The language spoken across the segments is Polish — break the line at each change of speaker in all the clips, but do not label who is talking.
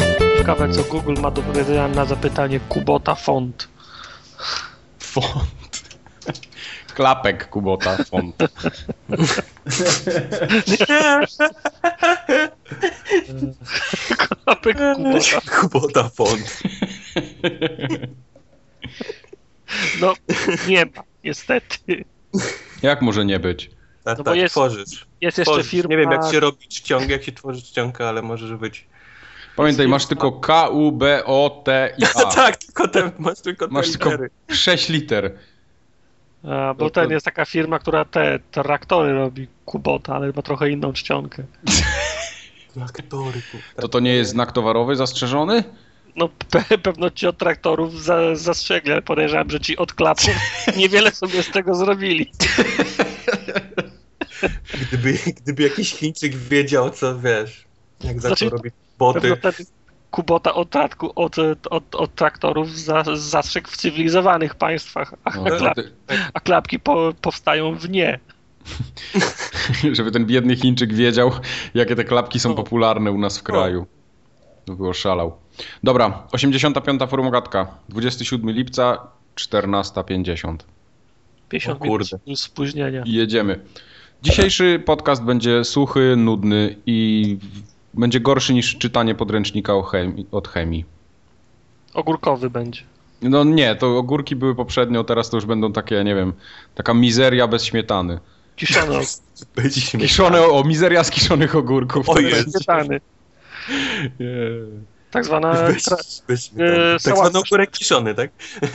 porównać, co Google ma do powiedzenia na zapytanie Kubota font.
Font. Klapek Kubota, font.
Klapek Kubota.
Kubota font.
No, nie ma, niestety.
Jak może nie być?
A
bo
tak,
jest
tworzysz.
Jest jeszcze
tworzysz.
firma...
Nie wiem, jak się robi czcionkę, jak się tworzy czcionkę, ale może być.
Pamiętaj, masz tylko K, U, B, O, T i A.
tak, tylko te, masz tylko te
Masz tylko
litery.
6 liter.
A, bo
To-
ten
to-
jest taka firma, która te traktory robi Kubota, ale ma trochę inną czcionkę.
Aktory,
To Tak, to nie jest znak towarowy zastrzeżony?
No pe pewno ci od traktorów za zastrzegli, ale podejrzewam, że ci od klapów niewiele sobie z tego zrobili.
Gdyby, gdyby jakiś Chińczyk wiedział, co wiesz, jak zaczął
Znaczy-
robić boty.
Pewno ten Kubota od, tratku, od, od, od traktorów za zastrzegł w cywilizowanych państwach, a,
No,
Tak.
a,
to,
klap, a klapki po powstają w nie.
żeby ten biedny Chińczyk wiedział, jakie te klapki są popularne u nas w kraju. To było szalał. Dobra, 85. Formogatka, 27 lipca, 14.50.
50
O kurde.
minut spóźnienia.
I jedziemy. Dzisiejszy podcast będzie suchy, nudny i będzie gorszy niż czytanie podręcznika o chemii, od chemii.
Ogórkowy będzie.
No nie, to ogórki były poprzednio, teraz to już będą takie, nie wiem, taka mizeria bez śmietany.
Ciszony
Byliśmy-
Kiszone, o, mizeria z kiszonych ogórków.
O
To
Jezu.
jest-
ogórkowy. Tak zwana tra
Byliśmy- byliśmy tam.
e,
Tak
sałata.
zwany ogórek kiszony, tak?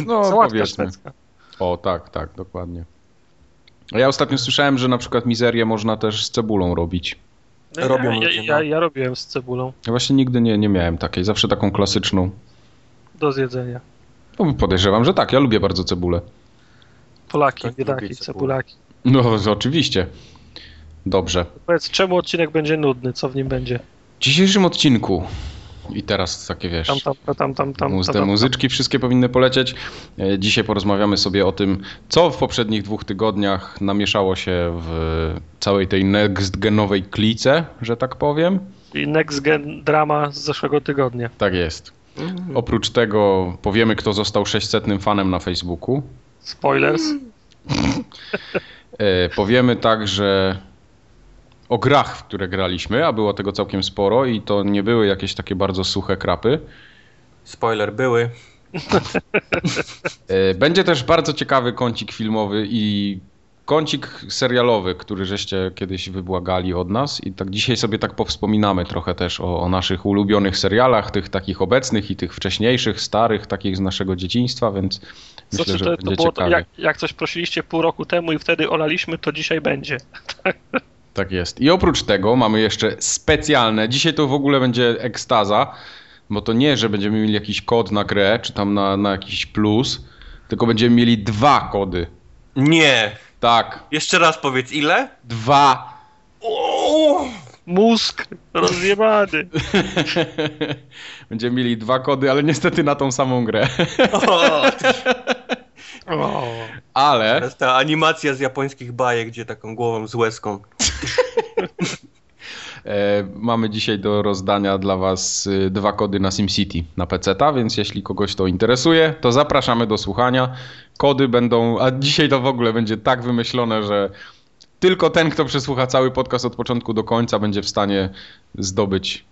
No,
sałatka
powiedzmy.
szwedzka.
O, tak, tak, dokładnie. A ja ostatnio słyszałem, że na przykład mizerię można też z cebulą robić.
No,
Robią
ja, ja,
ludzie,
ja,
no.
ja robiłem z cebulą
Ja właśnie nigdy nie, nie miałem takiej, zawsze taką klasyczną.
do zjedzenia.
No, podejrzewam, że tak, ja lubię bardzo cebulę.
Polaki,
Tak,
biedaki,
lubię cebulę.
cebulaki.
No, z- oczywiście. Dobrze.
Powiedz, czemu odcinek będzie nudny? Co w nim będzie?
W dzisiejszym odcinku, i teraz takie wiesz,
Tam, tam, tam, tam, tam, tam,
Muz-
tam,
te
tam.
muzyczki wszystkie powinny polecieć. E, Dzisiaj porozmawiamy sobie o tym, co w poprzednich dwóch tygodniach namieszało się w całej tej next-genowej klice, że tak powiem.
I Next Gen drama z zeszłego tygodnia.
Tak jest. Oprócz tego powiemy, kto został 600 fanem na Facebooku.
Spoilers.
Mm.
E, Powiemy także o grach, w które graliśmy, a było tego całkiem sporo i to nie były jakieś takie bardzo suche krapy.
Spoiler były.
E, Będzie też bardzo ciekawy kącik filmowy i kącik serialowy, który żeście kiedyś wybłagali od nas i tak dzisiaj sobie tak powspominamy trochę też o, o naszych ulubionych serialach, tych takich obecnych i tych wcześniejszych, starych, takich z naszego dzieciństwa, więc myślę, że
to, to
będzie
było, to,
ciekawie.
jak, jak coś prosiliście pół roku temu i wtedy olaliśmy, to dzisiaj będzie.
Tak jest. I oprócz tego mamy jeszcze specjalne. Dzisiaj to w ogóle będzie ekstaza, bo to nie, że będziemy mieli jakiś kod na grę, czy tam na, na jakiś plus, tylko będziemy mieli dwa kody.
Nie!
Tak,
Jeszcze raz powiedz, ile?
dwa.
O!
Mózg rozjebany.
będziemy mieli dwa kody, ale niestety na tą samą grę.
O!
O,
Ale
Teraz ta animacja z japońskich bajek, gdzie taką głową z łezką.
E, Mamy dzisiaj do rozdania dla Was y, dwa kody na SimCity na PC-ta, więc jeśli kogoś to interesuje, to zapraszamy do słuchania. Kody będą, a dzisiaj to w ogóle będzie tak wymyślone, że tylko ten, kto przesłucha cały podcast od początku do końca, będzie w stanie zdobyć.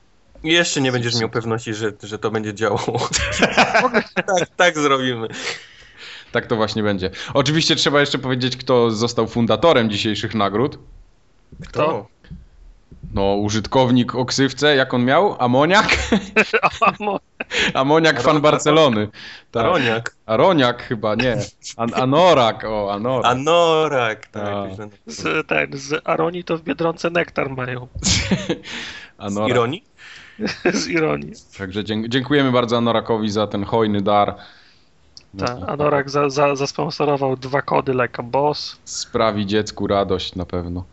I Jeszcze nie będziesz miał pewności, że, że to będzie działało. tak, tak zrobimy.
Tak to właśnie będzie. Oczywiście trzeba jeszcze powiedzieć, kto został fundatorem dzisiejszych nagród.
Kto?
No, użytkownik o ksywce, jak on miał? Amoniak?
mamo,
Amoniak fan
Aron-
Barcelony. Tak.
Taroniak.
Aroniak chyba, nie. An Anorak, o, Anorak.
Anorak.
A.
Tak, jakoś ten-
z, ten, z Aroni to w Biedronce nektar mają.
Anorak.
Ironii?
Z ironii.
Także dzięk- dziękujemy bardzo Anorakowi za ten hojny dar.
Ta, Anorak za, za, zasponsorował dwa kody like a boss.
Sprawi dziecku radość na pewno.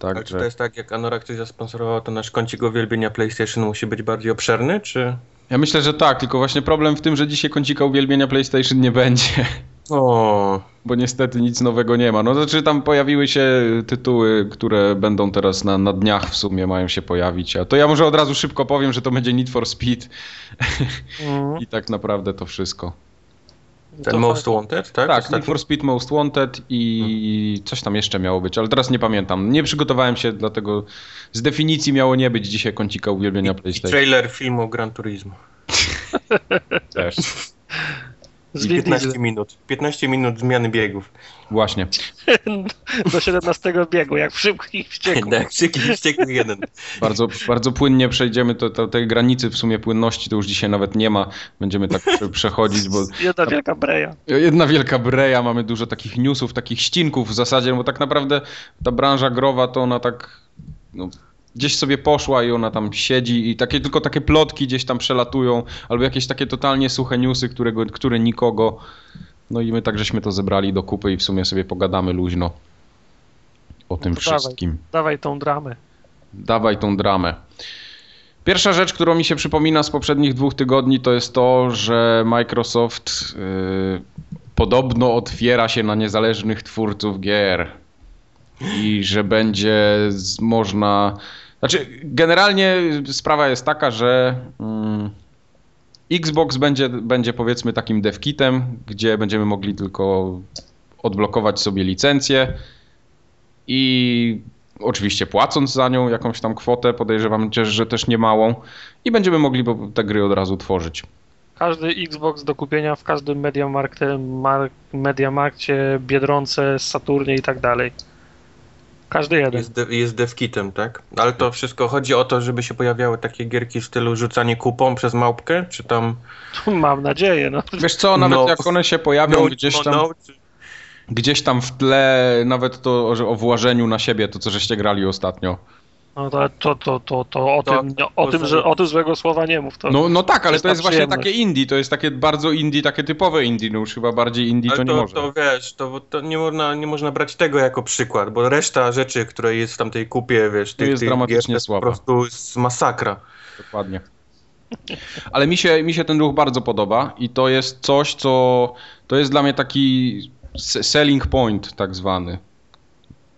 A czy
Także
to jest tak, jak Anorak coś zasponsorował, to nasz kącik uwielbienia PlayStation musi być bardziej obszerny, czy...
ja myślę, że tak, tylko właśnie problem w tym, że dzisiaj kącika uwielbienia PlayStation nie będzie.
O,
bo niestety nic nowego nie ma. No znaczy tam pojawiły się tytuły, które będą teraz na, na dniach w sumie mają się pojawić. A to ja może od razu szybko powiem, że to będzie Need for Speed i tak naprawdę to wszystko.
ten
To-
Most Wanted, tak?
Tak,
Ostatni?
Need for Speed Most Wanted i coś tam jeszcze miało być, ale teraz nie pamiętam. Nie przygotowałem się, dlatego z definicji miało nie być dzisiaj kącika uwielbienia
I
PlayStation.
trailer filmu o Gran Turismo.
Też.
Z
I
Lidl
15 minut. 15 minut zmiany biegów.
Właśnie.
do 17 biegu, jak w szybkich wściekłych.
Tak, wściekły, wściekły jeden.
Bardzo, bardzo płynnie przejdziemy to, to, tej granicy w sumie płynności, to już dzisiaj nawet nie ma. Będziemy tak prze- przechodzić, bo
Jedna wielka breja.
Jedna wielka breja, mamy dużo takich newsów, takich ścinków w zasadzie, no bo tak naprawdę ta branża growa to ona tak no, gdzieś sobie poszła i ona tam siedzi i takie tylko takie plotki gdzieś tam przelatują, albo jakieś takie totalnie suche newsy, którego, które nikogo. No i my tak żeśmy to zebrali do kupy i w sumie sobie pogadamy luźno o tym
No to dawaj.
wszystkim.
Dawaj tą dramę.
Dawaj tą dramę. Pierwsza rzecz, którą mi się przypomina z poprzednich dwóch tygodni, to jest to, że Microsoft yy, podobno otwiera się na niezależnych twórców gier i że będzie z, można. Znaczy, generalnie sprawa jest taka, że mm, Xbox będzie, będzie powiedzmy takim devkitem, gdzie będziemy mogli tylko odblokować sobie licencję i oczywiście płacąc za nią jakąś tam kwotę, podejrzewam też, że też niemałą i będziemy mogli po- te gry od razu tworzyć.
Każdy Xbox do kupienia w każdym Mediamarkcie, Mark, Mediamarkcie, Biedronce, Saturnie i tak dalej. Każdy jeden.
Jest, de- jest devkitem, tak? Ale to wszystko chodzi o to, żeby się pojawiały takie gierki w stylu rzucanie kupą przez małpkę, czy tam...
Mam nadzieję, no.
Wiesz co, nawet
No.
jak one się pojawią gdzieś tam...
no, czy-
Gdzieś tam w tle, nawet to o, że o włażeniu na siebie, to co żeście grali ostatnio.
no to, to, to, to, to o
To-
tym, o, tym że, o tym złego słowa nie mów. To,
No, no tak, ale
jest
to
ta
jest właśnie
przyjemność.
takie indie, to jest takie bardzo indie, takie typowe indie, no już chyba bardziej indie to,
Ale
nie
to,
może.
to wiesz, to, to nie, można, nie można brać tego jako przykład, bo reszta rzeczy, które jest w tamtej kupie, wiesz, tych,
jest
tych
dramatycznie
gier, to jest
słaba.
po prostu z masakra.
Dokładnie. Ale mi się, mi się ten ruch bardzo podoba i to jest coś, co to jest dla mnie taki se- selling point tak zwany.
to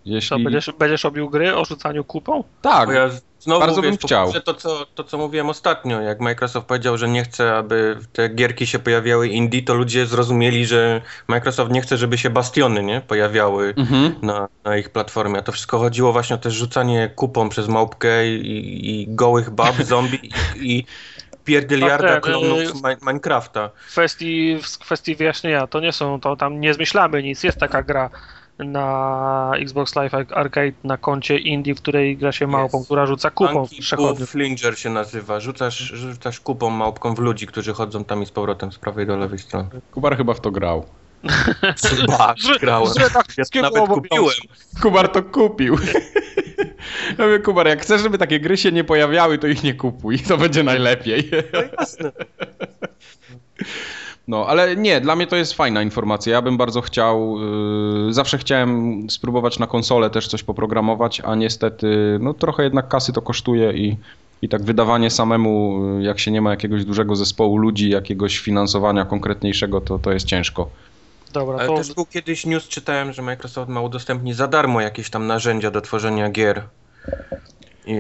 Jeśli...
będziesz, będziesz robił gry o rzucaniu kupą?
Tak,
Bo ja znowu
bardzo bym
powtórzę
chciał.
To co, to, co mówiłem ostatnio, jak Microsoft powiedział, że nie chce, aby te gierki się pojawiały indie, to ludzie zrozumieli, że Microsoft nie chce, żeby się bastiony nie, pojawiały
Mhm.
na, na ich platformie. A to wszystko chodziło właśnie o też rzucanie kupą przez małpkę i, i gołych bab, zombie i, i
A
pierdyliarda
ten,
klonów
y-
z Ma- Minecrafta.
W kwestii, w kwestii wyjaśnienia, to nie są, to tam nie zmyślamy nic. Jest taka gra na Xbox Live Arcade na koncie Indie, w której gra się małpą,
Jest.
która rzuca kupą
Monkey
w
Paw
przechodniów.
Flinger się nazywa. Rzucasz, rzucasz kupą małpką w ludzi, którzy chodzą tam i z powrotem z prawej do lewej strony.
Kubar chyba w to grał.
Chyba,
Że-
grałem.
że tak
Ja
wszystkiego
nawet
obowiązku.
kupiłem.
Kubar to kupił. Ja mówię, Kubar, jak chcesz, żeby takie gry się nie pojawiały, to ich nie kupuj. To będzie najlepiej. No, ale nie, dla mnie to jest fajna informacja. Ja bym bardzo chciał, yy, zawsze chciałem spróbować na konsolę też coś poprogramować, a niestety, no trochę jednak kasy to kosztuje i, i tak wydawanie samemu, yy, jak się nie ma jakiegoś dużego zespołu ludzi, jakiegoś finansowania konkretniejszego, to, to jest ciężko.
Dobra,
Ale
to
też był kiedyś news, czytałem, że Microsoft ma udostępnić za darmo jakieś tam narzędzia do tworzenia gier. I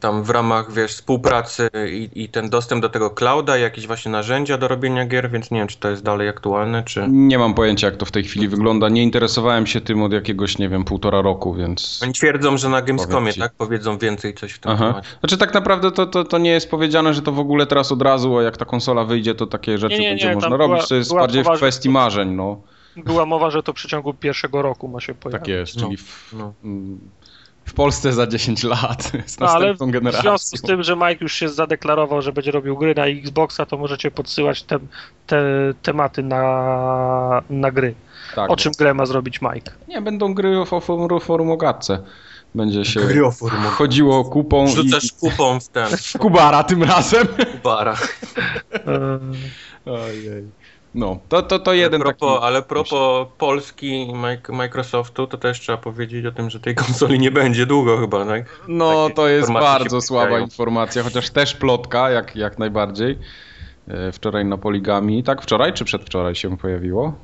tam w ramach, wiesz, współpracy i, i ten dostęp do tego clouda, jakieś właśnie narzędzia do robienia gier, więc nie wiem, czy to jest dalej aktualne, czy...
Nie mam pojęcia, jak to w tej chwili wygląda. Nie interesowałem się tym od jakiegoś, nie wiem, półtora roku, więc.
Oni twierdzą, że na Gamescomie,
ci.
tak? Powiedzą więcej coś w tym
Aha.
temacie.
Znaczy tak naprawdę to, to, to nie jest powiedziane, że to w ogóle teraz od razu, a jak ta konsola wyjdzie, to takie rzeczy
Nie, nie,
będzie
nie,
można
tam
robić.
była-
to jest
była
bardziej w
poważna-
kwestii marzeń, no.
była mowa, że to w przeciągu pierwszego roku ma się pojawić.
Tak jest,
No,
czyli w,
no.
mm, w Polsce za 10 lat z
No ale w
następną generacją.
związku z tym, że Mike już się zadeklarował, że będzie robił gry na Xboxa, to możecie podsyłać te, te tematy na, na gry.
tak,
o czym grę ma zrobić Mike?
Nie, będą gry o, o, o forumogatce. Będzie się
Grioform.
chodziło kupą
Rzucasz
i
kupą w ten,
w Kubara tym razem.
w bara.
Eee,
Ojej. No, to, to, to jeden
ale propos,
taki...
ale propos Polski i Mic- Microsoftu, to też trzeba powiedzieć o tym, że tej konsoli nie będzie długo chyba, tak?
No,
Takie
to jest
informacje się
bardzo
pojawiają.
słaba informacja, chociaż też plotka, jak, jak najbardziej. E, Wczoraj na poligami, tak wczoraj czy przedwczoraj się pojawiło?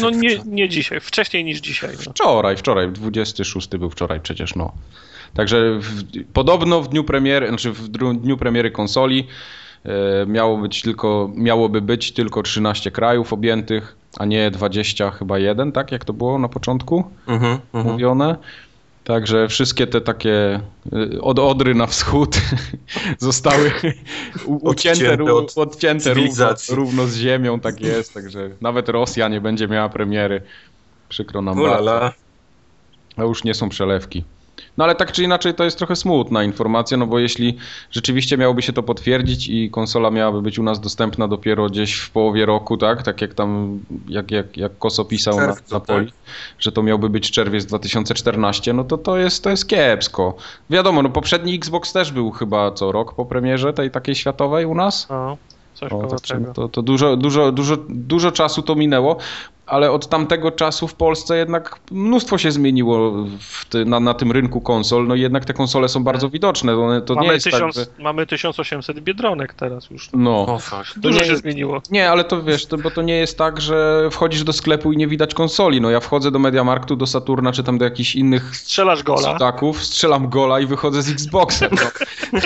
No nie, nie dzisiaj, wcześniej niż dzisiaj. No.
Wczoraj, wczoraj, 26 był wczoraj przecież, no. Także w, podobno w dniu premiery, znaczy w dru- dniu premiery konsoli e, miało być tylko, miałoby być tylko 13 krajów objętych, a nie 20 chyba jeden, tak jak to było na początku
Mhm, mhm.
mówione. Także wszystkie te takie e, od Odry na wschód zostały u- ucięte,
Odcięte
ró-
od
odcięte równo,
cywilizacji.
równo z ziemią, tak jest. Także nawet Rosja nie będzie miała premiery. Przykro nam bardzo.
Ulala.
A już nie są przelewki. No ale tak czy inaczej to jest trochę smutna informacja, no bo jeśli rzeczywiście miałoby się to potwierdzić i konsola miałaby być u nas dostępna dopiero gdzieś w połowie roku, tak? Tak jak tam, jak, jak, jak Koso pisał
W
na,
czerwcu, tak.
na poli, że to miałby być czerwiec 2014, no to to jest, to jest kiepsko. Wiadomo, no poprzedni Xbox też był chyba co rok po premierze tej takiej światowej u nas.
No, coś
O,
koło
tak,
tego.
to, to dużo, dużo, dużo, dużo czasu to minęło, ale od tamtego czasu w Polsce jednak mnóstwo się zmieniło w ty, na, na tym rynku konsol. No jednak te konsole są bardzo widoczne. One, to nie
Tak. Mamy,
jest
tysiąc,
tak, że...
mamy 1800 biedronek teraz już.
No.
O fuck.
Dużo
nie
się
jest-
zmieniło.
Nie, ale to wiesz, to, bo to nie jest tak, że wchodzisz do sklepu i nie widać konsoli. No ja wchodzę do Mediamarktu, do Saturna, czy tam do jakichś innych
Strzelasz gola.
cudaków, strzelam gola i wychodzę z Xboxem. No.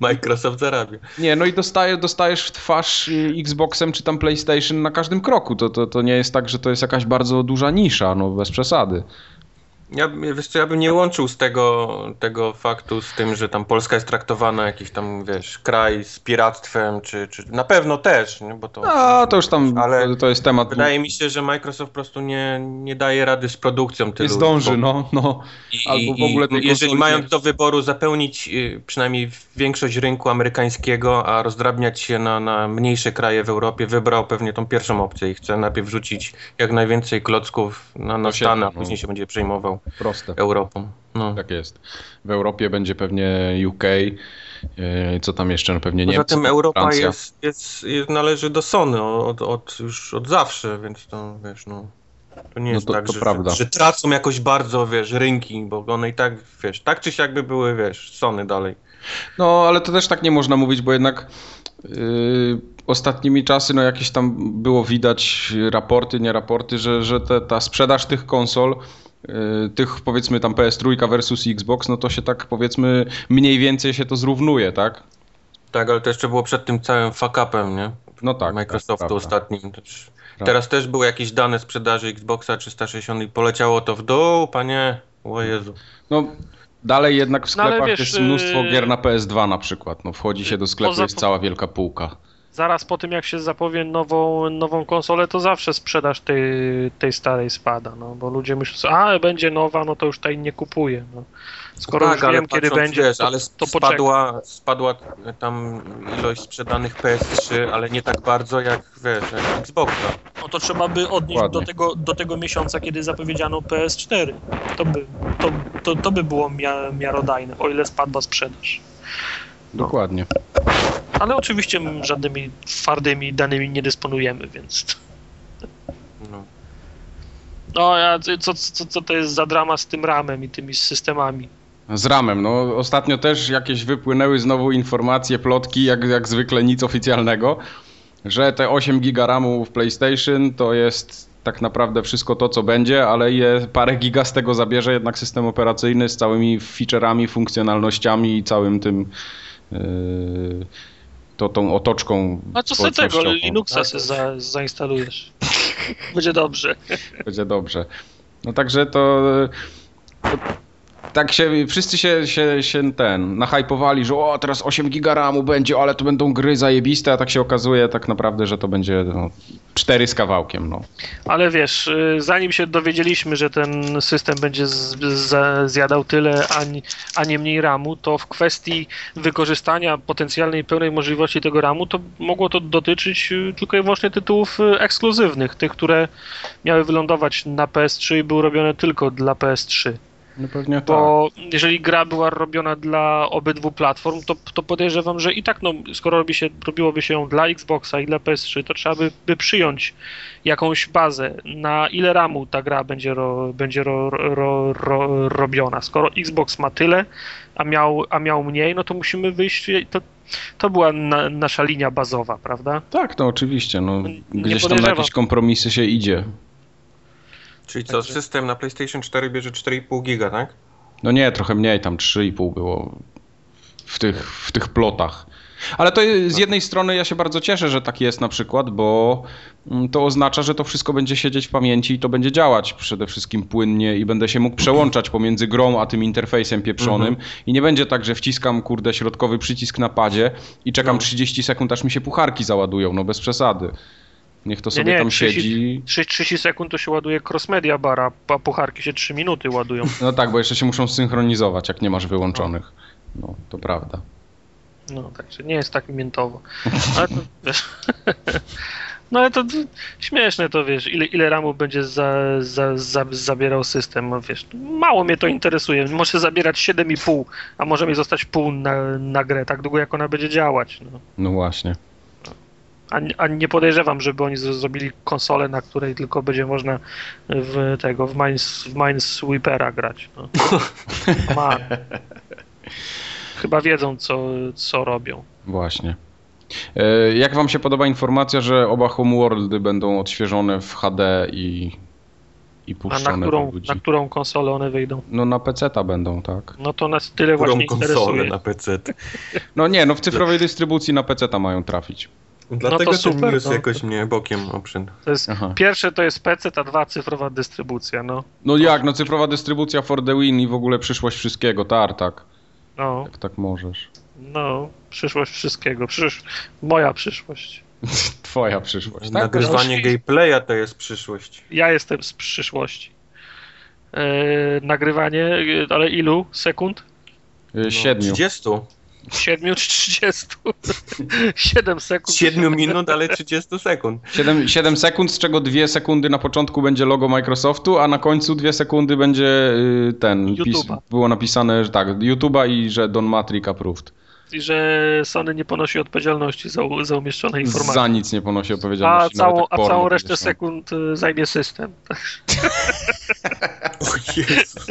Microsoft zarabia.
Nie, no i dostaje, dostajesz w twarz y, Xboxem czy tam PlayStation na każdym kroku. To, to, to nie jest tak, że to jest jakaś bardzo duża nisza, no bez przesady.
Ja, bym- wiesz co, ja bym nie łączył z tego, tego faktu z tym, że tam Polska jest traktowana jakiś tam, wiesz, kraj z piractwem, czy, czy na pewno też, nie? bo to...
A No, to już tam,
Ale
to, to jest temat.
Wydaje mi się, że Microsoft po prostu nie, nie daje rady z produkcją
nie
tylu.
zdąży, no, no.
I,
albo w ogóle tej
i, jeżeli
konsoli
mają
nie-
do wyboru zapełnić y, przynajmniej większość rynku amerykańskiego, a rozdrabniać się na, na mniejsze kraje w Europie, wybrał pewnie tą pierwszą opcję i chce najpierw rzucić jak najwięcej klocków na, na
No się-
Stany, a
no.
później się będzie przejmował
Proste.
Europą. No.
Tak jest. W Europie będzie pewnie UK, y, co tam jeszcze, no pewnie nie
Poza tym Europa
Francja.
jest, jest, jest, należy do Sony od, od, już od zawsze, więc to wiesz, no. To nie
No
jest
to-
tak,
to
że,
prawda.
że, że tracą jakoś bardzo, wiesz, rynki, bo one i tak, wiesz, tak czy siak by były, wiesz, Sony dalej.
No, ale to też tak nie można mówić, bo jednak yy, ostatnimi czasy, no jakieś tam było widać raporty, nie raporty, że, że te, ta sprzedaż tych konsol, yy, tych powiedzmy tam PS3 versus Xbox, no to się tak powiedzmy mniej więcej się to zrównuje, tak?
Tak, ale to jeszcze było przed tym całym fuck-upem, nie?
No tak.
Microsoftu
tak, prawda. Tak.
ostatnim. Też. Teraz też były jakieś dane sprzedaży Xboxa 360 i poleciało to w dół, panie, o Jezu.
No, dalej jednak w
No, ale
sklepach
wiesz,
jest mnóstwo
yy,
gier na PS2 na przykład, no wchodzi się do sklepu,
poza
jest
po-
cała wielka półka.
Zaraz po tym, jak się zapowie nową, nową konsolę, to zawsze sprzedaż tej, tej starej spada, no, bo ludzie myślą, a będzie nowa, no to już tej nie kupuję. No. Skoro
tak,
już
ale
wiem, kiedy
patrząc,
będzie,
wiesz,
to,
ale
to poczekam.
spadła, spadła tam ilość sprzedanych PS3, ale nie tak bardzo jak, wiesz, jak Xboxa.
No to trzeba by odnieść
Dokładnie.
do tego, do tego miesiąca, kiedy zapowiedziano PS4. To by, to, to, to by było mia- miarodajne, o ile spadła sprzedaż.
Dokładnie.
Ale oczywiście m, żadnymi twardymi danymi nie dysponujemy, więc.
No.
No, ja, co, co, co to jest za drama z tym ramem i tymi systemami?
Z ramem. No, ostatnio też jakieś wypłynęły znowu informacje, plotki, jak, jak zwykle nic oficjalnego, że te 8 giga RAMu w PlayStation to jest tak naprawdę wszystko to, co będzie, ale je parę giga z tego zabierze jednak system operacyjny z całymi featureami, funkcjonalnościami i całym tym yy, to, tą otoczką
A co z tego?
społecznościową.
Linuxa
tak.
sobie za, zainstalujesz. Będzie dobrze.
będzie dobrze. No także to. to tak się, wszyscy się, się, się ten, nahypowali, że o, teraz 8 giga ramu będzie, ale to będą gry zajebiste, a tak się okazuje tak naprawdę, że to będzie no, 4 z kawałkiem, no.
Ale wiesz, y, zanim się dowiedzieliśmy, że ten system będzie z, z, zjadał tyle, a, ni- a nie mniej ramu, to w kwestii wykorzystania potencjalnej pełnej możliwości tego ramu, to mogło to dotyczyć y, tylko i wyłącznie tytułów y, ekskluzywnych, tych, które miały wylądować na PS3 i były robione tylko dla PS3.
No pewnie to.
Bo jeżeli gra była robiona dla obydwu platform, to, to podejrzewam, że i tak, no, skoro robi się, robiłoby się ją dla Xboxa i dla PS3, to trzeba by, by przyjąć jakąś bazę, na ile ramu ta gra będzie, ro, będzie ro, ro, ro, robiona. Skoro Xbox ma tyle, a miał, a miał mniej, no to musimy wyjść to To była na, nasza linia bazowa, prawda?
Tak, no oczywiście. No,
Nie
gdzieś tam na
podejrzewam.
jakieś kompromisy się idzie.
Czyli co,
Także-
system na PlayStation 4 bierze 4,5 giga, tak?
No nie, trochę mniej, tam 3,5 było w tych, w tych plotach. Ale to z
Tak.
jednej strony ja się bardzo cieszę, że tak jest na przykład, bo mm, to oznacza, że to wszystko będzie siedzieć w pamięci i to będzie działać przede wszystkim płynnie i będę się mógł przełączać pomiędzy grą a tym interfejsem pieprzonym
Mhm.
i nie będzie tak, że wciskam kurde środkowy przycisk na padzie i czekam
No.
30 sekund aż mi się pucharki załadują, no bez przesady. Niech to sobie
nie,
tam
30
siedzi.
3, 30 sekund to się ładuje crossmedia bara, a pucharki się 3 minuty ładują.
No tak, bo jeszcze się muszą synchronizować, jak nie masz wyłączonych. No, to prawda.
No, także nie jest tak miętowo. Ale to, wiesz, no ale to śmieszne to, wiesz, ile, ile ramów będzie za, za, za, zabierał system, no, wiesz, mało mnie to interesuje. Może zabierać 7,5, a może mi zostać pół na, na grę, tak długo jak ona będzie działać. No.
No właśnie.
A, a nie podejrzewam, żeby oni zro- zrobili konsolę, na której tylko będzie można w tego, w, Mines, w Minesweepera grać. No. Ma. Chyba wiedzą, co, co robią.
Właśnie. E, Jak wam się podoba informacja, że oba Homeworldy będą odświeżone w HD i, i
A na
puszczone
którą,
do ludzi?
na którą konsolę one wyjdą?
No na PC-ta będą, tak?
No to nas tyle
Którą
właśnie
konsolę
interesuje.
na PC?
No nie, no w cyfrowej dystrybucji na PC-ta mają trafić.
Dlatego
super,
ten news
no.
jakoś mnie bokiem obszedł.
To jest,
Aha.
pierwsze to jest PC, ta dwa cyfrowa dystrybucja, no.
No jak, no cyfrowa dystrybucja for the win i w ogóle przyszłość wszystkiego, tartak.
No,
Jak tak możesz.
no, przyszłość wszystkiego. Przysz... Moja przyszłość.
Twoja przyszłość, tak?
Nagrywanie
No,
gameplaya to jest przyszłość.
Ja jestem z przyszłości. Yy, nagrywanie, yy, ale ilu sekund?
Y,
No,
Siedmiu.
30.
7 czy 30? 7 sekund.
7 minut, ale 30 sekund.
Siedem, siedem sekund, z czego dwie sekundy na początku będzie logo Microsoftu, a na końcu dwie sekundy będzie y, ten.
YouTube'a.
było napisane, że tak, YouTube'a i że Don Matrick approved.
I że Sony nie ponosi odpowiedzialności za, u- za umieszczone informacje.
Za nic nie ponosi
A
odpowiedzialności.
całą,
nawet jak
a
porno
całą
będzie
resztę
są.
sekund y, zajmie system.
O Jezus.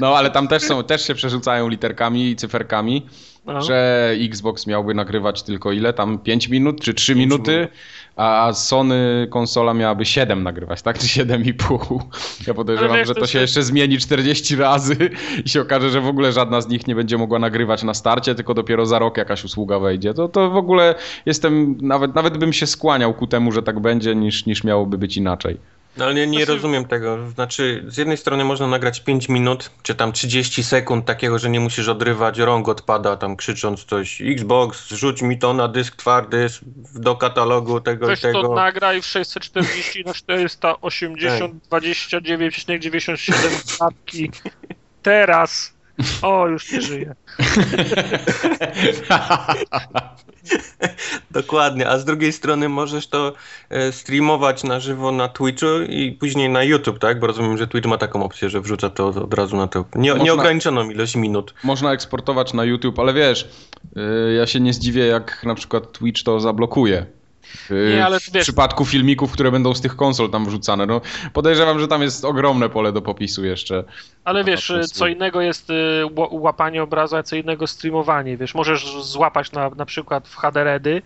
No ale tam też, są, też się przerzucają literkami i cyferkami,
No.
że Xbox miałby nagrywać tylko ile tam? 5 minut czy 3 minuty,
minut.
a Sony konsola miałaby 7 nagrywać, tak? Czy 7,5. Ja podejrzewam,
Ale wiesz,
że
to
to
się-
się jeszcze zmieni 40 razy i się okaże, że w ogóle żadna z nich nie będzie mogła nagrywać na starcie, tylko dopiero za rok jakaś usługa wejdzie. To, to w ogóle jestem, nawet, nawet bym się skłaniał ku temu, że tak będzie, niż, niż miałoby być inaczej.
No ale nie, nie
Znaczy-
rozumiem tego. Znaczy, z jednej strony można nagrać 5 minut, czy tam 30 sekund takiego, że nie musisz odrywać rąk odpada, tam krzycząc coś Xbox, rzuć mi to na dysk twardy s- do katalogu tego
Ktoś
i
to
tego.
nagraj w 640 na 480
Tak.
29,97 klatki. Teraz. O, już nie żyję.
Dokładnie, a z drugiej strony możesz to e, streamować na żywo na Twitchu i później na YouTube, tak? Bo rozumiem, że Twitch ma taką opcję, że wrzuca to od razu na to. Nie,
Można-
Nieograniczoną ilość minut.
Można eksportować na YouTube, ale wiesz, yy, ja się nie zdziwię, jak na przykład Twitch to zablokuje. Yy,
Nie, ale
w
wiesz-
przypadku filmików, które będą z tych konsol tam wrzucane, no podejrzewam, że tam jest ogromne pole do popisu jeszcze.
Ale
No,
Aha,
wiesz,
to jest-
co innego jest y, ła- łapanie obrazu, a co innego streamowanie. Wiesz, możesz złapać na, na przykład w HDREDy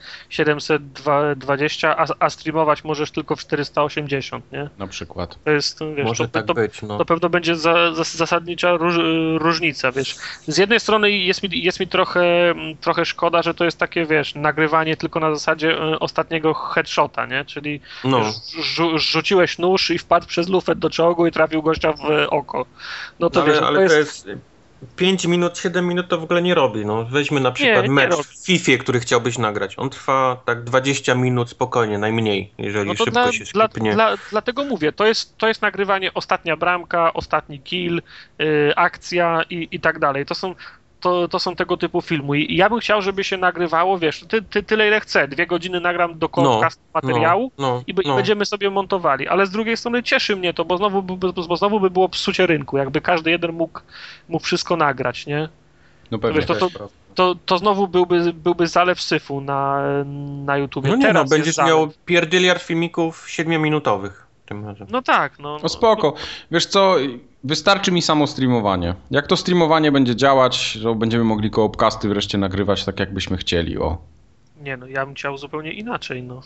720, a, a streamować możesz tylko w 480, nie?
Na przykład.
To jest, y, wiesz,
Może
to,
tak
to,
być, no.
to pewno będzie za, za, zasadnicza róż, y, różnica, wiesz. Z jednej strony jest mi, jest mi trochę, mm, trochę szkoda, że to jest takie, wiesz, nagrywanie tylko na zasadzie y, ostatniego headshota, nie? Czyli
no.
rzu- rzu- rzuciłeś nóż i wpadł przez lufę do czołgu i trafił gościa w y, oko. No to
ale,
wiesz, no
ale to jest... 5 minut, 7 minut to w ogóle nie robi. No. Weźmy na przykład
nie
mecz
robi.
w FIFA, który chciałbyś nagrać. On trwa tak 20 minut spokojnie, najmniej, jeżeli
No to
szybko
dla,
się
dla,
skipnie.
dla, dlatego mówię, to jest, to jest nagrywanie ostatnia bramka, ostatni kill, y, akcja i, i tak dalej. To są, to, to są tego typu filmy. I ja bym chciał, żeby się nagrywało, wiesz, ty, ty, tyle ile chcę. Dwie godziny nagram do
No,
końca materiału
no,
i, be- i
no.
będziemy sobie montowali. Ale z drugiej strony cieszy mnie to, bo znowu, by- by- bo znowu by było psucie rynku, jakby każdy jeden mógł, mógł wszystko nagrać, nie?
No pewnie.
Wiesz, to- to- To, to znowu byłby, byłby zalew syfu na, na YouTubie.
No nie,
Teraz
no, będziesz
jest zalew.
miał pierdyliard filmików 7-minutowych. tym razem.
No tak, no.
No spoko. Wiesz co, wystarczy mi samo streamowanie. Jak to streamowanie będzie działać, to będziemy mogli koopkasty wreszcie nagrywać tak, jakbyśmy chcieli, o.
Nie no, ja bym chciał zupełnie inaczej, no.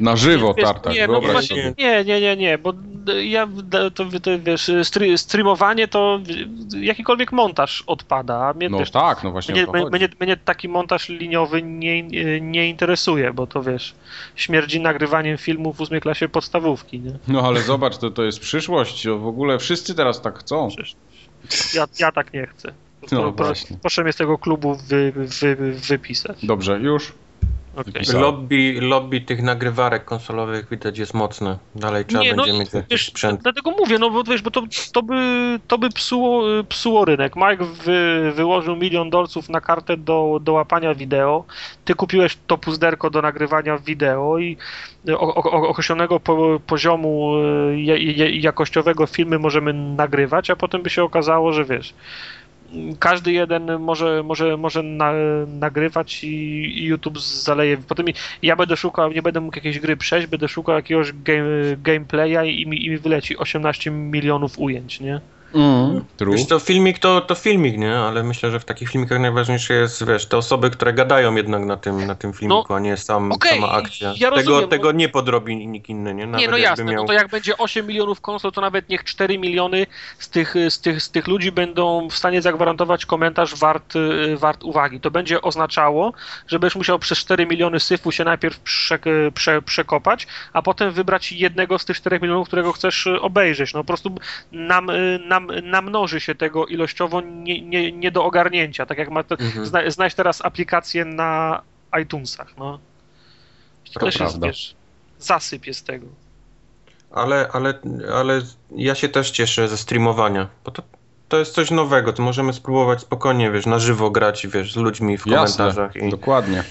Na żywo,
Wiesz,
Tartak,
nie, no
wyobraź
właśnie-
sobie.
Nie, nie, nie, nie, bo d- ja d- to, wy- to wiesz, stry, streamowanie to w- jakikolwiek montaż odpada, a mnie
No
wiesz,
tak, no właśnie
mnie,
o to
mnie,
chodzi.
mnie, mnie taki montaż liniowy nie, e, nie interesuje, bo to wiesz, śmierdzi nagrywaniem filmu w ósmej klasie podstawówki, nie?
No ale zobacz, to, to jest przyszłość, w ogóle wszyscy teraz tak chcą.
Przecież ja, ja tak nie chcę.
No
Pro- pro-
właśnie.
proszę mnie z tego klubu wy, wy, wypisać.
Dobrze, już.
Okej.
Wypisać. Pisałem.
Lobby, lobby tych nagrywarek konsolowych widać jest mocne. Dalej trzeba
Nie, no
będzie mieć jakiś
Wiesz,
sprzęt.
Dlatego mówię, no bo wiesz, bo to, to by, to by psuło, psuło rynek. Mike wy, wyłożył milion dolców na kartę do, do łapania wideo, ty kupiłeś to puzderko do nagrywania wideo i o, o, o- określonego po, poziomu y, ja- ja- jakościowego filmy możemy nagrywać, a potem by się okazało, że wiesz, każdy jeden może, może, może na, nagrywać i, i YouTube zaleje. Potem ja będę szukał, nie będę mógł jakiejś gry przejść, będę szukał jakiegoś game, gameplaya i mi, i mi wyleci 18 milionów ujęć, nie?
Mm, true.
Wiesz, to filmik to, to filmik, nie? Ale myślę, że w takich filmikach najważniejsze jest, wiesz, te osoby, które gadają jednak na tym, na tym filmiku, a nie sam,
No, okej,
sama akcja.
ja
tego,
rozumiem,
tego
no.
nie podrobi nikt inny, nie? Nawet
nie, no jasne,
jakby miał...
no to jak będzie 8 milionów konsol, to nawet niech 4 miliony z tych, z tych, z tych ludzi będą w stanie zagwarantować komentarz wart, y, wart uwagi. To będzie oznaczało, że będziesz musiał przez 4 miliony syfu się najpierw prze, prze, przekopać, a potem wybrać jednego z tych 4 milionów, którego chcesz y, obejrzeć. No po prostu nam, y, nam, namnoży się tego ilościowo nie, nie, nie do ogarnięcia. Tak jak ma te,
Mhm.
zna, znajdź teraz aplikację na iTunesach, no. To,
To
też jest,
prawda.
wiesz, zasyp jest tego.
Ale, ale, ale ja się też cieszę ze streamowania, bo to, to jest coś nowego, to możemy spróbować spokojnie, wiesz, na żywo grać, wiesz, z ludźmi w
Jasne,
komentarzach i...
dokładnie.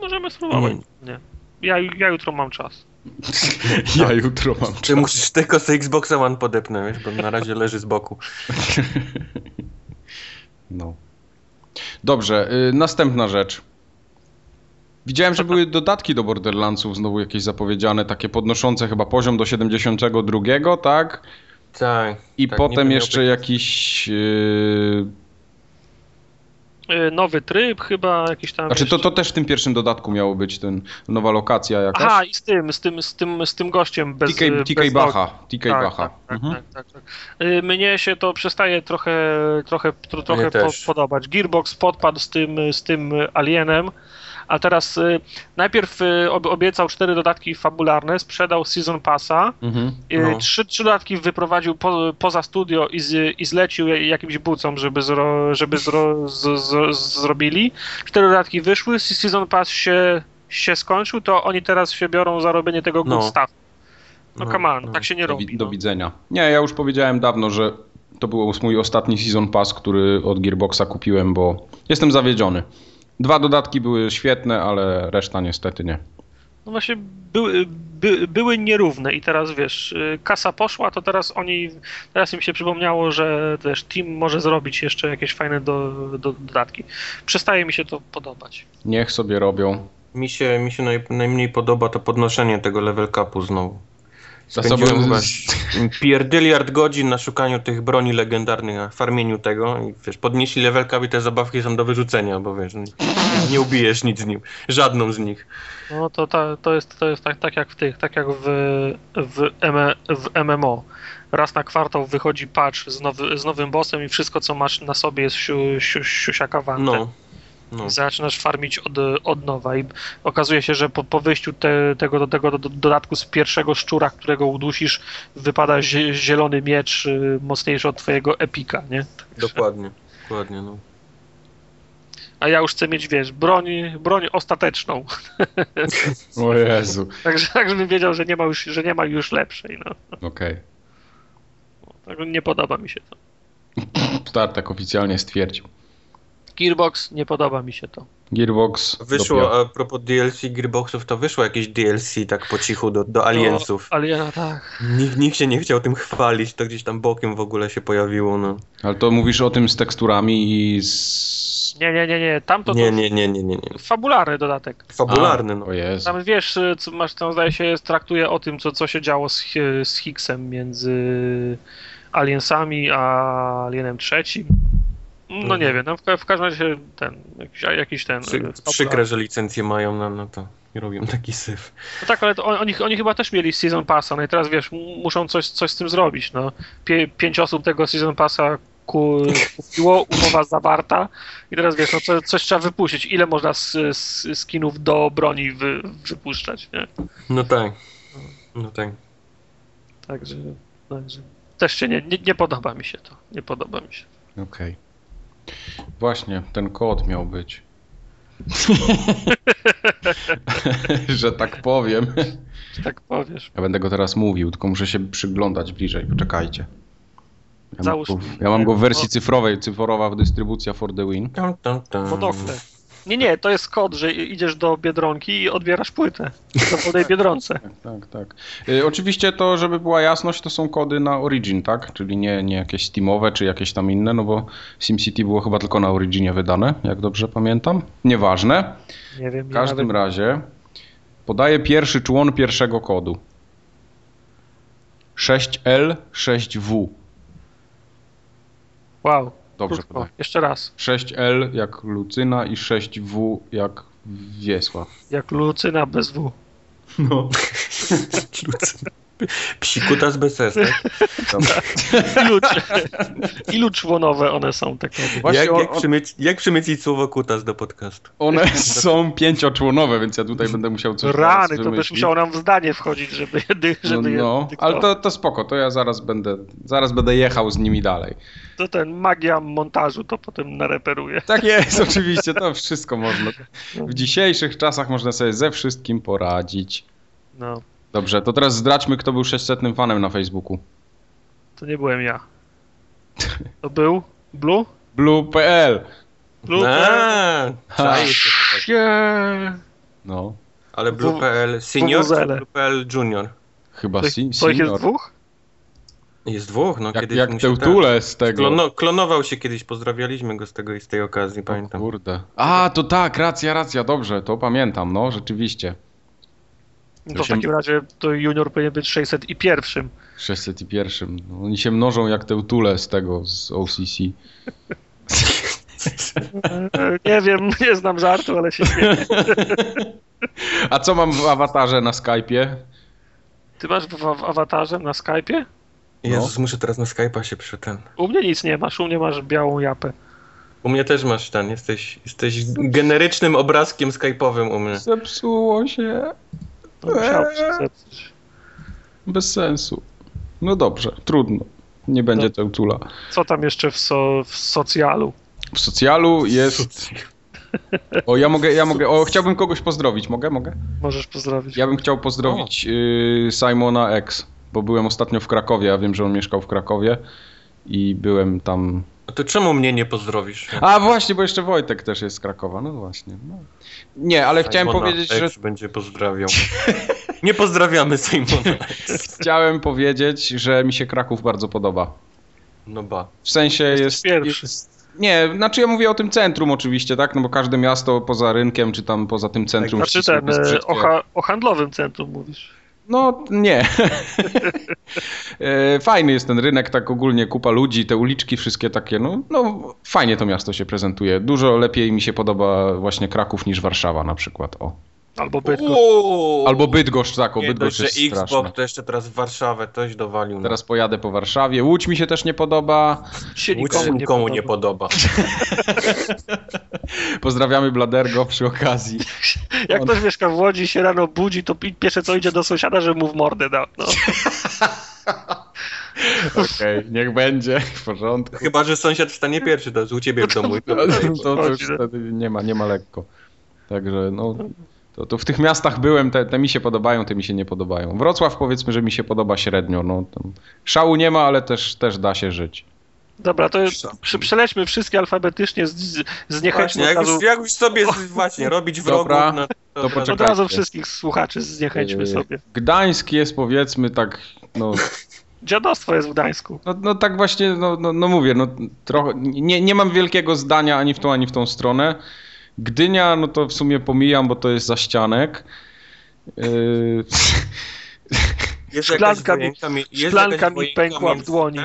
Możemy spróbować.
Mm.
Nie. Ja, ja jutro mam czas.
Ja jutro mam
Czy musisz tylko z Xboxa One podepnę, wiesz, bo na razie leży z boku.
No. Dobrze, y, następna rzecz. Widziałem, że były dodatki do Borderlandsów, znowu jakieś zapowiedziane, takie podnoszące chyba poziom do 72, tak?
Tak.
I
Tak, niby
potem
miał
jeszcze
być-
jakiś. Yy...
Y, Nowy tryb chyba, jakiś tam.
Znaczy, to,
jeszcze-
to też w tym pierwszym dodatku miało być ten nowa lokacja jakaś.
Aha, i z tym, z tym, z tym, z tym gościem bez e,
TK, TK
bez nogi.
Bacha. TK
Tak,
Bacha.
tak, tak,
Mhm.
tak, tak, tak. Y, Mnie się to przestaje trochę, trochę, tro, trochę po,
też.
podobać. Gearbox podpadł z tym, z tym Alienem, a teraz y, najpierw y, ob- obiecał cztery dodatki fabularne, sprzedał Season Passa,
Mhm.
Y,
No.
Trzy, trzy dodatki wyprowadził po, poza studio i, z, i zlecił je jakimś bucom, żeby, zro, żeby zro, z, z, zrobili. Cztery dodatki wyszły, Season Pass się, się skończył, to oni teraz się biorą za robienie tego good
No.
stuff. No,
No,
come on,
no.
tak się nie
Do,
robi.
wi- do
no.
widzenia. Nie, ja już powiedziałem dawno, że to był mój ostatni Season Pass, który od Gearboxa kupiłem, bo jestem zawiedziony. Dwa dodatki były świetne, ale reszta niestety nie.
No właśnie były, by, były nierówne i teraz wiesz, y, kasa poszła, to teraz oni, teraz im się przypomniało, że też team może zrobić jeszcze jakieś fajne do, do, dodatki. Przestaje mi się to podobać.
Niech sobie robią.
Mi się, mi się naj, najmniej podoba to podnoszenie tego level capu znowu.
Za
Spędziłem
sobą-
chyba pierdyliard godzin na szukaniu tych broni legendarnych, na farmieniu tego i wiesz, podnieśli level cap i te zabawki są do wyrzucenia, bo wiesz, no, nie ubijesz nic z nim, żadną z nich.
No to, ta, to jest, to jest tak, tak jak w tych, tak jak w, w, M, E, w MMO. Raz na kwartał wychodzi patch z, nowy, z nowym bossem i wszystko co masz na sobie jest siu, siu, siusiaka
Tak.
wantem.
No. no.
Zaczynasz farmić od, od nowa i okazuje się, że po, po wyjściu te, tego, do, tego do, do, dodatku z pierwszego szczura, którego udusisz, wypada zie, zielony miecz y, mocniejszy od twojego epika, nie?
Dokładnie, dokładnie, no.
A ja już chcę mieć, wiesz, broń, broń ostateczną,
O Jezu.
tak, że- tak żebym wiedział, że nie ma już, że nie ma już lepszej, no.
Okej.
Tak, nie podoba mi się to.
Startek oficjalnie stwierdził.
Gearbox, nie podoba mi się to.
Gearbox. dopiero.
Wyszło, a propos DLC Gearboxów, to wyszło jakieś DLC tak po cichu do,
No.
do Aliensów.
Ale ja tak.
Nikt, nikt się nie chciał tym chwalić, to gdzieś tam bokiem w ogóle się pojawiło, no.
Ale to mówisz o tym z teksturami i z...
Nie, nie, nie, nie. Tamto
Nie,
to
nie, nie, nie, nie, nie.
fabularny dodatek.
Fabularny, no.
O Jezu.
Tam wiesz, y, co masz tam zdaje się, jest- traktuje o tym, co, co się działo z, Hi- z Hicksem między Aliensami a Alienem trzecim. No nie
Mhm.
wiem, tam w, ka- w każdym razie ten, jakiś, jakiś ten.
Przy,
y,
przykre, że licencje mają na, na to. I robią taki syf.
No tak, ale to on, oni, oni chyba też mieli Season Passa, no i teraz wiesz, m- muszą coś, coś z tym zrobić, no. Pię, pięć osób tego Season Passa ku, kupiło, umowa zawarta i teraz wiesz, no co, coś trzeba wypuścić. Ile można z, z, skinów do broni wy, wypuszczać, nie?
No tak. No tak.
Także, także też się nie, nie, nie podoba mi się to, nie podoba mi się.
Okej. Właśnie, ten kod miał być. że tak powiem.
Że Tak powiesz.
Ja będę go teraz mówił, tylko muszę się przyglądać bliżej, poczekajcie. Ja,
Załóż-
mam, go, ja mam go w wersji
no.
cyfrowej, cyfrowa dystrybucja for the win.
Tam, tam, tam.
Podokle. Nie, nie, to jest kod, że idziesz do Biedronki i odbierasz płytę. Do tej Biedronce.
Tak, tak, tak. Y, oczywiście to, żeby była jasność, to są kody na Origin, tak? Czyli nie, nie jakieś Steamowe, czy jakieś tam inne, no bo SimCity było chyba tylko na Originie wydane, jak dobrze pamiętam. Nieważne.
Nie wiem,
W
ja
każdym
nawet...
razie podaję pierwszy człon pierwszego kodu. 6L6W.
Wow.
Dobrze
krótko.
podaję.
Jeszcze raz.
6L jak Lucyna i 6W jak Wiesław.
Jak Lucyna bez W.
No. Psikuta z BSS, tak?
Ilu, ilu członowe one są tak naprawdę?
Właśnie
jak,
on-
jak,
on-
przymyc, jak przymycić słowo kutas do podcastu?
One są pięcioczłonowe, więc ja tutaj będę musiał coś zaraz
Rany, to też
wymyślić.
musiało nam w zdanie wchodzić, żeby, jedy, żeby je
no,
dyktować.
ale to, to spoko, to ja zaraz będę, zaraz będę jechał z nimi dalej.
to ten magia montażu to potem nareperuje.
Tak jest, oczywiście, to wszystko można. W dzisiejszych czasach można sobie ze wszystkim poradzić.
No,
Dobrze, to teraz zdradźmy, kto był 600 fanem na Facebooku.
to nie byłem ja. To był Blue?
Blue.pl
Blue?
Eee, czaił się tutaj.
Nie.
No,
Ale Blue.pl senior czy
WWZL?
Blue.pl junior?
chyba
To,
sin,
to ich jest
senior.
dwóch?
Jest dwóch, no
Jak,
kiedyś
jak
mu się
Teutule z tego.
Klono, klonował się kiedyś, pozdrawialiśmy go z tego i z tej okazji, pamiętam.
Kurde. A, to tak, racja, racja, dobrze, to pamiętam, no, rzeczywiście.
No To
To
w
się-
takim razie to junior powinien być 601.
601. No, oni się mnożą jak Teutule z tego, z OCC.
E, Nie wiem, nie znam żartu, ale się śmieję.
A co mam w awatarze na Skype'ie?
Ty masz w, w awatarze na Skype'ie?
no.
Jezus, muszę teraz na Skype'a się przy ten.
U mnie nic nie masz, u mnie masz białą japę.
U mnie też masz ten, jesteś, jesteś generycznym obrazkiem Skype'owym u mnie.
Zepsuło się.
No, musiałbyś się
Eee.
zepsuć.
Bez sensu. No dobrze, trudno. Nie będzie Teutula.
Co tam jeszcze w, so, w socjalu?
W socjalu jest... O, ja mogę, ja mogę, o, chciałbym kogoś pozdrowić. Mogę, mogę?
Możesz pozdrowić.
Ja bym chciał pozdrowić y, Simona X, bo byłem ostatnio w Krakowie, a wiem, że on mieszkał w Krakowie i byłem tam...
A to czemu mnie nie pozdrowisz?
A właśnie, bo jeszcze Wojtek też jest z Krakowa, no właśnie. No. Nie, ale chciałem
Simona
powiedzieć, że
X będzie pozdrawiał. Nie pozdrawiamy Simona.
chciałem powiedzieć, że mi się Kraków bardzo podoba.
No ba.
W sensie jest...
pierwszy.
jest nie, znaczy ja mówię o tym centrum oczywiście, tak? No bo każde miasto poza rynkiem, czy tam poza tym centrum...
Znaczy
ścisłym
ten,
jest
e,
brzydkie.
o, ha, o handlowym centrum mówisz.
No nie. E, Fajny jest ten rynek, tak ogólnie kupa ludzi, te uliczki wszystkie takie, no, no fajnie to miasto się prezentuje. Dużo lepiej mi się podoba właśnie Kraków niż Warszawa na przykład, o.
Albo Bydgoszcz.
Uuu.
Albo Bydgoszcz, tak, o
Nie dość,
Bydgoszcz
że
jest straszne.
Xbox to jeszcze teraz w Warszawę toś dowalił. no.
Teraz pojadę po Warszawie. Łódź mi się też nie podoba.
Się
Łódź się nikomu nie podoba.
Pozdrawiamy Bladergo przy okazji.
Jak ktoś mieszka w Łodzi i się rano budzi, to pi- pierwsze co idzie do sąsiada, żeby mu w mordę dał. No.
Okej, niech będzie, w porządku.
Chyba, że sąsiad wstanie pierwszy, to jest u ciebie w domu. i to
To, to, to już
Chodzi, no.
wtedy nie ma, nie ma lekko. Także no, to, to w tych miastach byłem, te, te mi się podobają, te mi się nie podobają. Wrocław powiedzmy, że mi się podoba średnio. No, tam szału nie ma, ale też, też da się żyć.
Dobra, to przy, przelećmy wszystkie alfabetycznie z, z, z niechęcią.
Właśnie, jak,
od razu-
już, jak już sobie z- właśnie robić wrogów,
Dobra,
no,
to
od razu-
poczekaj.
od razu
czekajcie.
wszystkich słuchaczy zniechęćmy
Yy,
sobie.
Gdańsk jest powiedzmy tak, no,
Dziadostwo jest w Gdańsku.
no, no tak właśnie, no, no, no mówię, no trochę, nie, nie mam wielkiego zdania ani w tą, ani w tą stronę. Gdynia, no to w sumie pomijam, bo to jest za ścianek. Yy,
Jest
Szklanka mi-
wojenka mi, jest jakaś
Szklanka mi
wojenka
pękła w
między-
dłoni.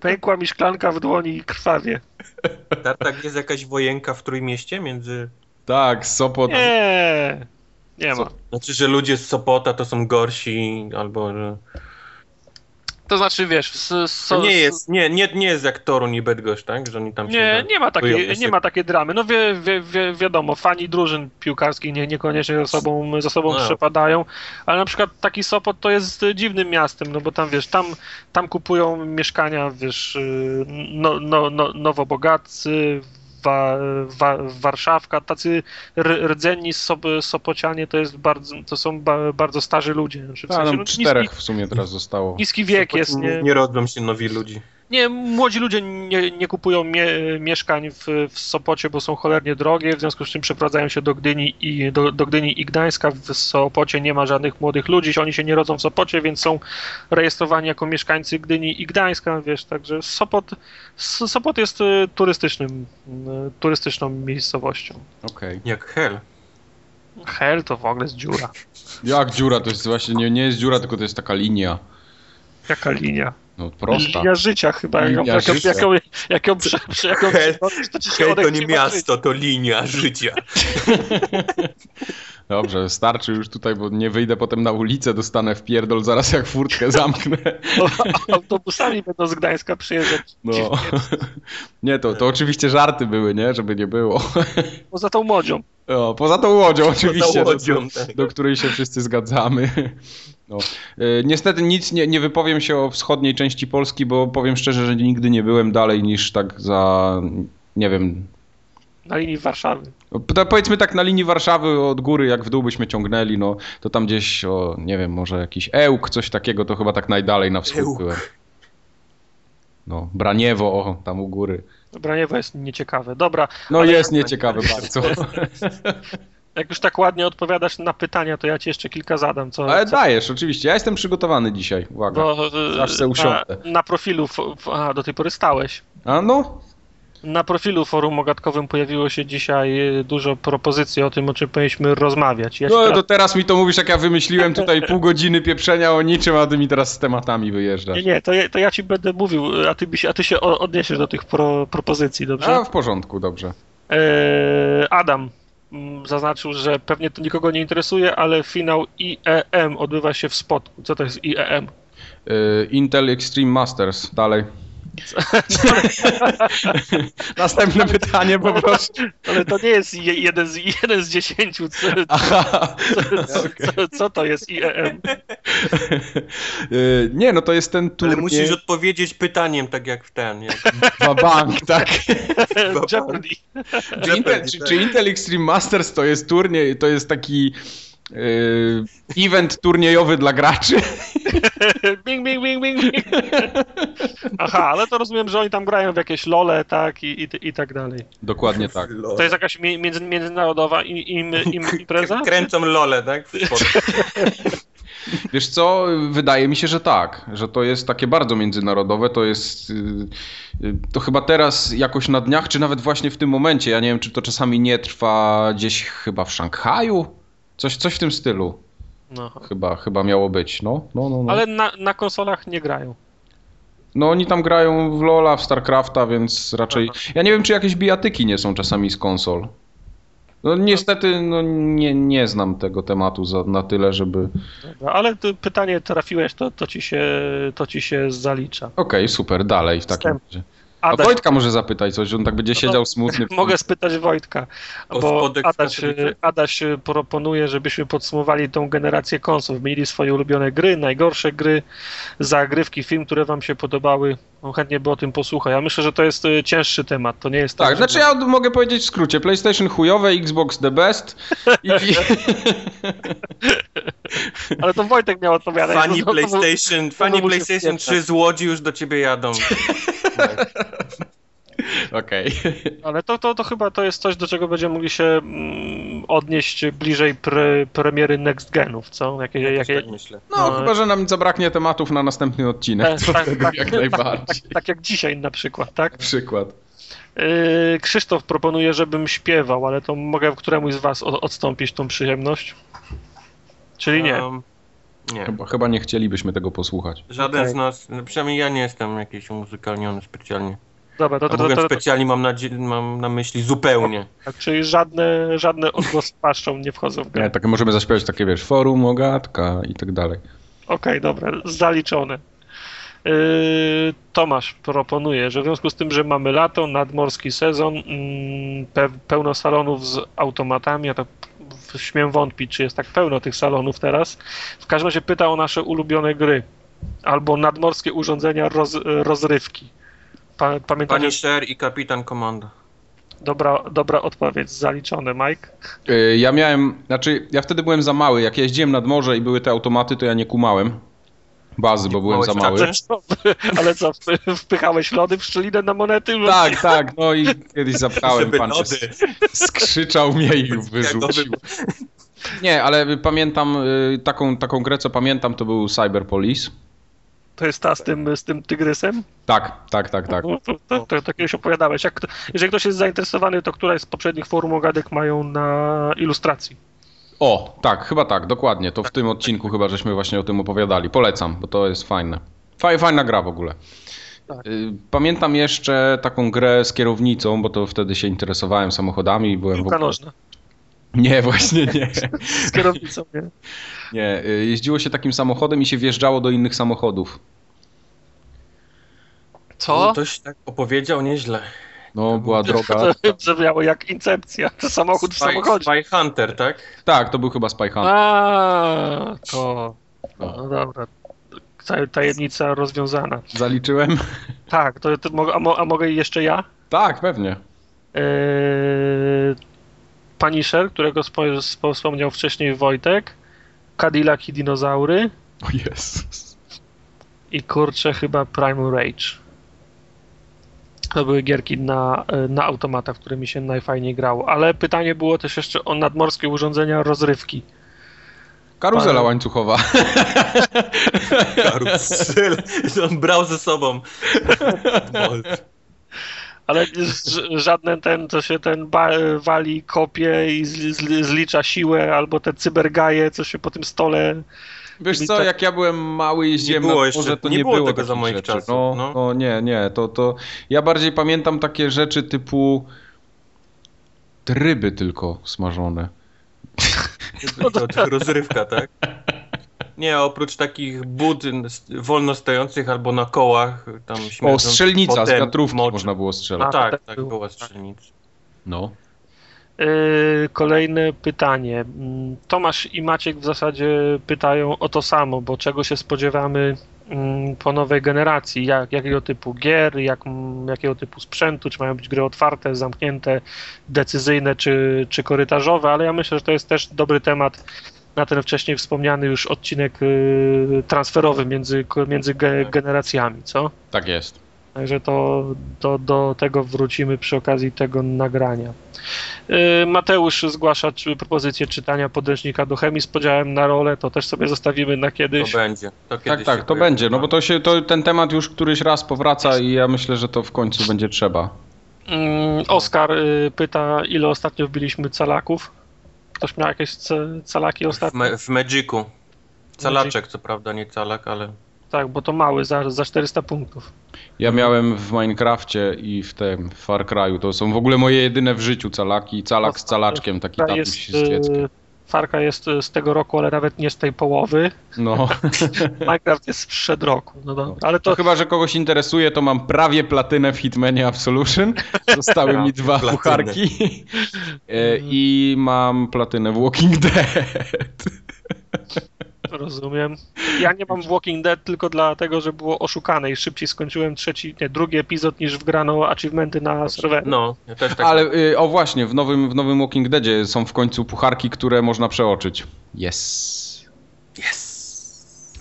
Pękła mi szklanka w dłoni i krwawie.
Tak, tak, jest jakaś wojenka w Trójmieście między...
tak, Sopot.
Nie, nie ma.
Znaczy, że ludzie z Sopota to są gorsi, albo że...
To znaczy, wiesz, s-
To
so,
nie jest, nie, nie, nie jest jak Toruń i Bydgoszcz, tak? Że oni tam się...
Nie,
na-
nie ma takiej,
Boją
nie ma takiej dramy. No wie, wie, wie, wiadomo, fani drużyn piłkarskich nie, niekoniecznie ze sobą, ze sobą
No.
przepadają, ale na przykład taki Sopot to jest e, dziwnym miastem, no bo tam wiesz, tam, tam kupują mieszkania, wiesz, y, no, no, no, nowobogatcy, wa, wa, Warszawka, tacy r- rdzenni sop, Sopocianie to jest bardzo, to są ba, bardzo starzy ludzie. Znaczy, w
A,
sensie,
nam
no,
czterech
niski,
w sumie teraz zostało.
niski wiek jest, nie?
nie rodzą się nowi ludzi.
Nie, młodzi ludzie nie, nie kupują mie mieszkań w, w Sopocie, bo są cholernie drogie, w związku z czym przeprowadzają się do Gdyni i do, do Gdyni i Gdańska. W Sopocie nie ma żadnych młodych ludzi, oni się nie rodzą w Sopocie, więc są rejestrowani jako mieszkańcy Gdyni i Gdańska, wiesz, także Sopot, S- Sopot jest y, turystycznym, y, turystyczną miejscowością.
Okej.
Jak hell.
Hel to w ogóle jest dziura.
Jak dziura, to jest właśnie, nie, nie jest dziura, tylko to jest taka linia.
Jaka linia?
No prosta.
Linia życia chyba. Jaką,
Linia
jaką,
życia.
jaką, jaką, prze- prze- jaką,
Hel-
przechodzisz, to ci się
Hell to nie
odechciewa żyć.
miasto, to linia życia.
Dobrze, starczy już tutaj, bo nie wyjdę potem na ulicę, dostanę w pierdol zaraz jak furtkę zamknę.
Bo autobusami będą z Gdańska przyjeżdżać.
No.
dziwnie,
Nie, to, to oczywiście żarty były, nie? Żeby nie było.
Poza tą młodzią.
O, poza tą łodzią oczywiście,
łodzią,
do,
tak.
do której się wszyscy zgadzamy. No. E, Niestety nic nie, nie wypowiem się o wschodniej części Polski, bo powiem szczerze, że nigdy nie byłem dalej niż tak za, nie wiem,
Na linii Warszawy.
To powiedzmy tak na linii Warszawy od góry, jak w dół byśmy ciągnęli, no to tam gdzieś, o, nie wiem, może jakiś Ełk, coś takiego, to chyba tak najdalej na wschód
Ełk.
byłem. No, Braniewo, o, tam u góry.
Braniewo jest nieciekawe. Dobra,
No
Ale
jest
ja-
nieciekawe bardzo.
jak już tak ładnie odpowiadasz na pytania, to ja ci jeszcze kilka zadam. Co,
Ale
co,
dajesz, oczywiście, ja jestem przygotowany dzisiaj, uwaga.
bo, e,
aż se
na,
usiądę.
na profilu, fo- f- a do tej pory stałeś.
A no,
Na profilu forum ogatkowym pojawiło się dzisiaj e, dużo propozycji o tym, o czym powinniśmy rozmawiać. Ja ci
no
teraz,
to teraz mi to mówisz, jak ja wymyśliłem tutaj pół godziny pieprzenia o niczym, a ty mi teraz z tematami
nie,
wyjeżdżasz.
nie, to ja, to ja ci będę mówił, a ty, byś- a ty się o- odniesiesz do tych pro, propozycji, dobrze?
A No, w porządku, dobrze.
Eee, Adam mm, zaznaczył, że pewnie to nikogo nie interesuje, ale finał IEM odbywa się w spotku. Co to jest E IEM?
Y, Intel Extreme Masters, dalej. Następne pytanie, poproszę.
Ale to nie jest je- jeden z, jeden z dziesięciu. Co,
Aha.
co, co, co to jest E IEM?
Y, Nie, no to jest ten
Ale
turniej
musisz odpowiedzieć pytaniem, tak jak w ten. Jak
na bank, tak?
Jeopardy.
Czy Intel,
tak.
czy, czy Intel Extreme Masters to jest turniej, to jest taki y, event turniejowy dla graczy?
Bing, bing, bing, bing, bing. Aha, ale to rozumiem, że oni tam grają w jakieś lole, tak, i, i, t- i tak dalej.
Dokładnie tak.
To jest jakaś mi- między, międzynarodowa im, im, im, impreza?
Kręcą lole, tak? W Polsce.
Wiesz co, wydaje mi się, że tak, że to jest takie bardzo międzynarodowe, to jest, y, y, to chyba teraz jakoś na dniach, czy nawet właśnie w tym momencie, ja nie wiem, czy to czasami nie trwa gdzieś chyba w Szanghaju, coś, coś w tym stylu
No.
chyba, chyba miało być, no, no, no. no.
Ale na, na konsolach nie grają.
No oni tam grają w Lola, w Starcrafta, więc raczej. Ja nie wiem, czy jakieś bijatyki nie są czasami z konsol. No niestety no, nie, nie znam tego tematu za, na tyle, żeby. Okej,
Dobra, No, ale ty pytanie trafiłeś, to, to, ci się, to ci się zalicza.
super, dalej w takim
Wstęp.
razie. A
Adaś,
No Wojtka może zapytać coś, on tak będzie siedział smutny.
tak. No mogę spytać Wojtka,
O
bo
spodek w
Adaś,
Katowicach.
Adaś proponuje, żebyśmy podsumowali tą generację konsol. Mieli swoje ulubione gry, najgorsze gry, zagrywki, film, które wam się podobały. On chętnie by o tym posłuchał. Ja myślę, że to jest y, cięższy temat, to nie jest tak, że-
Tak, znaczy ja mogę powiedzieć w skrócie: PlayStation chujowe, Xbox the best. I...
Ale no to Wojtek miał odpowiadać.
Fani
bo- bo-
PlayStation, fani
mu się
PlayStation
wpieprza.
3 z Łodzi już do ciebie jadą. Tak,
Okej.
Ale to, to, to chyba to jest coś, do czego będziemy mogli się mm, odnieść bliżej pre, premiery Next Genów, co? Jakie,
Jakoś
jakie,
tak myślę.
No,
No,
chyba, że nam zabraknie tematów na następny odcinek.
Tak,
to
tak,
wtedy
tak,
jak
tak, tak,
najbardziej.
tak jak dzisiaj na przykład, tak?
Przykład.
Yy, Krzysztof proponuje, żebym śpiewał, ale to mogę któremuś z was o- odstąpić tą przyjemność? Czyli nie.
Um, nie.
Chyba, chyba nie chcielibyśmy tego posłuchać.
Żaden
Okej.
z nas, no przynajmniej ja nie jestem jakiś umuzykalniony specjalnie.
Dobra, to,
A
to, to,
mówiąc
to, to,
specjalnie mam na, mam na myśli zupełnie.
tak, czyli żadne, żadne odgłosy paszczą nie wchodzą w grę.
Nie, tak możemy zaśpiewać takie, wiesz, forum, ogatka i tak dalej.
Okej, dobra, zaliczone. Yy, Tomasz proponuje, że w związku z tym, że mamy lato, nadmorski sezon, mm, pe pełno salonów z automatami, ja tak w- śmiem wątpić, czy jest tak pełno tych salonów teraz. W każdym razie pyta o nasze ulubione gry albo nadmorskie urządzenia roz rozrywki. Pa pamiętacie?
Pani Sher i kapitan komanda.
Dobra, dobra odpowiedź, zaliczone, Mike.
Y, Ja miałem, znaczy ja wtedy byłem za mały. Jak jeździłem nad morze i były te automaty, to ja nie kumałem bazy, bo byłem za
kumałeś
mały.
Ale co, ale co wpy- wpychałeś lody w szczelinę na monety?
Tak, tak, no i kiedyś zapchałem,
Żeby
pan się
lody.
skrzyczał mnie i wyrzucił. Nie, ale pamiętam, y, taką, taką grę, co pamiętam, to był Cyber Police.
To jest ta z tym, z tym tygrysem?
Tak, tak, tak, tak.
No, to, to, to, to kiedyś opowiadałeś. Jak, kto- jeżeli ktoś jest zainteresowany, to któraś z poprzednich forum ogadek mają na ilustracji.
O, tak, chyba tak, dokładnie. To w tym odcinku chyba żeśmy właśnie o tym opowiadali. Polecam, bo to jest fajne. Faj- Fajna gra w ogóle.
Tak.
Y, Pamiętam jeszcze taką grę z kierownicą, bo to wtedy się interesowałem samochodami i byłem w
Piłka
ogóle...
nożna.
Nie, właśnie nie.
Z kierownicą, nie?
Nie, y, jeździło się takim samochodem i się wjeżdżało do innych samochodów.
Co?
Ktoś tak opowiedział nieźle.
No, była droga.
To brzmiało jak incepcja. To samochód w
Spy-
samochodzie.
Spy Hunter, tak?
Tak, to był chyba Spy Hunter.
A, to. No dobra. Ta- Tajemnica rozwiązana.
Zaliczyłem?
Tak, to, to mo- a, mo, a mogę jeszcze ja?
Tak, pewnie.
Eee, Punisher, którego spo- spo- wspomniał wcześniej Wojtek. Cadillac i dinozaury.
O Jezus.
I kurczę, chyba Prime Rage. To były gierki na, e, na automatach, które mi się najfajniej grało. Ale pytanie było też jeszcze o nadmorskie urządzenia rozrywki.
Karuzela
Pan-
łańcuchowa.
Karusel. On brał ze sobą.
Ale ż- żadne ten, co się ten ba- wali, kopie i z- z- zlicza siłę, albo te cybergaje, co się po tym stole.
Wiesz co, jak ja byłem mały i jeździłem
Nie było
na
jeszcze-
dworze, to nie,
nie było
było
tego
takich
za moich
rzeczy.
czasów,
No, no.
no.
nie, nie, to, to ja bardziej pamiętam takie rzeczy typu te ryby tylko smażone. No,
To rozrywka, tak? Nie, oprócz takich bud s- wolno stojących albo na kołach. Tam
O,
śmierdzących
strzelnica z
potem,
wiatrówki
moczy.
można było strzelać.
A,
No tak,
tak
tak
było.
była strzelnica.
No.
Yy, Kolejne pytanie. Mm, Tomasz i Maciek w zasadzie pytają o to samo, bo czego się spodziewamy mm, po nowej generacji? Jak, jakiego typu gier, jak, mm, jakiego typu sprzętu? Czy mają być gry otwarte, zamknięte, decyzyjne czy, czy korytarzowe? Ale ja myślę, że to jest też dobry temat na ten wcześniej wspomniany już odcinek yy, transferowy między, między ge,
Tak.
generacjami, co?
Tak jest.
Także to, to do tego wrócimy przy okazji tego nagrania. Yy, Mateusz zgłasza czy- propozycję czytania podręcznika do chemii z podziałem na rolę. To też sobie zostawimy na
To
kiedyś.
będzie. To
Tak,
kiedyś
tak,
się
to
pojawi.
będzie, no bo to się, to ten temat już któryś raz powraca i ja myślę, że to w końcu będzie trzeba.
Mm, Oskar yy, pyta, ile ostatnio wbiliśmy calaków. Ktoś miał jakieś ce- calaki
W,
ostatnio?
me, w Magicu. Calaczek, co prawda, nie calak, ale.
Tak, bo to mały, za, za 400 punktów.
Ja miałem w Minecrafcie i w tym w Far Cry'u, to są w ogóle moje jedyne w życiu calaki, calak z calaczkiem, taki
Ta
tatuś
jest,
z dzieckiem.
yy, Farka jest yy, z tego roku, ale nawet nie z tej połowy.
No.
Minecraft jest sprzed roku. No dobra, ale
To
to
chyba, że kogoś interesuje, to mam prawie platynę w Hitmanie Absolution. Zostały mi dwa
Platyny.
pucharki. E, I mam platynę w Walking Dead.
Rozumiem. Ja nie mam Walking Dead tylko dlatego, że było oszukane i szybciej skończyłem trzeci, nie, drugi epizod niż wgrano achievementy na serwer.
No, ja też tak.
Ale y, o właśnie, w nowym, w nowym Walking Deadzie są w końcu pucharki, które można przeoczyć. Yes.
Yes.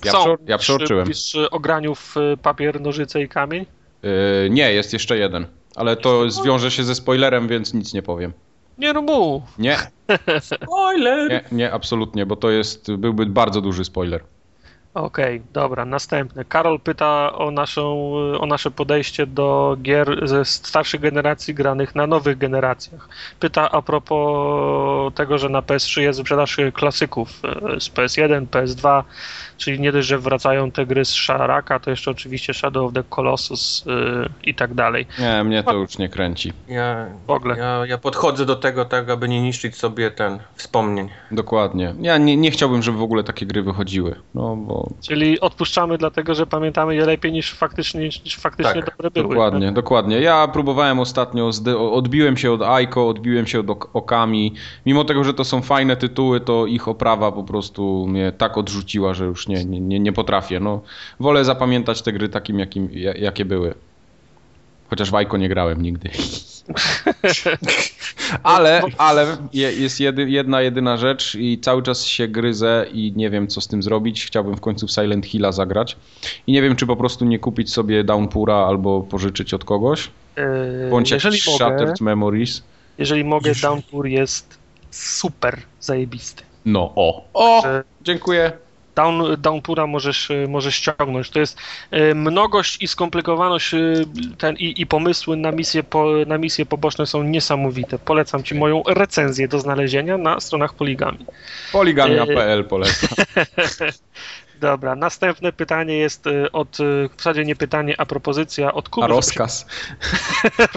Ja,
Są.
przeor- ja przeoczyłem.
Przy, przy ograniu w y, papier, nożyce i kamień.
Yy, nie, jest jeszcze jeden. Ale to zwiąże się ze spoilerem, więc nic nie powiem.
Nie no mów.
Nie,
Spoiler!
nie, nie, absolutnie, bo to jest, byłby bardzo duży spoiler.
Okej, dobra, następny. Karol pyta o, naszą, o nasze podejście do gier ze starszych generacji granych na nowych generacjach. Pyta a propos tego, że na PS3 jest wyprzedaż klasyków e, z PS1, PS2, czyli nie dość, że wracają te gry z Szaraka, to jeszcze oczywiście Shadow of the Colossus e, i tak dalej.
Nie, mnie to już nie kręci.
Ja,
W ogóle.
ja, ja podchodzę do tego tak, aby nie niszczyć sobie ten wspomnień.
Dokładnie. Ja nie, nie chciałbym, żeby w ogóle takie gry wychodziły. No bo.
Czyli odpuszczamy dlatego, że pamiętamy je lepiej niż faktycznie, niż faktycznie
Tak,
dobre były.
Dokładnie, dokładnie. Ja próbowałem ostatnio, zde- odbiłem się od Aiko, odbiłem się od Ok- Okami. Mimo tego, że to są fajne tytuły, to ich oprawa po prostu mnie tak odrzuciła, że już nie, nie, nie, nie potrafię. No, wolę zapamiętać te gry takim, jakim, ja- jakie były. Chociaż w Aiko nie grałem nigdy. ale ale je- jest jedy, jedna, jedyna rzecz i cały czas się gryzę i nie wiem, co z tym zrobić. Chciałbym w końcu w Silent Hilla zagrać. I nie wiem, czy po prostu nie kupić sobie Downpoura albo pożyczyć od kogoś.
E,
Bądź
jeżeli
jakiś
mogę,
Shattered Memories.
Jeżeli mogę,
Jeżeli-
Downpour jest super zajebisty.
No, o. O,
Że
dziękuję.
Down, downpoura możesz, y, możesz ściągnąć. To jest y, mnogość i skomplikowaność y, ten, i, i pomysły na misje, po, na misje poboczne są niesamowite. Polecam ci moją recenzję do znalezienia na stronach Poligami.
Poligamia.pl polecam.
Dobra, następne pytanie jest y, od, y, w zasadzie nie pytanie, a propozycja od
A
Kuby.
rozkaz.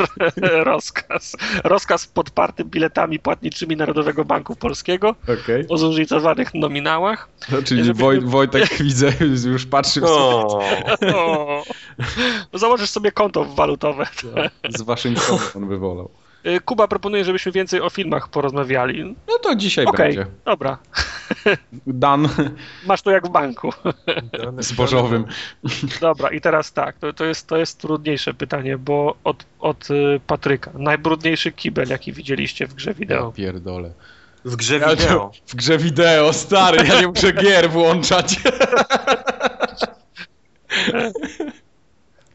rozkaz. Rozkaz podparty biletami płatniczymi Narodowego Banku Polskiego
Okej.
o zróżnicowanych nominałach.
Czyli
Żeby-
Woj, Wojtek widzę, już patrzy w
No.
sobie
O,
O, No założysz sobie konto walutowe.
z Waszyngtonu on wywolał.
Y, Kuba proponuje, żebyśmy więcej o filmach porozmawiali.
No to dzisiaj
Okej,
będzie.
dobra.
Dan
Masz to jak w banku.
zbożowym.
Dobra, i teraz tak, to, to, jest, to jest trudniejsze pytanie, bo od, od y, Patryka. Najbrudniejszy kibel, jaki widzieliście w grze wideo.
Ja pierdolę.
W grze
Ja
wideo.
W grze wideo, stary, ja nie muszę gier włączać.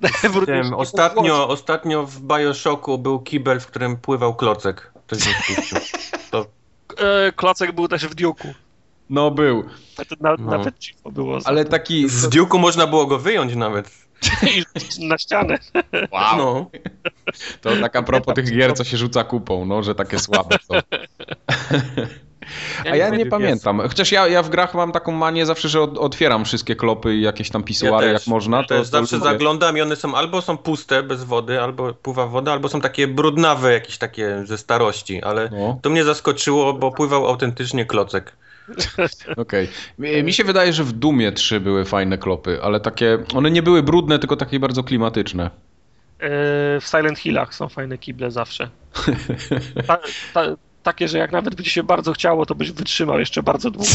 Najbrudniejszy
Tym,
kibel
ostatnio, ostatnio w Bioshocku był kibel, w którym pływał klocek. Ktoś go spuścił.
w- e, Klocek był też w Duke'u.
No był,
Nawet, na,
No.
nawet cicho było.
ale taki...
W Duke'u można było go wyjąć nawet.
I na ścianę.
Wow.
No.
To tak a propos tych gier, co się rzuca kupą, no, że takie słabe są. A ja nie pamiętam. Chociaż ja, ja w grach mam taką manię zawsze, że od, otwieram wszystkie klopy i jakieś tam pisuary
też.
jak można.
To jest zawsze
lubię.
zaglądam i one są albo są puste, bez wody, albo pływa woda, albo są takie brudnawe jakieś takie ze starości, ale
No,
to mnie zaskoczyło, bo pływał autentycznie klocek.
okej. Mi- Mi się wydaje, że w Dumie 3 były fajne klopy, ale takie, one nie były brudne, tylko takie bardzo klimatyczne.
E, W Silent Hillach są fajne kible zawsze. Ta, ta, takie, że jak nawet by ci się bardzo chciało, to byś wytrzymał jeszcze bardzo długo.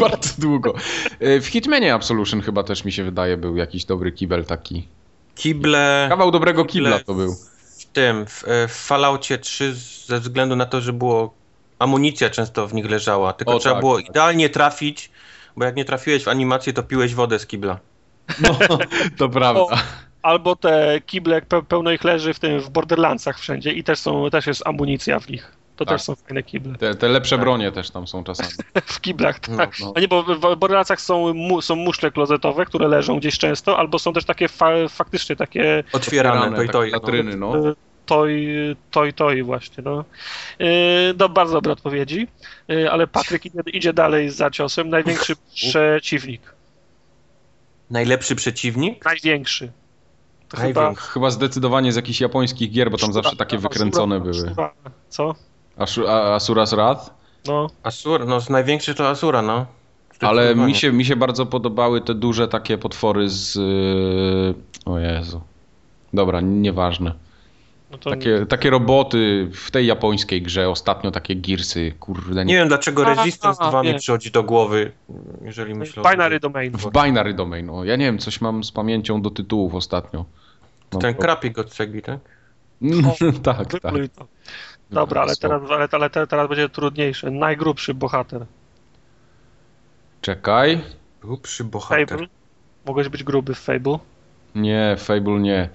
Bardzo długo. E, W Hitmanie Absolution chyba też mi się wydaje był jakiś dobry kibel taki.
Kible
Kawał dobrego kibla to był.
w tym, w, e, w Falloutie 3 ze względu na to, że było amunicja często w nich leżała, tylko
O,
trzeba
tak,
było
tak.
idealnie trafić, bo jak nie trafiłeś w animację, to piłeś wodę z kibla.
No, to prawda.
Albo te kible, pe- pełno ich leży w tym, w Borderlandsach wszędzie i też są, też jest amunicja w nich. To
Tak.
też są fajne kible.
Te, te lepsze bronie też tam są czasami.
W kiblach, tak.
no.
A nie, bo w w Borderlandsach są, mu, są muszle klozetowe, które leżą gdzieś często, albo są też takie fa- faktycznie takie
Otwierane, to i
Takie
to i to.
Latryny, no.
y, toj, toj, toj właśnie, no. Yy, no bardzo dobre odpowiedzi, yy, ale Patryk idzie, idzie dalej za ciosem. Największy przeciwnik.
Najlepszy przeciwnik?
Największy. To
Największy.
Chyba zdecydowanie z jakichś japońskich gier, bo tam zawsze takie
Asura-
wykręcone były.
Asura- Co?
Ashu- a- Asura's Wrath?
No.
Asura, no z największy to Asura, no.
Ale mi
Zdecydowanie.
się, mi się bardzo podobały te duże takie potwory z... y, O Jezu. Dobra, nieważne.
no to
Takie, takie roboty w tej japońskiej grze, ostatnio takie girsy, kurde.
Nie
Nie.
wiem dlaczego
A,
Resistance
a,
2 mi
nie.
przychodzi do głowy, jeżeli myślę o
Binary Domain.
W Binary Domain, o, ja nie wiem, coś mam z pamięcią do tytułów ostatnio. Mam
Ten
pro-
krapik od cegli, tak?
tak, tak.
Wypluj to. Dobra, ale
Słowo.
teraz, ale, ale te- teraz będzie trudniejsze. Najgrubszy bohater.
Czekaj.
Grubszy bohater.
Fable. Mogłeś być gruby w Fable.
Nie, Fable nie.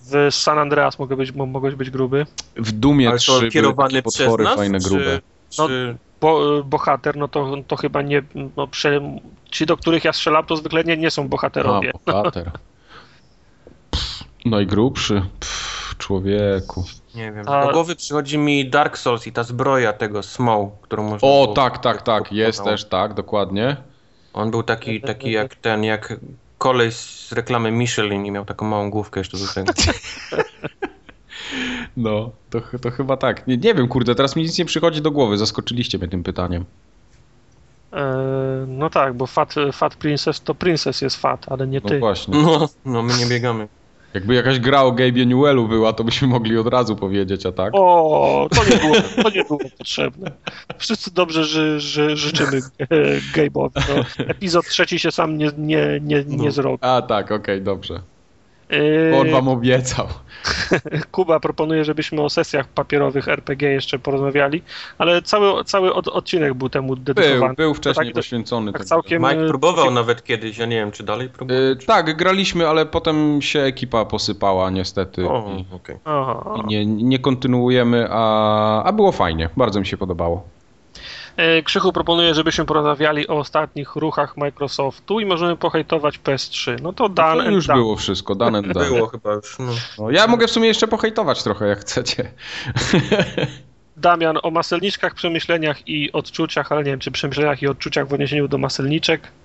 W San Andreas mogę być, mo- mogłeś być gruby.
W Dumie
Ale
3
to
były
kierowany
takie
przez
potwory
nas?
fajne
czy,
grube.
No,
czy...
Bo, bohater, no to, to chyba nie. No, prze, ci, do których ja strzelam, to zwykle nie, nie są bohaterowie.
A, bohater. Pff, Najgrubszy. Pff, człowieku.
Nie wiem.
A-
Do głowy przychodzi mi Dark Souls i ta zbroja tego Smoke, którą można.
O,
było-
tak, tak, tak. Jest
No.
też tak, dokładnie.
On był taki, taki jak ten, jak koleś z reklamy Michelin i miał taką małą główkę jeszcze do tego.
No, to, ch- to chyba tak. Nie, nie wiem, kurde, teraz mi nic nie przychodzi do głowy. Zaskoczyliście mnie tym pytaniem.
E, no tak, bo fat, fat Princess to Princess jest fat, ale nie
No
ty.
właśnie.
No, no my nie biegamy.
Jakby jakaś gra o Gabe'ie Newellu była, to byśmy mogli od razu powiedzieć, a tak?
o, to nie było, to nie było potrzebne. Wszyscy dobrze ży, ży, życzymy e, Gabe'owi. No, epizod trzeci się sam nie, nie, nie, nie
No.
zrobi.
A tak, okej, dobrze.
E,
Bo on wam obiecał.
Kuba proponuje, żebyśmy o sesjach papierowych RPG jeszcze porozmawiali, ale cały, cały od, odcinek był temu
Był,
dedykowany.
był
tak
wcześniej
do-
poświęcony.
tak
temu.
całkiem-
Mike próbował nawet kiedyś, ja nie wiem, czy dalej próbował.
Y, tak, graliśmy, ale potem się ekipa posypała niestety.
O,
I,
okej.
Aha.
i nie, nie kontynuujemy, a, a było fajnie. Bardzo mi się podobało.
E, Krzychu proponuje, żebyśmy porozmawiali o ostatnich ruchach Microsoftu i możemy pohejtować PS3. No to Dan
To
and
już
Dan.
było wszystko, dane dane.
Było chyba już. No.
Tak. No, ja mogę w sumie jeszcze pohejtować trochę, jak chcecie.
Damian o maselniczkach, przemyśleniach i odczuciach, ale nie wiem, czy przemyśleniach i odczuciach w odniesieniu do maselniczek.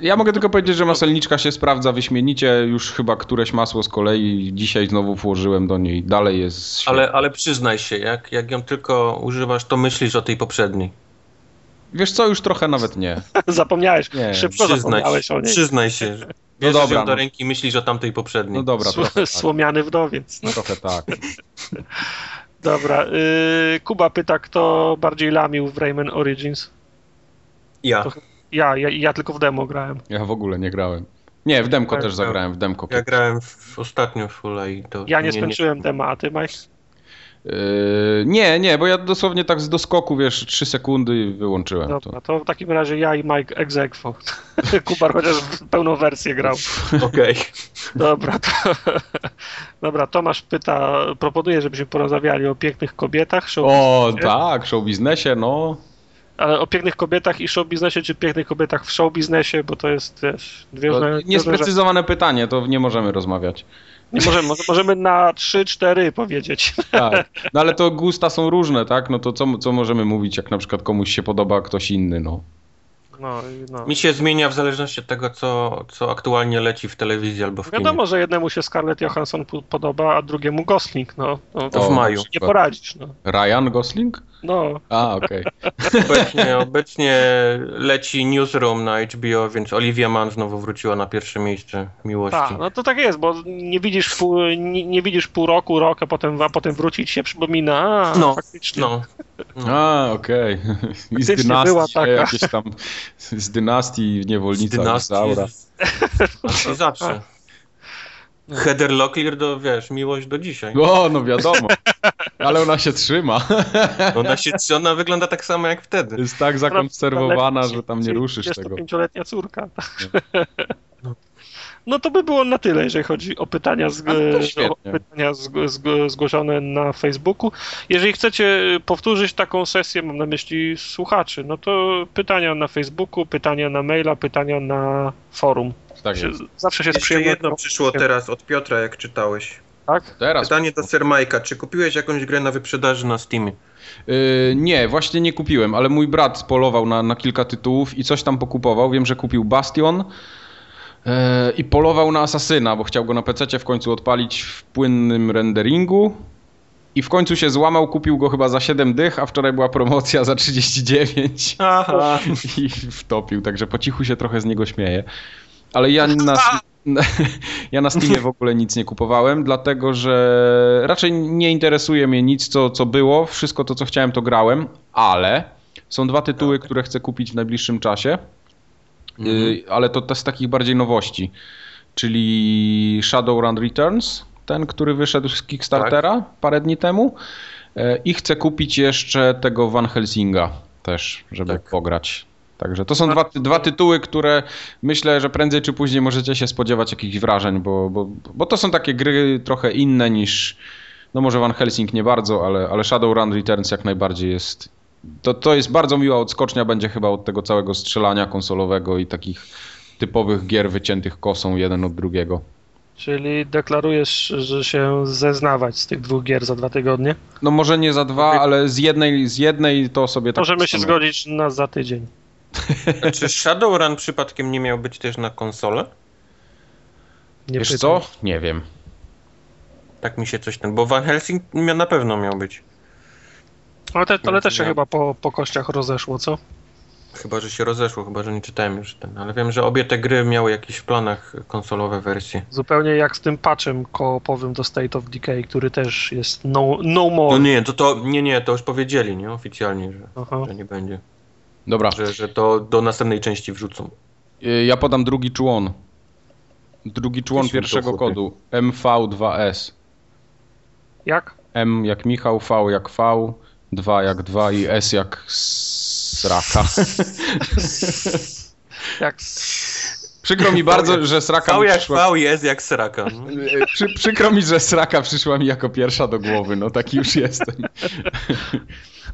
Ja mogę tylko powiedzieć, że maselniczka się sprawdza wyśmienicie. Już chyba któreś masło z kolei dzisiaj znowu włożyłem do niej. Dalej jest świetnie.
Ale, ale przyznaj się, jak, jak ją tylko używasz, to myślisz o tej poprzedniej.
No,
Wiesz co, już trochę nawet nie.
Zapomniałeś,
Nie,
szybko
Przyznaj,
zapomniałeś o niej.
przyznaj się. że Bierzesz
dobra,
ją do
no.
ręki i myślisz o tamtej poprzedniej.
No dobra,
Sł-
trochę tak.
Słomiany wdowiec. No,
Trochę tak.
Dobra, y, Kuba pyta, kto bardziej lamił w Rayman Origins.
Ja,
To- Ja, ja, ja tylko w demo grałem.
Ja w ogóle nie grałem. Nie, w demko
Ja
też
grałem.
zagrałem, w demko.
ja grałem w, ostatnio w Ula i to.
Ja nie skończyłem dema, a ty Mike?
Yy, nie, nie, bo ja dosłownie tak z doskoku, wiesz, 3 sekundy i wyłączyłem to.
Dobra, to w takim razie ja i Mike ex aequo. Kubar chociaż w pełną wersję grał.
Okej.
Dobra, to, dobra, Tomasz pyta, proponuje, żebyśmy porozmawiali o pięknych kobietach, show,
O, tak, show biznesie, no.
ale o pięknych kobietach i show biznesie, czy pięknych kobietach w show biznesie, bo to jest, wiesz, dwie
No,
To
różne... dwie różne rzeczy.
niesprecyzowane pytanie, to nie możemy rozmawiać.
Nie możemy, możemy na 3-4 powiedzieć.
Tak. No ale to gusta są różne, tak? No to co, co możemy mówić, jak na przykład komuś się podoba ktoś inny, no.
No, i no.
Mi się zmienia w zależności od tego, co, co aktualnie leci w telewizji albo w kinie.
No Wiadomo, że jednemu się Scarlett Johansson p- podoba, a drugiemu Gosling, no. no
To w
O,
maju.
na
nie
przykład.
poradzisz, no.
Ryan Gosling?
no.
A, okej.
Obecnie, obecnie leci Newsroom na HBO, więc Olivia Mann znowu wróciła na pierwsze miejsce miłości.
Tak, no to tak jest, bo nie widzisz pół, nie, nie widzisz pół roku, rok, a potem, a potem wrócić się przypomina, a,
No,
faktycznie.
No,
A, okej. I z
Faktycznie była
dynastii, e,
taka.
jakieś tam, z dynastii
z
niewolnica
dynastii.
Izaura.
z-
Znaczy,
I zawsze.
No.
Heather Locklear, do, wiesz, miłość do dzisiaj.
O, no wiadomo. Ale ona się trzyma.
Ona, się, ona wygląda tak samo jak wtedy.
Jest tak zakonserwowana, że tam nie ruszysz tego.
25-letnia córka. No to by było na tyle, jeżeli chodzi o pytania, z,
Ale no to
o
świetnie.
pytania z, z, zgłoszone na Facebooku. Jeżeli chcecie y, powtórzyć taką sesję, mam na myśli słuchaczy, no to pytania na Facebooku, pytania na maila, pytania na forum.
Tak
Się-
jest.
Zawsze się z
Jeszcze
przyjemnością.
jedno przyszło teraz od Piotra, jak czytałeś.
Tak?
Teraz.
Pytanie do Sermajka. Czy kupiłeś jakąś grę na wyprzedaży na Steamie?
Yy, nie, właśnie nie kupiłem, ale mój brat polował na, na kilka tytułów i coś tam pokupował. Wiem, że kupił Bastion yy, i polował na Asasyna, bo chciał go na PC w końcu odpalić w płynnym renderingu. I w końcu się złamał, kupił go chyba za 7 dych, a wczoraj była promocja za 39
Aha.
i wtopił, także po cichu się trochę z niego śmieję. Ale ja na, ja na Steamie w ogóle nic nie kupowałem, dlatego że raczej nie interesuje mnie nic, co, co było. Wszystko to, co chciałem, to grałem, ale są dwa tytuły, które chcę kupić w najbliższym czasie,
Tak. Mhm.
y, ale to, to z takich bardziej nowości, czyli Shadowrun Returns, ten, który wyszedł z Kickstartera
Tak.
parę dni temu e, i chcę kupić jeszcze tego Van Helsinga też, żeby
Tak.
pograć. Także to są dwa, dwa tytuły, które myślę, że prędzej czy później możecie się spodziewać jakichś wrażeń, bo, bo, bo to są takie gry trochę inne niż, no może Van Helsing nie bardzo, ale, ale Shadowrun Returns jak najbardziej jest. To, to jest bardzo miła odskocznia, będzie chyba od tego całego strzelania konsolowego i takich typowych gier wyciętych kosą jeden od drugiego.
Czyli deklarujesz, że się zeznawać z tych dwóch gier za dwa tygodnie?
No może nie za dwa, ale z jednej, z jednej to sobie tak.
Możemy się
samo-
zgodzić na za tydzień.
A Czy Znaczy, Shadowrun przypadkiem nie miał być też na konsolę?
Nie
Wiesz
pytam.
co? Nie wiem.
Tak mi się coś ten, bo Van Helsing mia- na pewno miał być.
Ale, No te, ale też się
Nie.
chyba po, po kościach rozeszło, co?
Chyba, że się rozeszło, chyba, że nie czytałem już ten, ale wiem, że obie te gry miały jakieś w planach konsolowe wersje.
Zupełnie jak z tym patchem koopowym do State of Decay, który też jest no, no more.
No nie, to, to nie, nie, to już powiedzieli, nie, oficjalnie, że,
Aha.
że nie będzie,
Dobra,
że, że to do następnej części wrzucą.
y, ja podam drugi człon. Drugi człon
Jesteśmy
pierwszego
do chudy.
kodu. MV2S.
Jak?
M jak Michał, V jak V, 2 jak 2 i S jak sraka.
Jak s-
Przykro mi bardzo, że sraka
V
mi
jak
przyszła...
V jest jak sraka. no.
Y, Przy, przykro mi, że sraka przyszła mi jako pierwsza do głowy, no taki już jestem.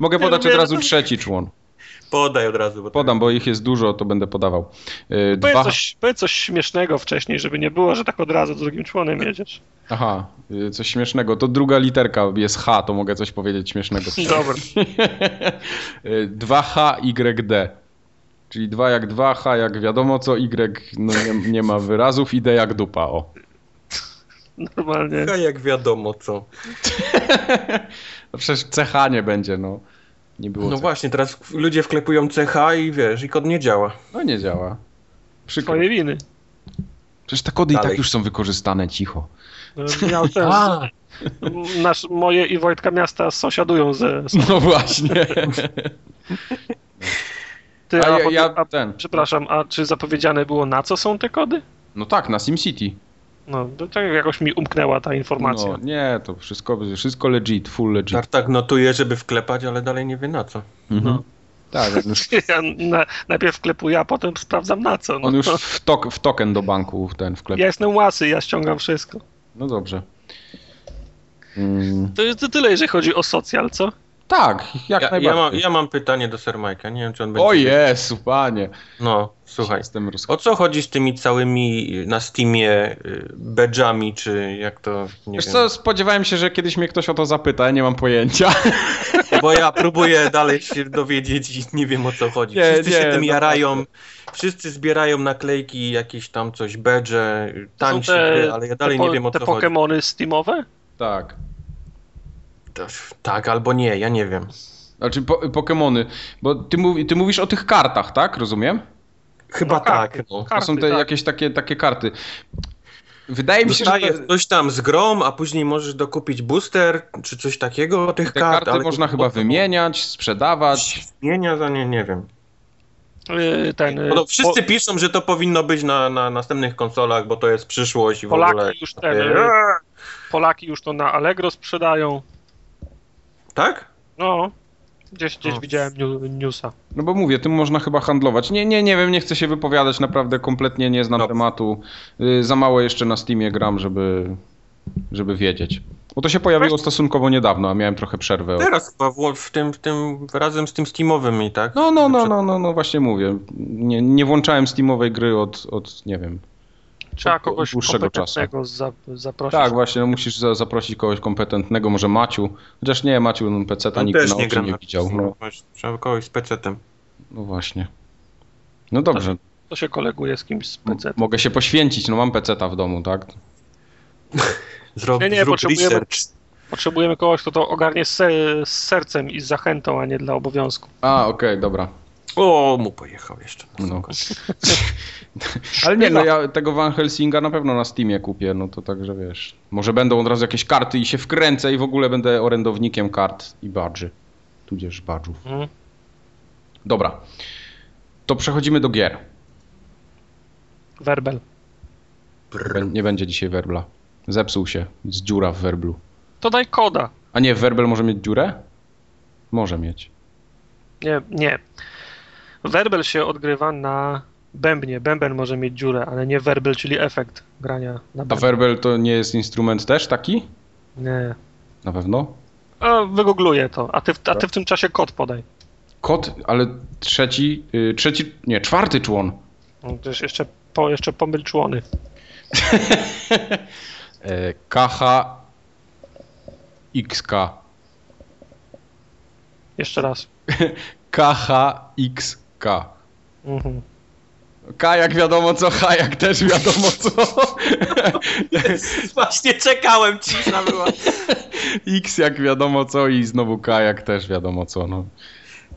Mogę podać
no
od razu trzeci człon.
Podaj od razu, bo
Podam, bo ich jest dużo, to będę podawał. Y,
powiedz,
Dwa...
coś, powiedz coś śmiesznego wcześniej, żeby nie było, że tak od razu z drugim członem jedziesz.
Aha, y, coś śmiesznego. To druga literka jest H, to mogę coś powiedzieć śmiesznego.
Dobra.
Y, 2HYD. Y Czyli 2 jak 2, H jak wiadomo co, Y no nie, nie ma wyrazów i D jak dupa, o.
Normalnie.
tak jak wiadomo co.
No przecież CH nie będzie, no. Nie było
No
CH.
właśnie, teraz w- ludzie wklepują CH i wiesz, i kod nie działa.
No nie działa. Przykro.
Twoje winy.
Przecież te kody i tak
Dalej.
już są wykorzystane cicho.
No, Miał ten, nasz, moje i Wojtka miasta sąsiadują ze... Z,
No właśnie.
ty,
A
a,
ja,
powie-
ja
a,
ten.
przepraszam, a czy zapowiedziane było na co są te kody?
No tak, na SimCity.
No, to tak jakoś mi umknęła ta informacja.
No, nie, to wszystko, wszystko legit, full legit.
Tartak tak notuje, żeby wklepać, ale dalej nie wie na co.
Mhm.
No.
Tak, on już,
Ja na, najpierw klepuję, a potem sprawdzam na co. No.
on już w, tok, w token do banku ten
Ja
wklepił.
jestem łasy, ja ściągam wszystko.
No dobrze. Mm,
To jest to tyle, jeżeli chodzi o socjal, co?
tak, jak
Ja, ja,
najbardziej.
mam, ja mam pytanie do Sir Mike'a, nie wiem czy on będzie...
O Jezu, panie.
No, słuchaj.
Jestem roz...
O co chodzi z tymi całymi y, na Steamie y, badge'ami, czy jak to, nie
Wiesz
wiem.
co, spodziewałem się, że kiedyś mnie ktoś o to zapyta, ja nie mam pojęcia.
Bo ja próbuję dalej się dowiedzieć i nie wiem o co chodzi.
Nie,
wszyscy się
nie,
tym
no
jarają,
tak.
wszyscy zbierają naklejki, jakieś tam coś, badge'e, y,
To są
tańsze,
te-
gry, ale ja dalej
te po-
nie wiem o
Te
co chodzi.
Pokemony Steamowe?
Tak.
To- Tak albo nie, ja nie wiem.
Znaczy po, Pokemony, bo ty, mówi, ty mówisz o tych kartach, tak? Rozumiem?
Chyba
No,
tak.
karty.
No.
To są
Karty,
te
tak.
jakieś takie, takie karty. Wydaje mi się, że
Dostajesz
te,
coś tam z grom, a później możesz dokupić booster, czy coś takiego tych
te
kart.
karty
ale
można
to-
chyba
to-
wymieniać, sprzedawać.
Zmienia za nie, nie wiem.
Yy, Ten, yy,
No, to wszyscy
po-
piszą, że to powinno być na, na następnych konsolach, bo to jest przyszłość i w ogóle.
Polaki już ten,
Eee,
yy, Polaki już to na Allegro sprzedają.
Tak?
No, gdzieś, gdzieś
No.
widziałem niu- newsa.
No bo mówię, tym można chyba handlować. Nie, nie, nie wiem, nie chcę się wypowiadać, naprawdę kompletnie nie znam
Dobrze.
tematu. Y, za mało jeszcze na Steamie gram, żeby, żeby wiedzieć. Bo to się pojawiło stosunkowo niedawno, a miałem trochę przerwę. od-
Teraz chyba w, w tym, w tym razem z tym Steamowym i tak?
No, no, no, no, no, no właśnie mówię. Nie, nie włączałem Steamowej gry od, od nie wiem.
Trzeba
Od- od
kogoś
dłuższego
kompetentnego za, zaprosić.
Tak, właśnie, no, musisz za, zaprosić kogoś kompetentnego, może Maciu. Chociaż nie, Maciu, no, PC-ta
On
nikt
też
na
nie
oczy
gra
nie
na
widział. No,
Właśnie, Trzeba kogoś z PC-tem.
no właśnie. No dobrze,
To się koleguje z kimś z PC.
mogę się poświęcić, no mam PC-ta w domu, tak?
Zrob,
Nie, nie,
zrób
potrzebujemy-
research.
Potrzebujemy kogoś, kto to ogarnie z, se- z sercem i z zachętą, a nie dla obowiązku.
A, okej, dobra.
O, mu pojechał jeszcze.
No. Ale nie, no ja tego Van Helsinga na pewno na Steamie kupię, no to także wiesz. Może będą od razu jakieś karty i się wkręcę i w ogóle będę orędownikiem kart i badży. Tudzież badżów.
Mhm.
Dobra. To przechodzimy do gier.
Werbel.
Bę- Nie będzie dzisiaj werbla. Zepsuł się. Z dziura w werblu.
To daj koda.
A nie, werbel może mieć dziurę? Może mieć.
Nie, nie. Werbel się odgrywa na bębnie. Bęben może mieć dziurę, ale nie werbel, czyli efekt grania na
A
bębnie.
werbel to nie jest instrument też taki?
Nie.
Na pewno?
A, wygoogluję to, a ty, w- a ty w tym czasie kod podaj.
Kot, ale trzeci, y, trzeci, nie, czwarty człon.
No, to jest jeszcze, po, jeszcze pomyl człony.
E, KH XK.
Jeszcze raz.
KHXK.
Mhm.
K jak wiadomo co, H jak też wiadomo co.
Właśnie czekałem, cisza była.
X jak wiadomo co i znowu K jak też wiadomo co. No.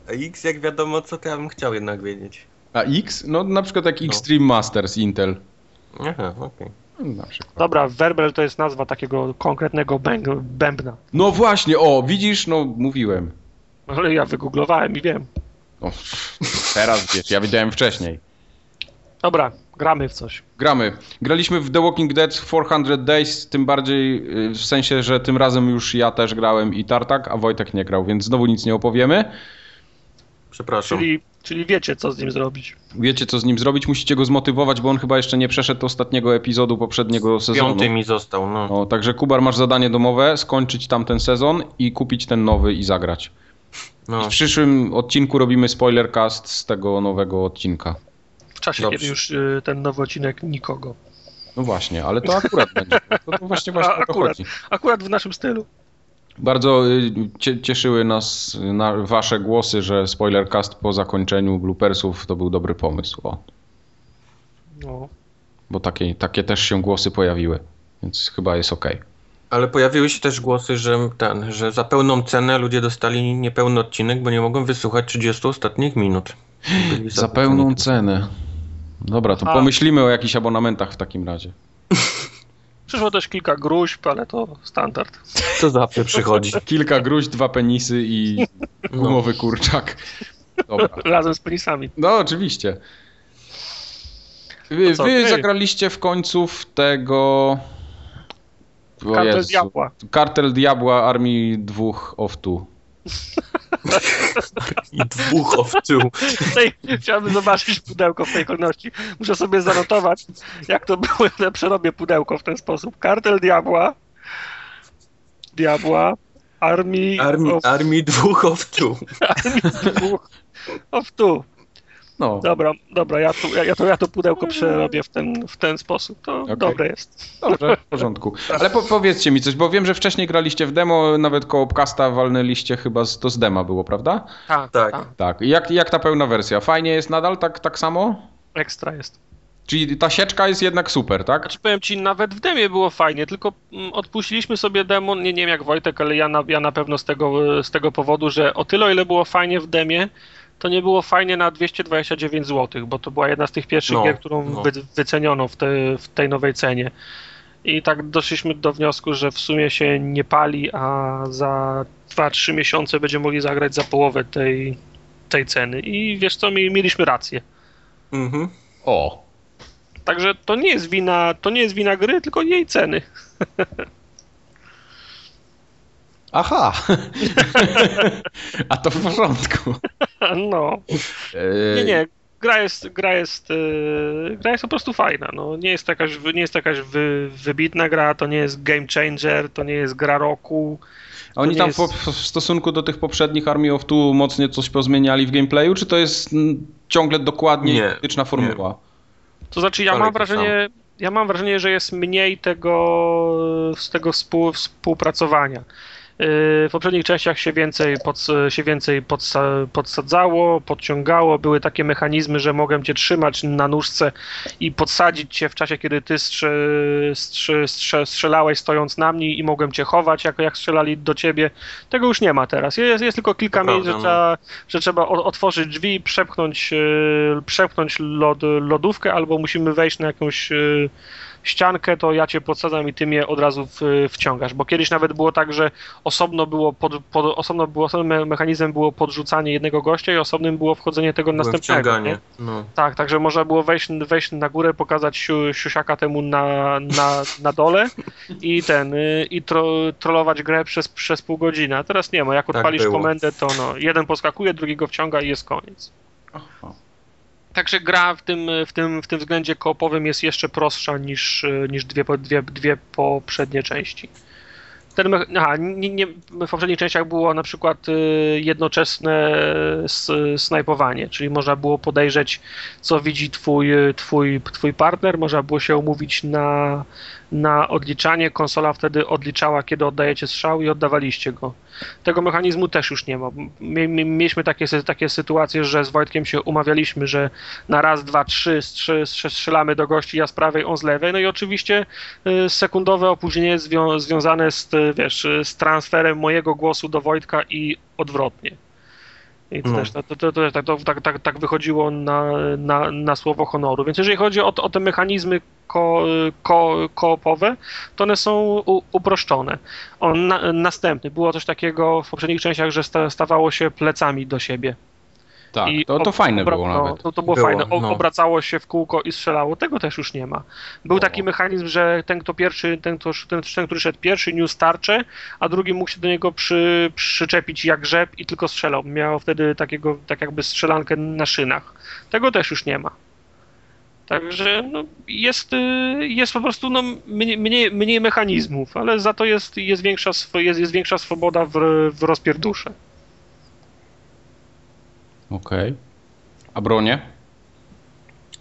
X jak wiadomo co, to ja bym chciał jednak wiedzieć.
A X? No na przykład jak
No.
Extreme Masters Intel.
Aha, okej.
Na przykład.
Dobra, werbel to jest nazwa takiego konkretnego bęg- bębna.
No właśnie, o, widzisz, no mówiłem.
Ale ja wygooglowałem i wiem.
O, teraz wiesz, ja wiedziałem wcześniej.
Dobra, gramy w coś.
Gramy. Graliśmy w The Walking Dead 400 Days, tym bardziej y, w sensie, że tym razem już ja też grałem i Tartak, a Wojtek nie grał, więc znowu nic nie opowiemy.
Przepraszam.
Czyli, czyli wiecie, co z nim zrobić.
Wiecie, co z nim zrobić, musicie go zmotywować, bo on chyba jeszcze nie przeszedł ostatniego epizodu poprzedniego sezonu.
Piąty mi został, no.
O, także Kubar, masz zadanie domowe, skończyć tamten sezon i kupić ten nowy i zagrać. I
no.
w przyszłym odcinku robimy spoiler cast z tego nowego odcinka.
W czasie,
Dobrze.
kiedy już y, ten nowy odcinek nikogo.
No właśnie, ale to akurat będzie. To, to właśnie, właśnie
A,
o to
akurat.
chodzi.
Akurat w naszym stylu.
Bardzo y, cie- cieszyły nas y, na wasze głosy, że spoilercast po zakończeniu bloopersów to był dobry pomysł. O,
No.
bo takie, takie też się głosy pojawiły, więc chyba jest okej.
Ale pojawiły się też głosy, że ten, że za pełną cenę ludzie dostali niepełny odcinek, bo nie mogą wysłuchać 30 ostatnich minut. Byli
Za pełną cenę. Dobra, to
A.
pomyślimy o jakichś abonamentach w takim razie.
Przyszło też kilka gruźb, ale to standard.
Co zawsze przychodzi.
Kilka gruź, dwa penisy i
No.
gumowy kurczak. Dobra.
Razem z penisami.
No, oczywiście. Wy,
No co,
wy
ty?
zagraliście w końcu w tego... O
Kartel
Jezu.
diabła.
Kartel Diabła Armii Dwóch of Two.
I dwóch owczył.
Tutaj chciałbym zobaczyć pudełko w tej kolejności. Muszę sobie zanotować, jak to było. Ja przerobię pudełko w ten sposób. Kartel diabła. Diabła. Armii.
Armii,
Of,
armii dwóch owczył.
tak.
dwóch- of two.
No,
Dobra, dobra, ja, tu, ja, ja, to, ja to pudełko przerobię w ten, w ten sposób. To
Okej.
dobre jest.
dobrze, w porządku. Ale po, powiedzcie mi coś, bo wiem, że wcześniej graliście w demo, nawet kołopkasta walnęliście chyba, z, to z dema było, prawda?
Tak,
Tak.
Tak. I Jak, jak ta pełna wersja? Fajnie jest nadal tak, tak samo?
Ekstra jest.
Czyli ta sieczka jest jednak super, tak?
Znaczy powiem ci, nawet w demie było fajnie, tylko mm, odpuściliśmy sobie demo, nie, nie wiem jak Wojtek, ale ja na, ja na pewno z tego, e, z tego powodu, że o tyle o ile było fajnie w demie, to nie było fajnie na 229 zł, bo to była jedna z tych pierwszych
No,
gier, którą
no.
wy, wyceniono w, te, w tej nowej cenie. I tak doszliśmy do wniosku, że w sumie się nie pali, a za 2-3 miesiące będziemy mogli zagrać za połowę tej, tej ceny. I wiesz co, mi- mieliśmy rację.
Mhm.
O.
Także to nie jest wina, to nie jest wina gry, tylko jej ceny.
Aha. A to w porządku.
No,
E,
nie, nie. Gra jest, gra jest, yy, gra jest po prostu fajna. No, nie jest to jakaś, wy- nie jest to jakaś wy, wybitna gra, to nie jest game changer, to nie jest gra roku.
A oni
nie
tam
jest-
po, w stosunku do tych poprzednich Army of Two mocnie coś pozmieniali w gameplayu, czy to jest mm, ciągle dokładnie
Nie,
identyczna formuła?
To znaczy, ja
Ale
mam
to
wrażenie, ja mam wrażenie, że jest mniej tego, z tego współ, współpracowania. Yy, W poprzednich częściach się więcej, pod, się więcej podsa, podsadzało, podciągało. Były takie mechanizmy, że mogłem cię trzymać na nóżce i podsadzić cię w czasie, kiedy ty strze, strze, strze, strzelałeś stojąc na mnie i mogłem cię chować, jak, jak strzelali do ciebie. Tego już nie ma teraz. Jest, jest tylko kilka
To
miejsc, że
prawda, no.
trzeba, że trzeba o- otworzyć drzwi, przepchnąć, e, przepchnąć lod, lodówkę, albo musimy wejść na jakąś e, ściankę, to ja cię podsadzam i ty mnie od razu w, wciągasz. Bo kiedyś nawet było tak, że osobno było, pod, pod, osobno było osobnym me- mechanizmem było podrzucanie jednego gościa i osobnym było wchodzenie tego
Byłem
następnego.
wciąganie.
Nie?
No.
Tak, także można było wejść, wejść na górę, pokazać siu, siusiaka temu na, na, na dole i ten y, i tro, trollować grę przez, przez pół godziny. A teraz nie ma. Jak
Tak
odpalisz
było.
komendę, to no, jeden poskakuje, drugi go wciąga i jest koniec. Także gra w tym, w tym, w tym względzie koopowym jest jeszcze prostsza niż, y, niż dwie, po- dwie, dwie poprzednie części. Ten mech- aha, nie, nie, w poprzednich częściach było na przykład y, jednoczesne s, snajpowanie, czyli można było podejrzeć, co widzi twój, y, twój, twój partner, można było się umówić na, na odliczanie. Konsola wtedy odliczała, kiedy oddajecie strzał i oddawaliście go tego mechanizmu też już nie ma. Mie- mie- Mieliśmy takie, sy- takie sytuacje, że z Wojtkiem się umawialiśmy, że na raz, dwa, trzy strzy, strze- strzelamy do gości, ja z prawej, on z lewej. No i oczywiście y, sekundowe opóźnienie zwią, związane z, y, wiesz, y, z transferem mojego głosu do Wojtka i odwrotnie. I to
No.
też, to, to, to, też tak- to, tak, tak, tak wychodziło na, na, na słowo honoru. Więc jeżeli chodzi o, to- o te mechanizmy ko, ko, koopowe, to one są u, uproszczone. On na, następny. Było coś takiego w poprzednich częściach, że sta, stawało się plecami do siebie.
Tak,
I
to, to
ob-
fajne
obra-
było
no,
nawet.
To, to było,
Było,
fajne. O,
no.
Obracało się w kółko i strzelało. Tego też już nie ma. Był
O.
taki mechanizm, że ten, kto pierwszy, ten, kto, ten, ten, który szedł pierwszy, niósł tarczę, a drugi mógł się do niego przy, przyczepić jak rzep i tylko strzelał. Miał wtedy takiego, tak jakby strzelankę na szynach. Tego też już nie ma. Także no, jest, y, jest po prostu no, mniej, mniej, mniej mechanizmów, ale za to jest, jest, większa, swo- jest, jest większa swoboda w, w rozpierdusze.
Okej. A bronie?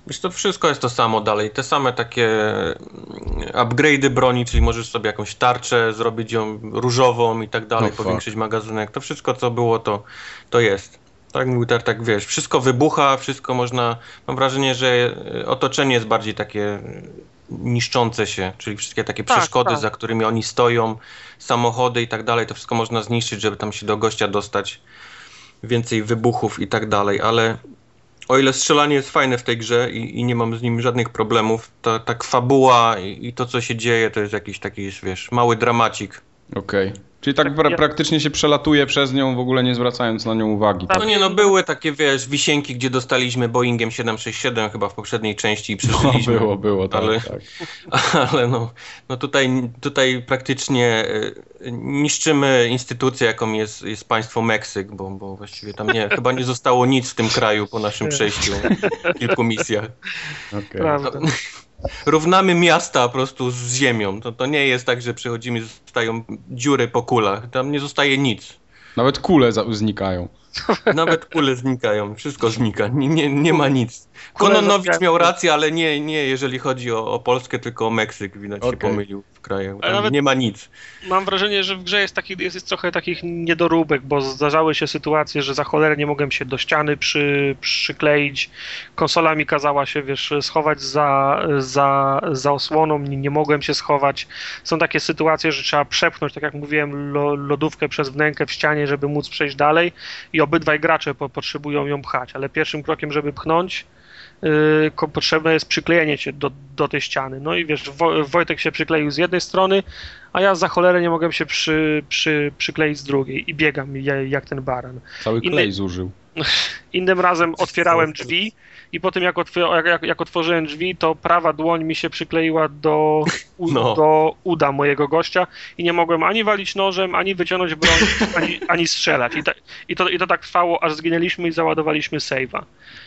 Wiesz, to wszystko jest to samo dalej. Te same takie mm, upgrade'y broni, czyli możesz sobie jakąś tarczę zrobić ją różową i tak dalej,
No fuck.
powiększyć magazynek. To wszystko, co było, to, to jest. Tak mówił Tar, tak wiesz, wszystko wybucha, wszystko można... Mam wrażenie, że e, otoczenie jest bardziej takie e, niszczące się, czyli wszystkie takie
Tak,
przeszkody,
tak.
za którymi oni stoją, samochody i tak dalej, to wszystko można zniszczyć, żeby tam się do gościa dostać. Więcej wybuchów i tak dalej, ale o ile strzelanie jest fajne w tej grze i, i nie mam z nim żadnych problemów, ta, ta fabuła i, i to, co się dzieje, to jest jakiś taki, wiesz, mały dramacik.
Okej. Czyli tak
Tak,
pra-
ja-
praktycznie się przelatuje przez nią, w ogóle nie zwracając na nią uwagi.
Tak.
Tak?
No nie no, były takie, wiesz, wisienki, gdzie dostaliśmy Boeingiem 767 chyba w poprzedniej części i
No,
przeżyliśmy.
było, było, tak.
Ale-
tak.
Ale no, no tutaj, tutaj praktycznie y, niszczymy instytucję, jaką jest, jest państwo Meksyk, bo, bo właściwie tam nie, chyba nie zostało nic w tym kraju po naszym przejściu w kilku misjach.
Okej.
Prawda.
Równamy miasta po prostu z ziemią. To, to nie jest tak, że przychodzimy i zostają dziury po kulach. Tam nie zostaje nic.
Nawet kule za- znikają.
Nawet kule znikają, wszystko znika, nie, nie, nie ma nic.
Kule
Kononowicz
znika-
miał rację, ale nie, nie jeżeli chodzi o, o Polskę, tylko o Meksyk. Widać się
Okej.
pomylił w kraju.
Ale
Tam
nawet-
Nie ma nic.
Mam wrażenie, że w grze jest, taki, jest, jest trochę takich niedoróbek, bo zdarzały się sytuacje, że za cholerę nie mogłem się do ściany przy, przykleić. Konsola mi kazała się, wiesz, schować za, za, za osłoną, nie, nie mogłem się schować. Są takie sytuacje, że trzeba przepchnąć, tak jak mówiłem, lo, lodówkę przez wnękę w ścianie, żeby móc przejść dalej i obydwaj gracze po, potrzebują ją pchać, ale pierwszym krokiem, żeby pchnąć, yy, ko- potrzebne jest przyklejenie się do, do tej ściany. No i wiesz, Wo- Wojtek się przykleił z jednej strony, a ja za cholerę nie mogłem się przy, przy, przykleić z drugiej i biegam ja- jak ten baran.
Cały
Inny-
klej zużył.
Innym razem otwierałem drzwi i potem jak, otw jak, jak, jak otworzyłem drzwi, to prawa dłoń mi się przykleiła do, u
No.
do uda mojego gościa i nie mogłem ani walić nożem, ani wyciągnąć broni, ani, ani strzelać. I, ta, i, to, I to tak trwało, aż zginęliśmy i załadowaliśmy save'a.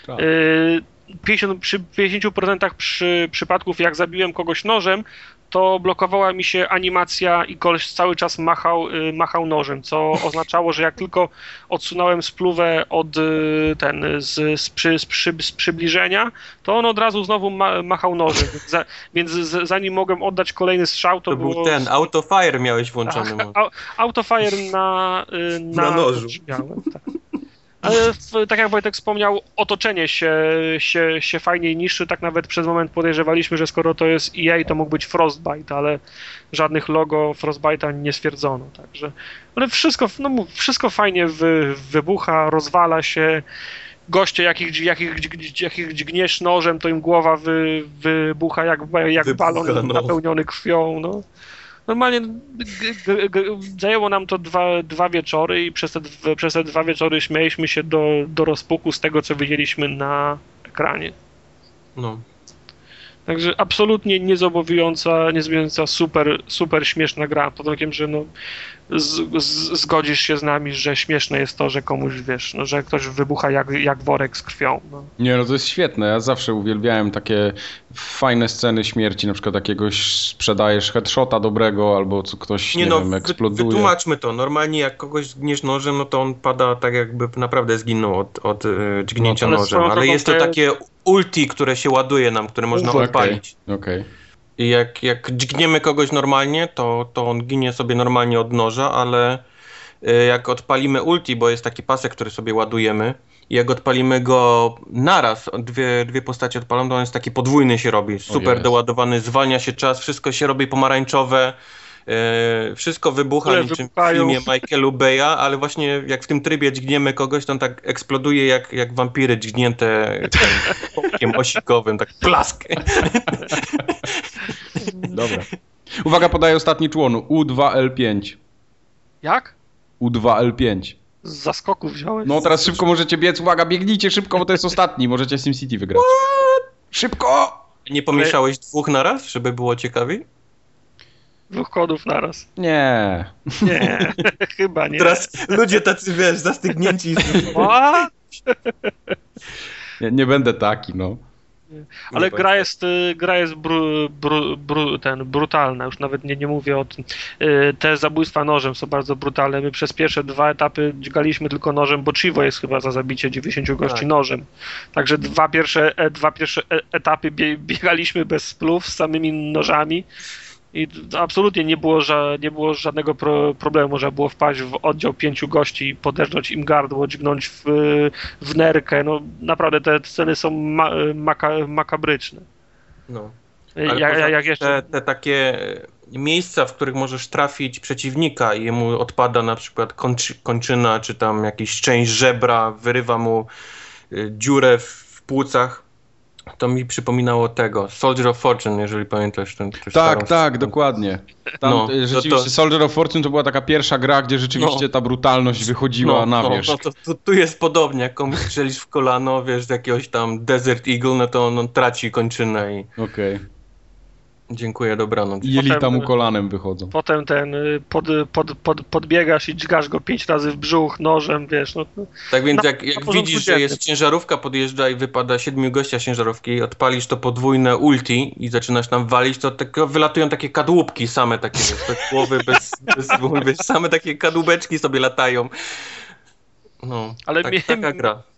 Tak.
Y, 50, przy 50% przy, przypadków, jak zabiłem kogoś nożem, to blokowała mi się animacja i koleś cały czas machał, y, machał nożem, co oznaczało, że jak tylko odsunąłem spluwę od y, ten, z, z, przy, z, przy, z przybliżenia, to on od razu znowu ma, machał nożem, więc, za, więc z, zanim mogłem oddać kolejny strzał, to,
To
było...
był ten, autofire miałeś włączony. no.
Ach, au- Autofire na, y, na,
Na nożu.
brzmiałem, tak. Ale w, tak jak Wojtek wspomniał, otoczenie się, się, się fajniej niszczy. Tak nawet przez moment podejrzewaliśmy, że skoro to jest EA, to mógł być Frostbite, ale żadnych logo Frostbite'a nie stwierdzono. Także, ale wszystko, no, mów- wszystko fajnie wy, wybucha, rozwala się. Goście, jakich, dź- jakich, dź- jakich dźgniesz nożem, to im głowa wy, wybucha jak, jak
Wybucha,
balon
no.
napełniony krwią. No. Normalnie g, g, g, zajęło nam to dwa, dwa wieczory i przez te, dw- przez te dwa wieczory śmieliśmy się do, do rozpuku z tego, co widzieliśmy na ekranie.
No.
Także absolutnie niezobowiązująca, niezobowiązująca super, super śmieszna gra, pod warunkiem, że no, z, z, zgodzisz się z nami, że śmieszne jest to, że komuś, wiesz, no, że ktoś wybucha jak, jak worek z krwią. No.
Nie, no to jest świetne. Ja zawsze uwielbiałem takie fajne sceny śmierci, na przykład jakiegoś sprzedajesz headshota dobrego, albo co ktoś, nie,
Nie
nie
no,
wiem,
wy-
eksploduje.
wytłumaczmy to. Normalnie jak kogoś zgniesz nożem, no to on pada tak jakby naprawdę zginął od, od e, dźgnięcia
No, ale
nożem.
swoją
Ale
drogą
jest to
to
takie ulti, które się ładuje nam, które można
Okej,
odpalić.
Okej.
I jak, jak dźgniemy kogoś normalnie, to, to on ginie sobie normalnie od noża, ale e, jak odpalimy ulti, bo jest taki pasek, który sobie ładujemy, i jak odpalimy go naraz, dwie, dwie postacie odpalą, to on jest taki podwójny się robi, super
jest.
doładowany, zwalnia się czas, wszystko się robi pomarańczowe, e, wszystko wybucha
Które
niczym w
wybuchają.
filmie Michaelu Bay'a, ale właśnie jak w tym trybie dźgniemy kogoś, to on tak eksploduje jak, jak wampiry dźgnięte tym, okiem osikowym, tak plask.
Dobra. Uwaga, podaję ostatni człon. U2L5.
Jak?
U2L5.
Z zaskoku wziąłeś?
No teraz szybko możecie biec. Uwaga, biegnijcie szybko, bo to jest ostatni. Możecie SimCity wygrać. Szybko!
Nie pomieszałeś dwóch naraz, żeby było ciekawiej?
Dwóch kodów naraz.
Nie.
Nie, chyba nie.
Teraz ludzie tacy, wiesz, zastygnięci.
A?
nie. Nie będę taki, no.
Ale gra jest, y, gra jest bru, bru, bru, ten, brutalna, już nawet nie, nie mówię o tym. Y, Te zabójstwa nożem są bardzo brutalne. My przez pierwsze dwa etapy dźgaliśmy tylko nożem, bo Chivo jest chyba za zabicie 90 gości
Tak.
nożem. Także dwa pierwsze, e, dwa pierwsze e- etapy bie, biegaliśmy bez splów, z samymi nożami. I t- absolutnie nie było, ża- nie było żadnego pro, problemu. Można było wpaść w oddział pięciu gości, poderżnąć im gardło, dźgnąć w, w nerkę. No, naprawdę te sceny są ma, maka, makabryczne.
No.
Ja,
Ale
ja,
poza
jak
tym
jeszcze.
Te, te takie miejsca, w których możesz trafić przeciwnika i mu odpada na przykład kończy, kończyna, czy tam jakiś część żebra, wyrywa mu y, dziurę w, w płucach, to mi przypominało tego. Soldier of Fortune, jeżeli pamiętasz ten. tę starą-
Tak, tak, dokładnie. Tam
No,
y,
to-
rzeczywiście
to-
Soldier of Fortune to była taka pierwsza gra, gdzie rzeczywiście
No.
ta brutalność wychodziła na wierzch.
No, to, to, tu jest podobnie, jak komuś strzelisz w kolano, wiesz, z jakiegoś tam Desert Eagle, no to on, on traci kończynę i
Okej.
dziękuję, dobranoc.
I Jelita
Potem-
mu kolanem wychodzą.
Potem ten y, pod, pod, pod, podbiegasz i dźgasz go pięć razy w brzuch nożem, wiesz. No, no.
Tak więc
Na-
jak,
na
jak
porządku
widzisz, że jest ciężarówka, podjeżdża i wypada siedmiu gościa z ciężarówki, odpalisz to podwójne ulti i zaczynasz tam walić, to tak, wylatują takie kadłubki same takie, wiesz, bez głowy, bez, bez głowy, same takie kadłubeczki sobie latają. No,
Ale
Ale tak,
mnie-
taka gra.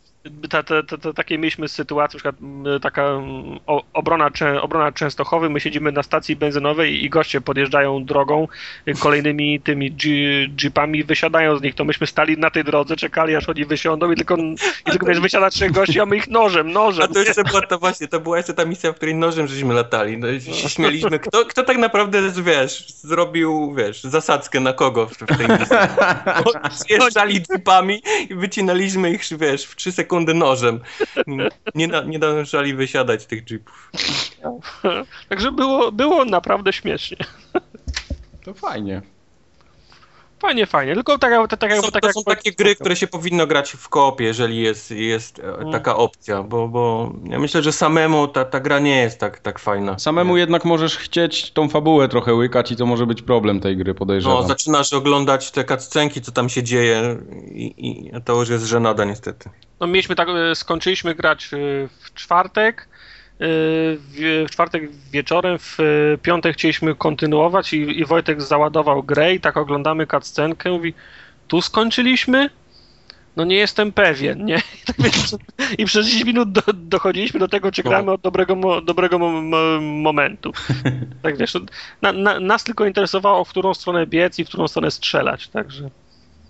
Ta, ta, ta, ta, takie mieliśmy sytuacje, na przykład m, taka m, o, obrona, Czę- obrona Częstochowy, my siedzimy na stacji benzynowej i goście podjeżdżają drogą y, kolejnymi tymi dżi- jeepami, wysiadają z nich, to myśmy stali na tej drodze, czekali aż oni wysiądą i tylko, i tylko wiesz, wysiada trzech gości, a my ich nożem, nożem.
A to jeszcze była to właśnie, to była jeszcze ta misja, w której nożem żeśmy latali. No i się śmieliśmy, kto, kto tak naprawdę, wiesz, zrobił, wiesz, zasadzkę na kogo w, w tej misji. Bo Zjeżdżali dupami i wycinaliśmy ich, wiesz, w trzy sekundy nożem. Nie, nie, da- nie dążali wysiadać tych jeepów.
Także było, było naprawdę śmiesznie.
To fajnie.
Fajnie, fajnie. Tylko tak, jak- tak, tak,
są,
tak
to
jak
są takie gry, które się powinno grać w kopie, jeżeli jest, jest e,
Mm.
taka opcja, bo, bo ja myślę, że samemu ta, ta gra nie jest tak, tak fajna.
Samemu jednak możesz chcieć tą fabułę trochę łykać i to może być problem tej gry, podejrzewam.
No, zaczynasz oglądać te cutscenki, co tam się dzieje i, i to już jest żenada niestety.
No mieliśmy tak, e, skończyliśmy grać e, w czwartek, e, w w czwartek wieczorem, w e, piątek chcieliśmy kontynuować i, i Wojtek załadował grę i tak oglądamy cutscenkę, mówi, tu skończyliśmy? No nie jestem pewien, nie? I, tak, wiesz, i przez 10 minut do, dochodziliśmy do tego, czy
No.
gramy od dobrego, mo, dobrego mo, mo, momentu. Tak wiesz, na, na, nas tylko interesowało, w którą stronę biec i w którą stronę strzelać, także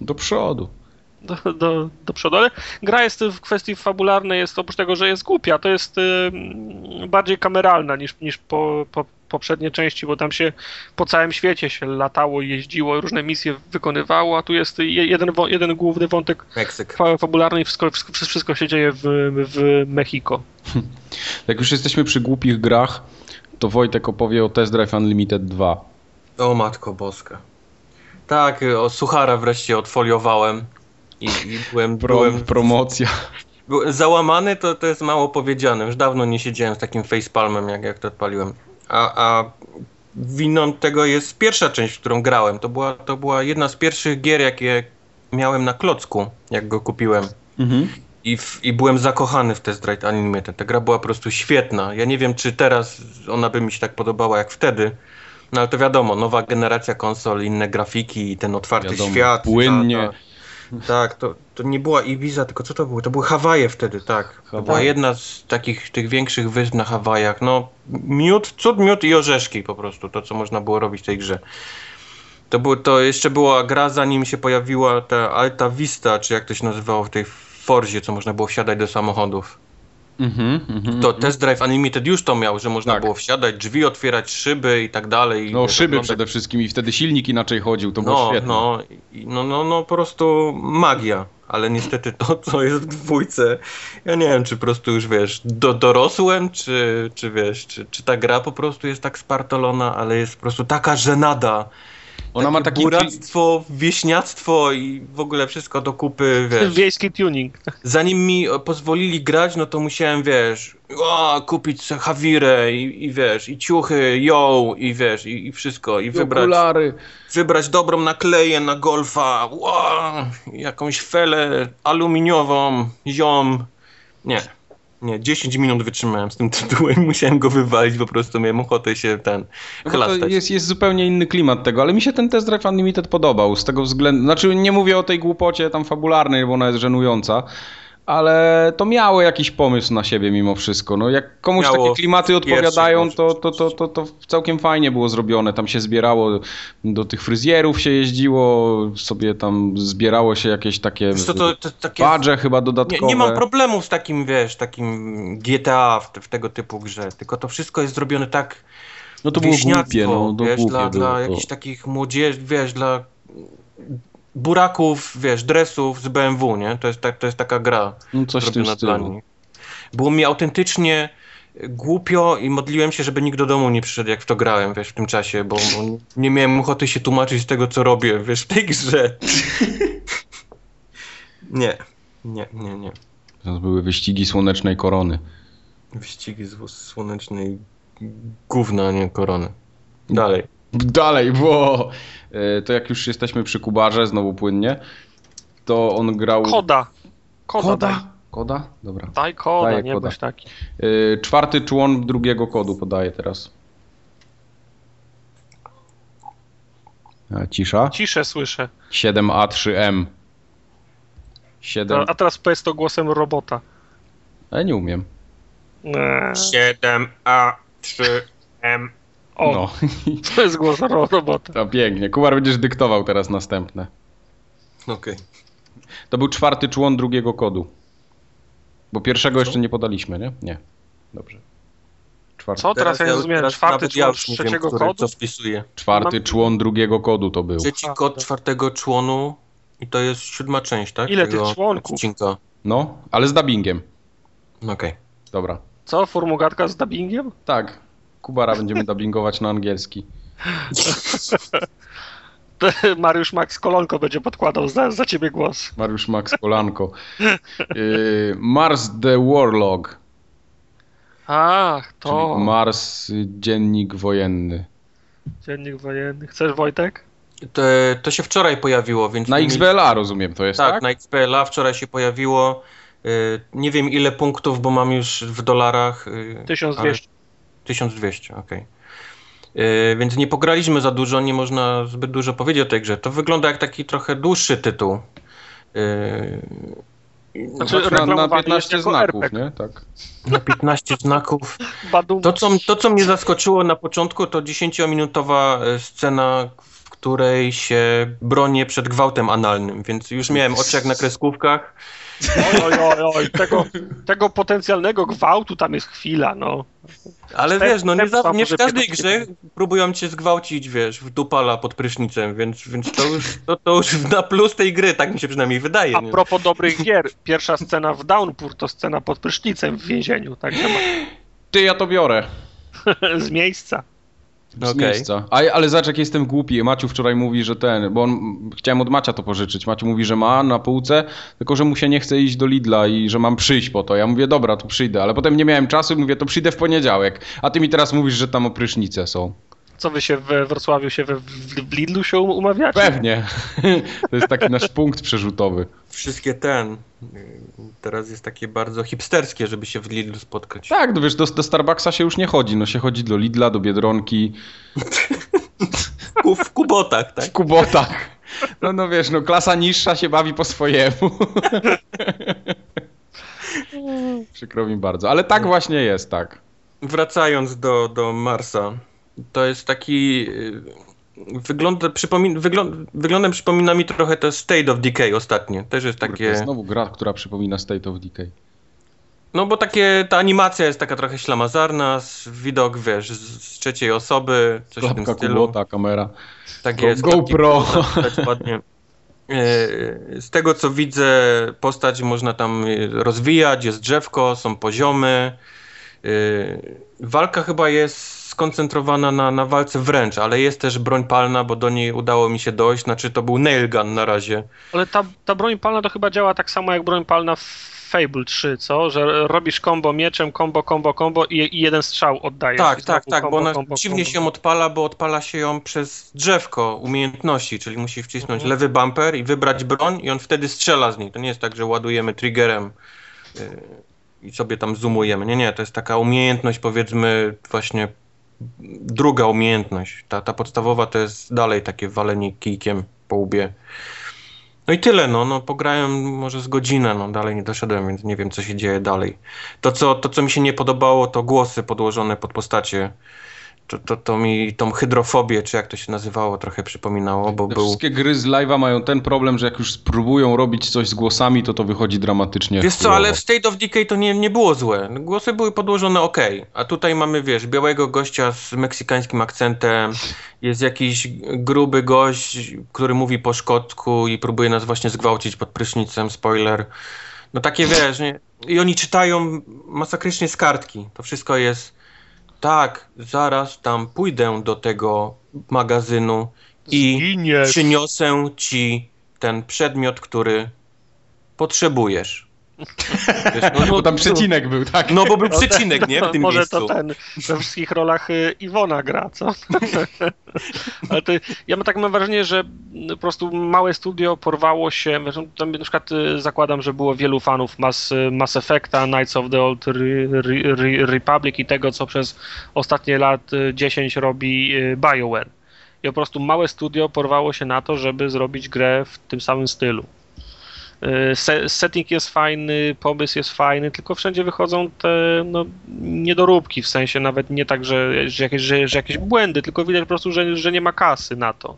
Do przodu.
do, do, do przodu, ale gra jest w kwestii fabularnej, jest oprócz tego, że jest głupia, to jest ym, bardziej kameralna niż, niż po, po, poprzednie części, bo tam się po całym świecie się latało, jeździło, różne misje wykonywało, a tu jest je- jeden, wo- jeden główny wątek
Meksyk.
fa- fabularny i wszystko, wszystko- wszystko się dzieje w, w Mexico.
Jak już jesteśmy przy głupich grach, to Wojtek opowie o Test Drive Unlimited 2.
O matko boska. Tak, o suchara wreszcie odfoliowałem i, i byłem,
Pro,
byłem,
promocja.
Był Załamany to, to jest mało powiedziane. Już dawno nie siedziałem z takim facepalmem, jak, jak to odpaliłem. A, a winą tego jest pierwsza część, w którą grałem. To była, to była jedna z pierwszych gier, jakie miałem na klocku, jak go kupiłem.
Mhm.
I, w, I byłem zakochany w Test Drive Animated. Ta gra była po prostu świetna. Ja nie wiem, czy teraz ona by mi się tak podobała jak wtedy. No ale to wiadomo, nowa generacja konsol, inne grafiki i ten otwarty
Wiadomo,
świat. ta-
płynnie.
ta- tak, to, to nie była Ibiza, tylko co to było? To były Hawaje wtedy, tak. To
Hawaje.
była jedna z takich tych większych wysp na Hawajach. No, miód, cud, miód i orzeszki po prostu, to co można było robić w tej grze. To, był, to jeszcze była gra, zanim się pojawiła ta Alta Vista, czy jak to się nazywało w tej Forzie, co można było wsiadać do samochodów.
Mhm, mhm,
To
mhm.
Test Drive Unlimited już to miał, że można
Tak.
było wsiadać, drzwi otwierać, szyby i tak dalej.
No
Wiesz,
szyby
oglądać-
przede wszystkim i wtedy silnik inaczej chodził, to było
no,
świetne.
no, i- no, no, no, po prostu magia. Ale niestety to, co jest w dwójce, ja nie wiem, czy po prostu już wiesz, do, dorosłem, czy, czy wiesz, czy, czy ta gra po prostu jest tak spartolona, ale jest po prostu taka żenada.
Ona ma taki
Buractwo, wieśniactwo i w ogóle wszystko do kupy, wiesz.
Wiejski tuning.
Zanim mi e, pozwolili grać, no to musiałem, wiesz, o, kupić se hawirę i, i wiesz, i ciuchy, ją, i wiesz, i, i wszystko, i wybrać
okulary.
wybrać dobrą nakleję na golfa, wow, jakąś felę aluminiową, ziom. Nie, nie, 10 minut wytrzymałem z tym tytułem, musiałem go wywalić, po prostu miałem ochotę się ten
No bo to
chlastać.
jest, jest zupełnie inny klimat tego, ale mi się ten Test Drive Unlimited podobał z tego względu, znaczy nie mówię o tej głupocie tam fabularnej, bo ona jest żenująca, ale to miało jakiś pomysł na siebie mimo wszystko. No jak komuś
Miało
takie klimaty
pierwszych
odpowiadają,
może
to, to, to, to, to całkiem fajnie było zrobione. Tam się zbierało, do tych fryzjerów się jeździło, sobie tam zbierało się jakieś takie
Wiesz co, to, to, takie...
badże chyba
Nie,
dodatkowe.
nie mam problemów z takim, wiesz, takim GTA w, te, w tego typu grze, tylko to wszystko jest zrobione tak
No to było
wieśniacko,
głupie, no to
wiesz,
głupie było.
dla, dla
to.
jakichś takich młodzieży, wiesz, dla buraków, wiesz, dresów z BMW, nie? To jest, tak, to jest taka gra.
No coś w tym
zrobiona dla
stylu.
nich. Było mi autentycznie głupio i modliłem się, żeby nikt do domu nie przyszedł, jak w to grałem, wiesz, w tym czasie, bo, bo nie miałem ochoty się tłumaczyć z tego, co robię, wiesz, w tej grze. nie, nie, nie, nie.
To były wyścigi słonecznej korony.
Wyścigi z z słonecznej gówna, a nie korony. Dalej.
Dalej, bo e, to jak już jesteśmy przy Kubarze, znowu płynnie, to on grał...
Koda. Koda. tak. Daj,
Koda? Koda? Dobra.
daj koda,
Daję
nie
koda.
bądź taki.
E, Czwarty człon drugiego kodu podaje teraz. A, Cisza.
Ciszę słyszę.
7A3M. 7...
A, a teraz powiedz to głosem robota.
Ja nie umiem.
Eee,
7A3M.
o,
No,
to jest głos ro robota.
to pięknie. Kubar, będziesz dyktował teraz następne.
Okej.
To był czwarty człon drugiego kodu. Bo pierwszego jeszcze nie podaliśmy, nie? Nie. Dobrze. Czwarty,
Co teraz, ja nie rozumiem? Czwarty
nawet ja
człon
już nie wiem,
trzeciego
który
kodu?
Co wpisuję.
czwarty
Mam-
człon drugiego kodu to był.
Trzeci
A,
kod
tak.
czwartego członu i to jest siódma część, tak?
Ile tych członków?
Odcinka. No
No, ale z dubbingiem.
Okej.
Dobra.
Co, formugatka z dubbingiem?
Tak. Kubara będziemy dubbingować na angielski.
To Mariusz Max Kolonko będzie podkładał za, za ciebie głos.
Mariusz Max Kolanko. Y, Mars the Warlog.
Ach, to
Czyli Mars y, dziennik wojenny.
dziennik wojenny. Chcesz Wojtek?
To, to się wczoraj pojawiło, więc.
Na
nie mieli-
XBLA rozumiem to jest,
Tak,
tak?
na XBLA wczoraj się pojawiło. Y, Nie wiem ile punktów, bo mam już w dolarach. y,
1200.
1200, okej. Y, Więc nie pograliśmy za dużo, nie można zbyt dużo powiedzieć o tej grze. To wygląda jak taki trochę dłuższy tytuł. Y,
Znaczy,
na, na
reklamowany jest
15
jako
znaków,
RPG.
nie? Tak.
Na 15 znaków.
Badum.
To co, to, co mnie zaskoczyło na początku, to 10-minutowa e, scena, w której się bronię przed gwałtem analnym, więc już miałem oczy jak na kreskówkach.
Oj, oj, oj, oj. Tego, tego potencjalnego gwałtu tam jest chwila, no.
Ale
Step-
wiesz, no nie,
step
za, nie w
może
każdej grze
pierdolę.
próbują cię zgwałcić, wiesz, w dupala pod prysznicem, więc, więc to, już, to, to już na plus tej gry, tak mi się przynajmniej wydaje.
A
nie?
propos dobrych gier, pierwsza scena w Downpour to scena pod prysznicem w więzieniu, także ma-
Ty, ja to biorę.
z miejsca.
No
Z miejsca. A, ale zobacz, jak jestem głupi. Maciu wczoraj mówi, że ten, bo on, chciałem od Macia to pożyczyć. Maciu mówi, że ma na półce, tylko że mu się nie chce iść do Lidla i że mam przyjść po to. Ja mówię, dobra, to przyjdę, ale potem nie miałem czasu i mówię, to przyjdę w poniedziałek. A ty mi teraz mówisz, że tam oprysznice są.
Co wy się we Wrocławiu się we, w Lidlu się um- umawiacie?
Pewnie. to jest taki nasz punkt przerzutowy.
Wszystkie ten. y, Teraz jest takie bardzo hipsterskie, żeby się w Lidlu spotkać.
Tak, no wiesz, do, do Starbucksa się już nie chodzi. No się chodzi do Lidla, do Biedronki,
Ku- W kubotach, tak?
w Kubotach. No, no wiesz, no klasa niższa się bawi po swojemu. Przykro mi bardzo, ale tak właśnie jest, tak.
Wracając do, do Marsa, to jest taki. y, Wygląd, przypomin, wygląd, wyglądem przypomina mi trochę to State of Decay ostatnie. Też jest
Takie...
takie.
Znowu gra, która przypomina State of Decay.
No bo takie ta animacja jest taka trochę ślamazarna, z widok, wiesz, z, z trzeciej osoby, coś w
Klapka
tym stylu.
kubota, kamera.
Tak
Go-
jest.
GoPro.
klapki kubota, dokładnie. E, Z tego co widzę, postać można tam e, rozwijać, jest drzewko, są poziomy. E, Walka chyba jest skoncentrowana na, na walce wręcz, ale jest też broń palna, bo do niej udało mi się dojść. Znaczy to był nailgun na razie.
Ale ta, ta broń palna to chyba działa tak samo jak broń palna w Fable 3, co? Że robisz combo mieczem, combo, combo, combo i, i jeden strzał oddajesz.
Tak,
I znowu
tak, tak, bo
combo,
ona
combo,
dziwnie
combo.
się odpala, bo odpala się ją przez drzewko umiejętności, czyli musi wcisnąć
Mhm.
lewy bumper i wybrać broń i on wtedy strzela z niej. To nie jest tak, że ładujemy triggerem y, i sobie tam zoomujemy. Nie, nie, to jest taka umiejętność powiedzmy właśnie druga umiejętność. Ta, ta podstawowa to jest dalej takie walenie kijkiem po łbie. No i tyle, no, no pograłem może z godzinę, no dalej nie doszedłem, więc nie wiem co się dzieje dalej. To co, to, co mi się nie podobało, to głosy podłożone pod postacie. To, to, to mi tą hydrofobię, czy jak to się nazywało, trochę przypominało, bo
Te
był...
Wszystkie gry z live'a mają ten problem, że jak już spróbują robić coś z głosami, to to wychodzi dramatycznie.
Wiesz co,
chujowo.
ale w State of Decay to nie, nie było złe. Głosy były podłożone ok. A tutaj mamy, wiesz, białego gościa z meksykańskim akcentem, jest jakiś gruby gość, który mówi po szkocku i próbuje nas właśnie zgwałcić pod prysznicem, spoiler. No takie, wiesz, nie? I oni czytają masakrycznie z kartki. To wszystko jest, tak, zaraz tam pójdę do tego magazynu i
Zginie.
przyniosę ci ten przedmiot, który potrzebujesz. Wiesz, no,
Bo
no,
tam przecinek był, tak?
no bo był przecinek, nie?
No,
W tym
Może
miejscu.
to ten, we wszystkich rolach y, Iwona gra, co? Ale to, ja mam tak mam wrażenie, że mm, po prostu małe studio porwało się, wiesz, no, tam na przykład y, zakładam, że było wielu fanów Mass, y, Mass Effecta, Knights of the Old Re, Re, Re, Republic i tego, co przez ostatnie lat y, 10 robi y, BioWare. I po prostu małe studio porwało się na to, żeby zrobić grę w tym samym stylu. Y, Se, setting jest fajny, pomysł jest fajny, tylko wszędzie wychodzą te no, niedoróbki, w sensie nawet nie tak, że, że, jakieś, że, że jakieś błędy, tylko widać po prostu, że, że nie ma kasy na to.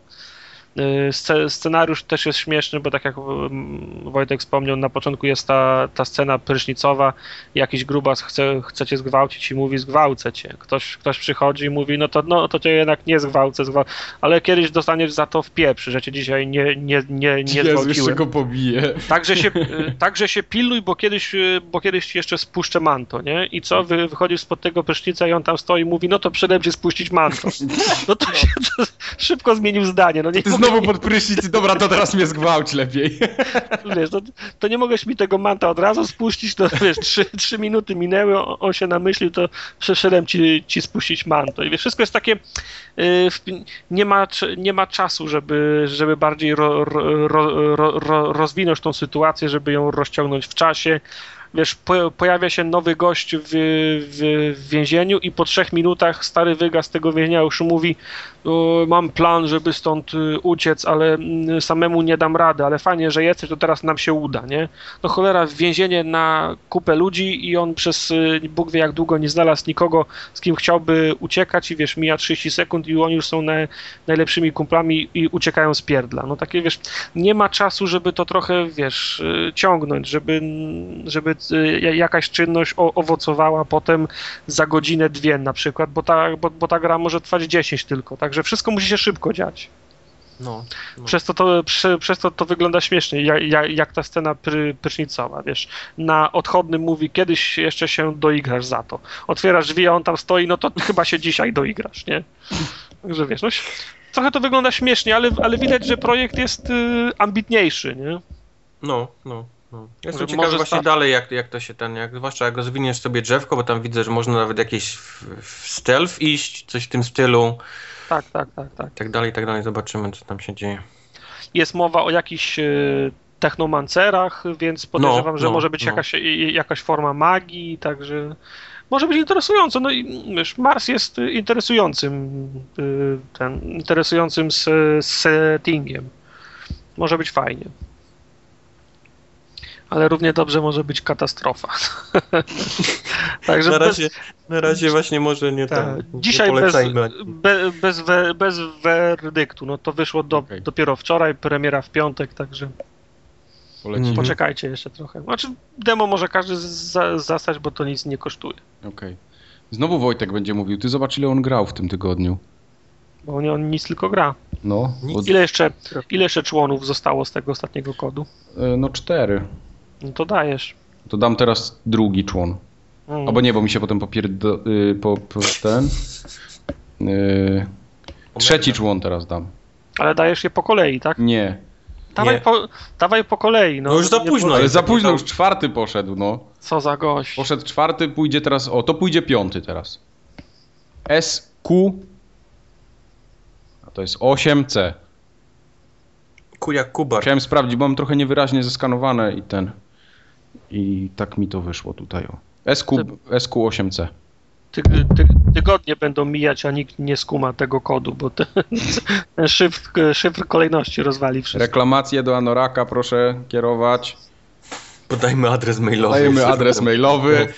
Y, sce- Scenariusz też jest śmieszny, bo tak jak mm, Wojtek wspomniał, na początku jest ta, ta scena prysznicowa, jakiś grubas chce, chce cię zgwałcić i mówi zgwałcę cię. Ktoś, ktoś przychodzi i mówi, no to, no to cię jednak nie zgwałcę, zgwałcę, ale kiedyś dostaniesz za to w pieprzy, że cię dzisiaj nie, nie, nie, nie
Jezu, jeszcze
zgwałciłem.
go pobije.
Także się, y, także się pilnuj, bo kiedyś, y, bo kiedyś jeszcze spuszczę manto, nie? I co? Wy, wychodzisz spod tego prysznica i on tam stoi i mówi, no to przede mnie spuścić manto. No to się to szybko zmienił zdanie, no nie
Ty znowu pod prysznic, dobra, to teraz mnie zgwałć lepiej.
mogę, wiesz, to, to nie mogłeś mi tego manta od razu spuścić, to wiesz, trzy, trzy minuty minęły, o- on się namyślił, to przeszedłem ci, ci spuścić manto. I wiesz, wszystko jest takie, y, w, nie, ma, cz- nie ma czasu, żeby, żeby bardziej ro, ro, ro, ro, ro, rozwinąć tą sytuację, żeby ją rozciągnąć w czasie. wiesz, po, pojawia się nowy gość w, w, w więzieniu i po trzech minutach stary wyga z tego więzienia już mówi "O, No, mam plan, żeby stąd y, uciec, ale mm, samemu nie dam rady, ale fajnie, że jesteś, to teraz nam się uda, nie? No cholera, w więzienie na kupę ludzi i on przez y, Bóg wie jak długo nie znalazł nikogo, z kim chciałby uciekać i wiesz, mija 30 sekund i oni już są na, najlepszymi kumplami i uciekają z pierdla. No takie, wiesz, nie ma czasu, żeby to trochę, wiesz, y, ciągnąć, żeby, żeby y, jakaś czynność o- owocowała potem za godzinę, dwie na przykład, bo ta, bo, bo ta gra może trwać 10 tylko, także wszystko musi się szybko dziać.
No.
Przez to to, prze, przez to to wygląda śmiesznie, jak, jak, jak ta scena pry, prysznicowa, wiesz. Na odchodnym mówi, kiedyś jeszcze się doigrasz za to. Otwierasz drzwi, a on tam stoi, no to chyba się dzisiaj doigrasz, nie? Także wiesz, no, ś- trochę to wygląda śmiesznie, ale, ale widać, że projekt jest y, ambitniejszy, nie?
No, no. no. Jestem
Może-
ciekaw
może
właśnie
sta-
dalej, jak, jak to się ten, jak, zwłaszcza jak rozwiniesz sobie drzewko, bo tam widzę, że można nawet jakieś w, w stealth iść, coś w tym stylu,
Tak, tak, tak, tak.
i tak dalej, i tak dalej. Zobaczymy, co tam się dzieje.
Jest mowa o jakichś y, technomancerach, więc podejrzewam, że
no,
może być
no.
jakaś, i- i- jakaś forma magii, także może być interesująco. No i wiesz, Mars jest y, interesującym y, ten, interesującym s- settingiem. Może być fajnie. Ale równie dobrze może być katastrofa. Także
Na
bez-
razie, na razie właśnie może nie
Tak.
tak.
Dzisiaj
nie
bez,
polecajmy.
be, bez, we, bez werdyktu. No to wyszło do,
Okej.
dopiero wczoraj, premiera w piątek, także
Polecimy.
Mhm.
poczekajcie jeszcze trochę. Znaczy demo może każdy z- za, zastać, bo to nic nie kosztuje.
Okej. Znowu Wojtek będzie mówił, ty zobacz ile on grał w tym tygodniu.
Bo on, on nic tylko gra.
No,
Nic.
od,
Ile jeszcze, ile jeszcze członów zostało z tego ostatniego kodu?
e, no cztery.
No to dajesz.
To dam teraz drugi człon.
Mm.
Albo nie, bo mi się potem popierdo... Y, po, po ten... Y, trzeci człon teraz dam.
Ale dajesz je po kolei, tak?
Nie.
Dawaj po, dawaj po kolei. No,
No już za
Nie
późno
po-
Ale
jest
za
taki
późno
tam-
już czwarty poszedł, no.
Co za gość.
Poszedł czwarty, pójdzie teraz... O, to pójdzie piąty teraz. SQ... A to jest 8C.
Kujak Kubar.
Chciałem sprawdzić, bo mam trochę niewyraźnie zeskanowane i ten... I tak mi to wyszło tutaj, o. SQ, SQ8C.
Ty, ty, tygodnie będą mijać, a nikt nie skuma tego kodu, bo ten, ten szyfr, szyfr kolejności rozwali wszystko.
Reklamację do Anoraka proszę kierować.
Podajmy adres mailowy.
Dajemy adres mailowy.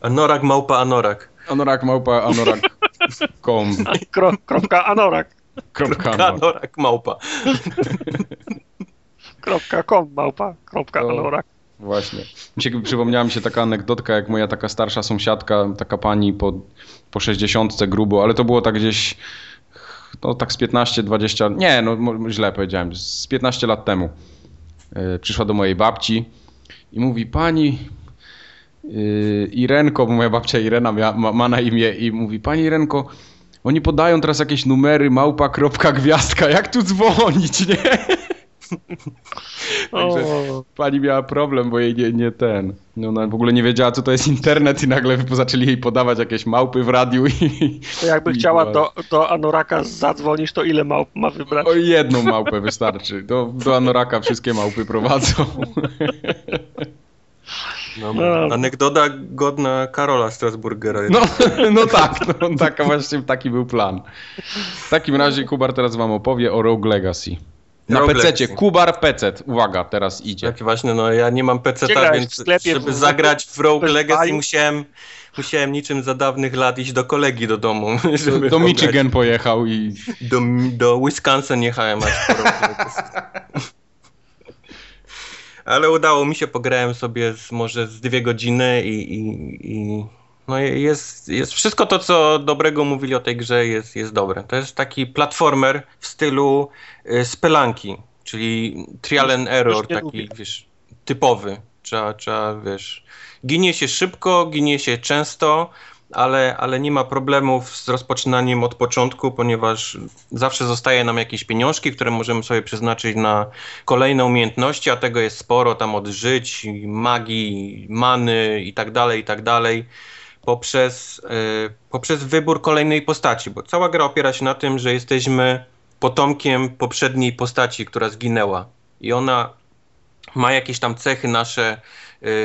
Anorak małpa anorak.
Anorak małpa anorak.com.
Kro, kropka anorak,
Kropka anorak.
Anorak małpa.
kropka com, małpa, kropka
To-
anorak.
Właśnie. Mi się, przypomniała mi się taka anegdotka, jak moja taka starsza sąsiadka, taka pani po, po 60 grubo, ale to było tak gdzieś, no tak z 15, 20, nie, no mo- źle powiedziałem, z 15 lat temu. E, Przyszła do mojej babci i mówi, pani yy, Irenko, bo moja babcia Irena mia, ma, ma na imię i mówi, pani Irenko, oni podają teraz jakieś numery małpa, kropka, gwiazdka, jak tu dzwonić, nie? Także-
O,
Pani miała problem, bo jej nie, nie ten. No ona w ogóle nie wiedziała, co to jest internet i nagle zaczęli jej podawać jakieś małpy w radiu i
to jakby
I
chciała
była-
do, do anoraka zadzwonić, to ile małp ma wybrać?
o jedną małpę wystarczy. Do, do Anoraka wszystkie małpy prowadzą.
Dobra. Anegdota godna Karola Strasburgera.
No, no tak, no, taka właśnie taki był plan. W takim razie Kubar teraz wam opowie o Rogue Legacy. Na
Rogue
PC-cie.
Legacy.
Kubar PC. Uwaga, teraz idzie.
Tak właśnie, no ja nie mam PC-ta,
Grałeś
więc
w sklepie
żeby
w-
zagrać w Rogue
bez
Legacy
baju?
musiałem, musiałem niczym za dawnych lat iść do kolegi do domu, żeby
Do
pograć.
Michigan pojechał i
Do, do Wisconsin jechałem aż po Rogue Legacy. Ale udało mi się, pograłem sobie z, może z dwie godziny i, i, i no jest, jest wszystko to, co dobrego mówili o tej grze jest, jest dobre. To jest taki platformer w stylu y, spelanki, czyli trial and error,
nie
taki
lubię.
wiesz, typowy. Trzeba, trzeba, wiesz, ginie się szybko, ginie się często, ale, ale nie ma problemów z rozpoczynaniem od początku, ponieważ zawsze zostaje nam jakieś pieniążki, które możemy sobie przeznaczyć na kolejne umiejętności, a tego jest sporo, tam od żyć, i magii, many i tak dalej, i tak dalej, poprzez, y, poprzez wybór kolejnej postaci, bo cała gra opiera się na tym, że jesteśmy potomkiem poprzedniej postaci, która zginęła i ona ma jakieś tam cechy nasze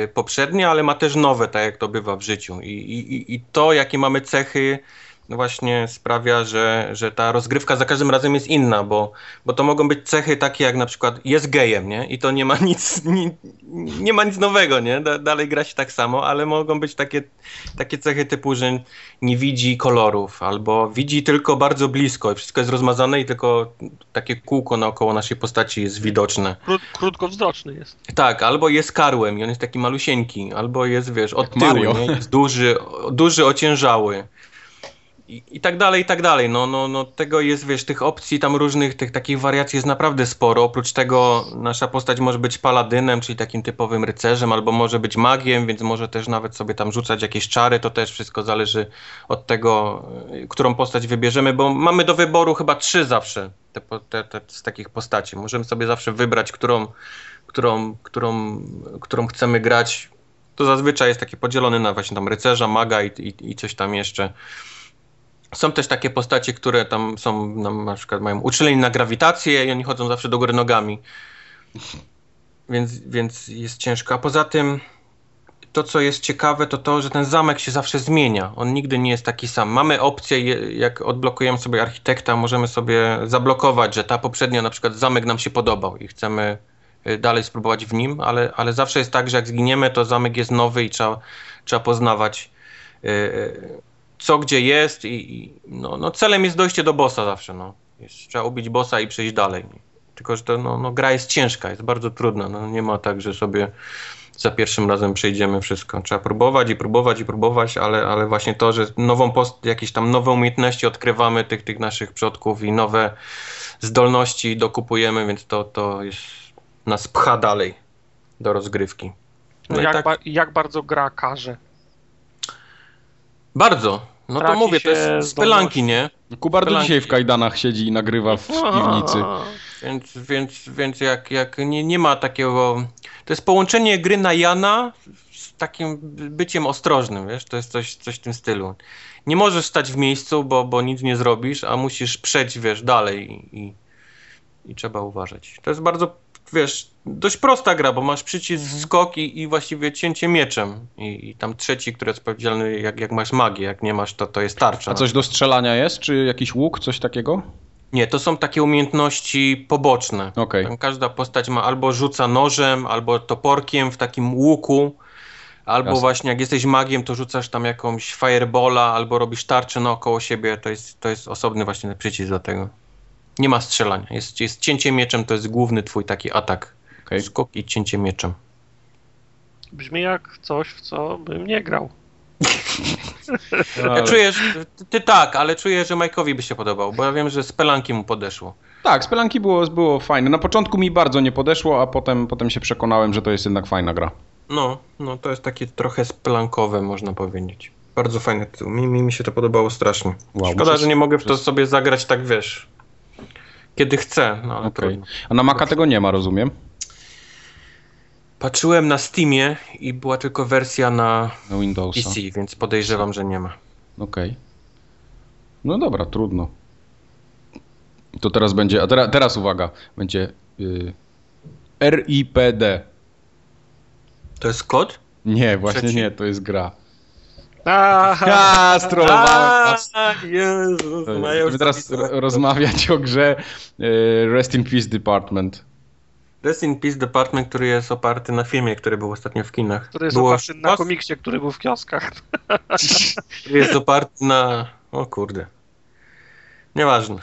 y, poprzednie, ale ma też nowe, tak jak to bywa w życiu i, i, i- i to, jakie mamy cechy no właśnie sprawia, że, że ta rozgrywka za każdym razem jest inna, bo bo to mogą być cechy takie jak na przykład jest gejem, nie? I to nie ma nic, ni, nie ma nic nowego, nie? Da, dalej gra się tak samo, ale mogą być takie, takie cechy typu, że nie widzi kolorów, albo widzi tylko bardzo blisko i wszystko jest rozmazane i tylko takie kółko naokoło naszej postaci jest widoczne.
Krót, krótkowzroczny jest.
Tak, albo jest karłem i on jest taki malusieńki, albo jest, wiesz, od
Jak
tyłu,
Mario.
nie? Jest duży, o- duży, ociężały. i, i tak dalej, i tak dalej. No, no, no tego jest, wiesz, tych opcji tam różnych, tych takich wariacji jest naprawdę sporo. Oprócz tego nasza postać może być paladynem, czyli takim typowym rycerzem, albo może być magiem, więc może też nawet sobie tam rzucać jakieś czary. To też wszystko zależy od tego, y, którą postać wybierzemy, bo mamy do wyboru chyba trzy zawsze te, po- te, te, z takich postaci. Możemy sobie zawsze wybrać, którą, którą, którą, którą chcemy grać. To zazwyczaj jest taki podzielony na właśnie tam rycerza, maga i, i, i coś tam jeszcze. Są też takie postacie, które tam są, no, na przykład mają uczulenie na grawitację i oni chodzą zawsze do góry nogami. Więc, więc jest ciężko. A poza tym, to co jest ciekawe, to to, że ten zamek się zawsze zmienia. On nigdy nie jest taki sam. Mamy opcję, je- jak odblokujemy sobie architekta, możemy sobie zablokować, że ta poprzednia na przykład zamek nam się podobał i chcemy y, dalej spróbować w nim, ale, ale zawsze jest tak, że jak zginiemy, to zamek jest nowy i trzeba, trzeba poznawać y, y, co gdzie jest i, i no, no celem jest dojście do bossa zawsze, no. Jest, trzeba ubić bossa i przejść dalej. Tylko, że to, no, no, gra jest ciężka, jest bardzo trudna, no, nie ma tak, że sobie za pierwszym razem przejdziemy wszystko. Trzeba próbować i próbować i próbować, ale, ale właśnie to, że nową post, jakieś tam nowe umiejętności odkrywamy tych, tych naszych przodków i nowe zdolności dokupujemy, więc to, to jest, nas pcha dalej do rozgrywki. No i
jak,
tak-
ba- jak bardzo gra karze.
bardzo. No to
traci
mówię, to
się
jest spelanki,
zdolności.
nie?
Kubardo
Pelanki.
dzisiaj w kajdanach siedzi i nagrywa w piwnicy.
Więc, więc, więc jak, jak nie, nie ma takiego. To jest połączenie gry na Jana z takim byciem ostrożnym, wiesz? To jest coś, coś w tym stylu. Nie możesz stać w miejscu, bo, bo nic nie zrobisz, a musisz przejść, wiesz, dalej i, i, i trzeba uważać. To jest bardzo, wiesz, dość prosta gra, bo masz przycisk,
Mhm.
skok i, i właściwie cięcie mieczem. I, I tam trzeci, który jest odpowiedzialny, jak, jak masz magię, jak nie masz, to to jest tarcza.
A coś do strzelania jest? Czy jakiś łuk, coś takiego?
Nie, to są takie umiejętności poboczne.
Okej.
Tam każda postać ma albo rzuca nożem, albo toporkiem w takim łuku, albo
Jasne.
właśnie jak jesteś magiem, to rzucasz tam jakąś firebola, albo robisz tarczę naokoło siebie. To jest, to jest osobny właśnie przycisk do tego. Nie ma strzelania. Jest, jest cięcie mieczem, to jest główny twój taki atak.
Okej.
Skok i cięcie mieczem.
Brzmi jak coś, w co bym nie grał.
E,
Ja czuję, że ty, ty tak, ale czuję, że Majkowi by się podobał, bo ja wiem, że z pelanki mu podeszło.
Tak, spelanki było, było fajne. Na początku mi bardzo nie podeszło, a potem, potem się przekonałem, że to jest jednak fajna gra.
No, no to jest takie trochę splankowe, można powiedzieć. Bardzo fajny tytuł. Mi, mi, mi się to podobało strasznie.
Wow,
Szkoda,
muszę-
że nie mogę w to sobie zagrać tak, wiesz, kiedy chcę, no ale
Okej.
trudno.
A na Maca tego nie ma, rozumiem?
Patrzyłem na Steamie i była tylko wersja na
Na Windowsa.
PC, więc podejrzewam, że nie ma.
Okej. No dobra, trudno. To teraz będzie, a tera, teraz uwaga, będzie y, RIPD.
To jest kod?
Nie, właśnie
Przeci-
nie, to jest gra.
Aha,
Ja, strollowałem was.
A, Jezus, no ja już
Będziemy teraz
zapisuję.
ro- rozmawiać o grze y, Rest in Peace Department.
Rest in Peace Department, który jest oparty na filmie, który był ostatnio w kinach.
który jest
Było
oparty na
sztos,
komiksie, który był w kioskach.
który jest oparty na... O kurde. Nieważne.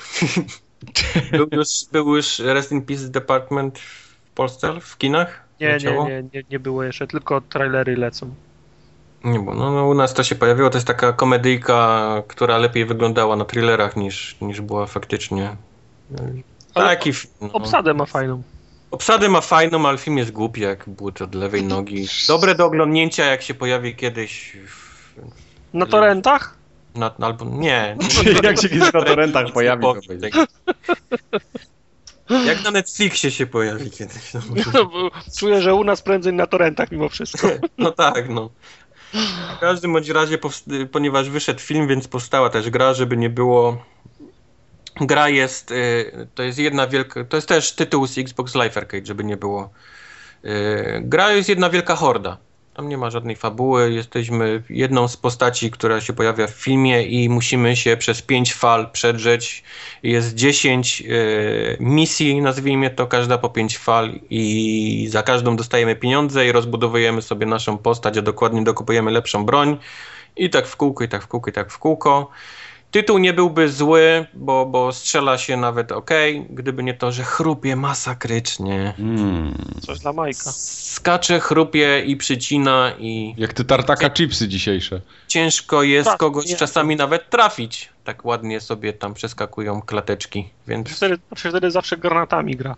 był, już, był już Rest in Peace Department w Polsce, w kinach?
Nie, nie,
Leciało?
nie, nie, nie było jeszcze, tylko trailery lecą.
Nie, bo no, no, u nas to się pojawiło. To jest taka komedyjka, która lepiej wyglądała na thrillerach niż, niż była faktycznie.
Ale
Taki film. No.
Obsadę ma fajną.
Obsadę ma fajną, ale film jest głupi jak but od lewej nogi. Dobre do oglądnięcia, jak się pojawi kiedyś w,
Na torrentach?
na, albo nie.
Jak się kiedyś na torrentach pojawi, to
Powiem
będzie.
tak. Jak na Netflixie się pojawi kiedyś. No,
No, bo czuję, że u nas prędzej na torrentach mimo wszystko.
no tak, no. W każdym bądź razie, powst- ponieważ wyszedł film, więc powstała też gra, żeby nie było. Gra jest, y, to jest jedna wielka, to jest też tytuł z Xbox Live Arcade, żeby nie było. Y, Gra jest jedna wielka horda. Tam nie ma żadnej fabuły, jesteśmy jedną z postaci, która się pojawia w filmie i musimy się przez pięć fal przedrzeć. Jest 10 y, misji, nazwijmy to, każda po pięć fal i za każdą dostajemy pieniądze i rozbudowujemy sobie naszą postać, a dokładnie dokupujemy lepszą broń i tak w kółko, i tak w kółko, i tak w kółko. Tytuł nie byłby zły, bo, bo strzela się nawet ok, gdyby nie to, że chrupie masakrycznie.
Mm.
Coś dla Majka.
Skacze, chrupie i przycina i
Jak te tartaka chipsy dzisiejsze.
ciężko jest
Tak,
kogoś
nie.
czasami nawet trafić. Tak ładnie sobie tam przeskakują klateczki, więc
Wtedy, wtedy zawsze granatami gra.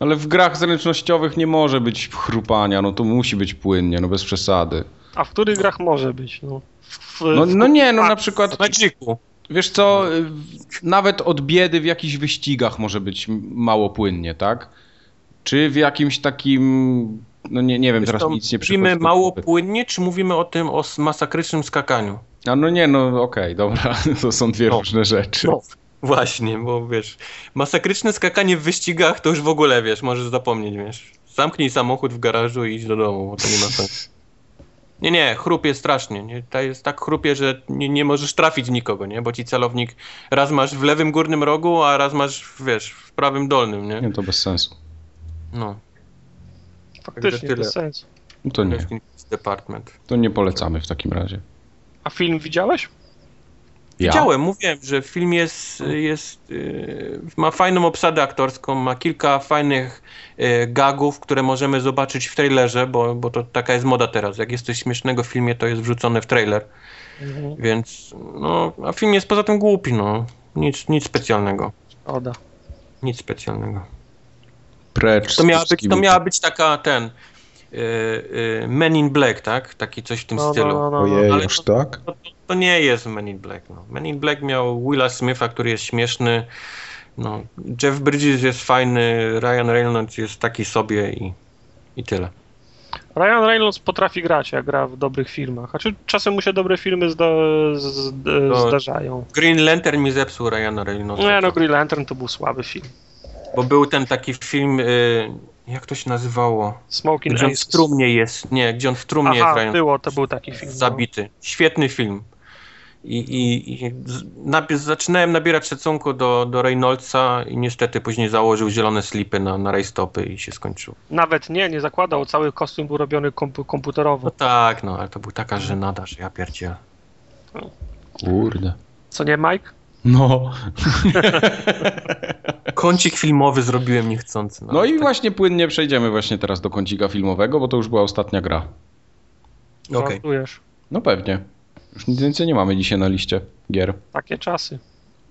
Ale w grach zręcznościowych nie może być chrupania, no to musi być płynnie, no bez przesady.
A w których grach może być? No, w, w,
No, no nie, no na przykład
w Magicu.
Wiesz co, y, w- nawet od biedy w jakichś wyścigach może być m- mało płynnie, tak? Czy w jakimś takim, no nie, nie wiem, teraz
To
nic nie przychodzi.
Mówimy
do
mało
głowy.
płynnie, czy mówimy o tym o s- masakrycznym skakaniu?
A no nie, no okej, dobra, to są dwie
No.
różne rzeczy.
No. Właśnie, bo wiesz, masakryczne skakanie w wyścigach to już w ogóle wiesz, możesz zapomnieć, wiesz. Zamknij samochód w garażu i idź do domu, bo to nie ma sensu. Nie, nie, chrupie strasznie. Nie? To jest tak chrupie, że nie, nie możesz trafić nikogo, nie? Bo ci celownik raz masz w lewym górnym rogu, a raz masz, wiesz, w prawym dolnym, nie?
Nie, to bez sensu.
No,
faktycznie,
tyle.
bez sensu.
No to nie,
department.
to nie polecamy w takim razie.
A film widziałeś?
Ja?
Widziałem, mówiłem, że film jest, jest yy, ma fajną obsadę aktorską, ma kilka fajnych yy, gagów, które możemy zobaczyć w trailerze, bo, bo to taka jest moda teraz. Jak jest coś śmiesznego w filmie, to jest wrzucone w trailer,
Mhm.
więc no, a film jest poza tym głupi, no. Nic, nic specjalnego,
Oda.
nic specjalnego.
Precz
To
z
miała być,
wszystkimi-
to miała być taka, ten, yy, yy, Men in Black, tak? Taki coś w tym
No, no,
stylu.
no, no, no.
Ojej,
ale-
aż tak?
To, to- to nie jest Men in Black. No. Men in Black miał Willa Smitha, który jest śmieszny. No, Jeff Bridges jest fajny, Ryan Reynolds jest taki sobie i, i tyle.
Ryan Reynolds potrafi grać, jak gra w dobrych filmach. Znaczy, czasem mu się dobre filmy zda, z, z,
No.
zdarzają.
Green Lantern mi zepsuł Ryan Reynolds.
Nie no, Green Lantern to był słaby film.
Bo był ten taki film, y, jak to się nazywało?
Smoking
Gdzie on w
Aces.
trumnie jest. Nie, gdzie on w trumnie jest
Aha,
Ryan
było, to był taki film. no.
zabity. Świetny film. I, i, i z- nabi- zaczynałem nabierać szacunku do, do Reynoldsa i niestety później założył zielone slipy na, na rajstopy i się skończył.
Nawet nie, nie zakładał, cały kostium był robiony komp-
No
komputerowo.
tak, no ale to był taka żenada, że ja pierdzielę.
Kurde.
Co nie, Mike?
No,
Kącik filmowy zrobiłem niechcący.
no i właśnie płynnie przejdziemy właśnie teraz do kącika filmowego, bo to już była ostatnia gra.
Okej.
Żartujesz.
No pewnie. Już nic więcej nie mamy dzisiaj na liście gier.
Takie czasy.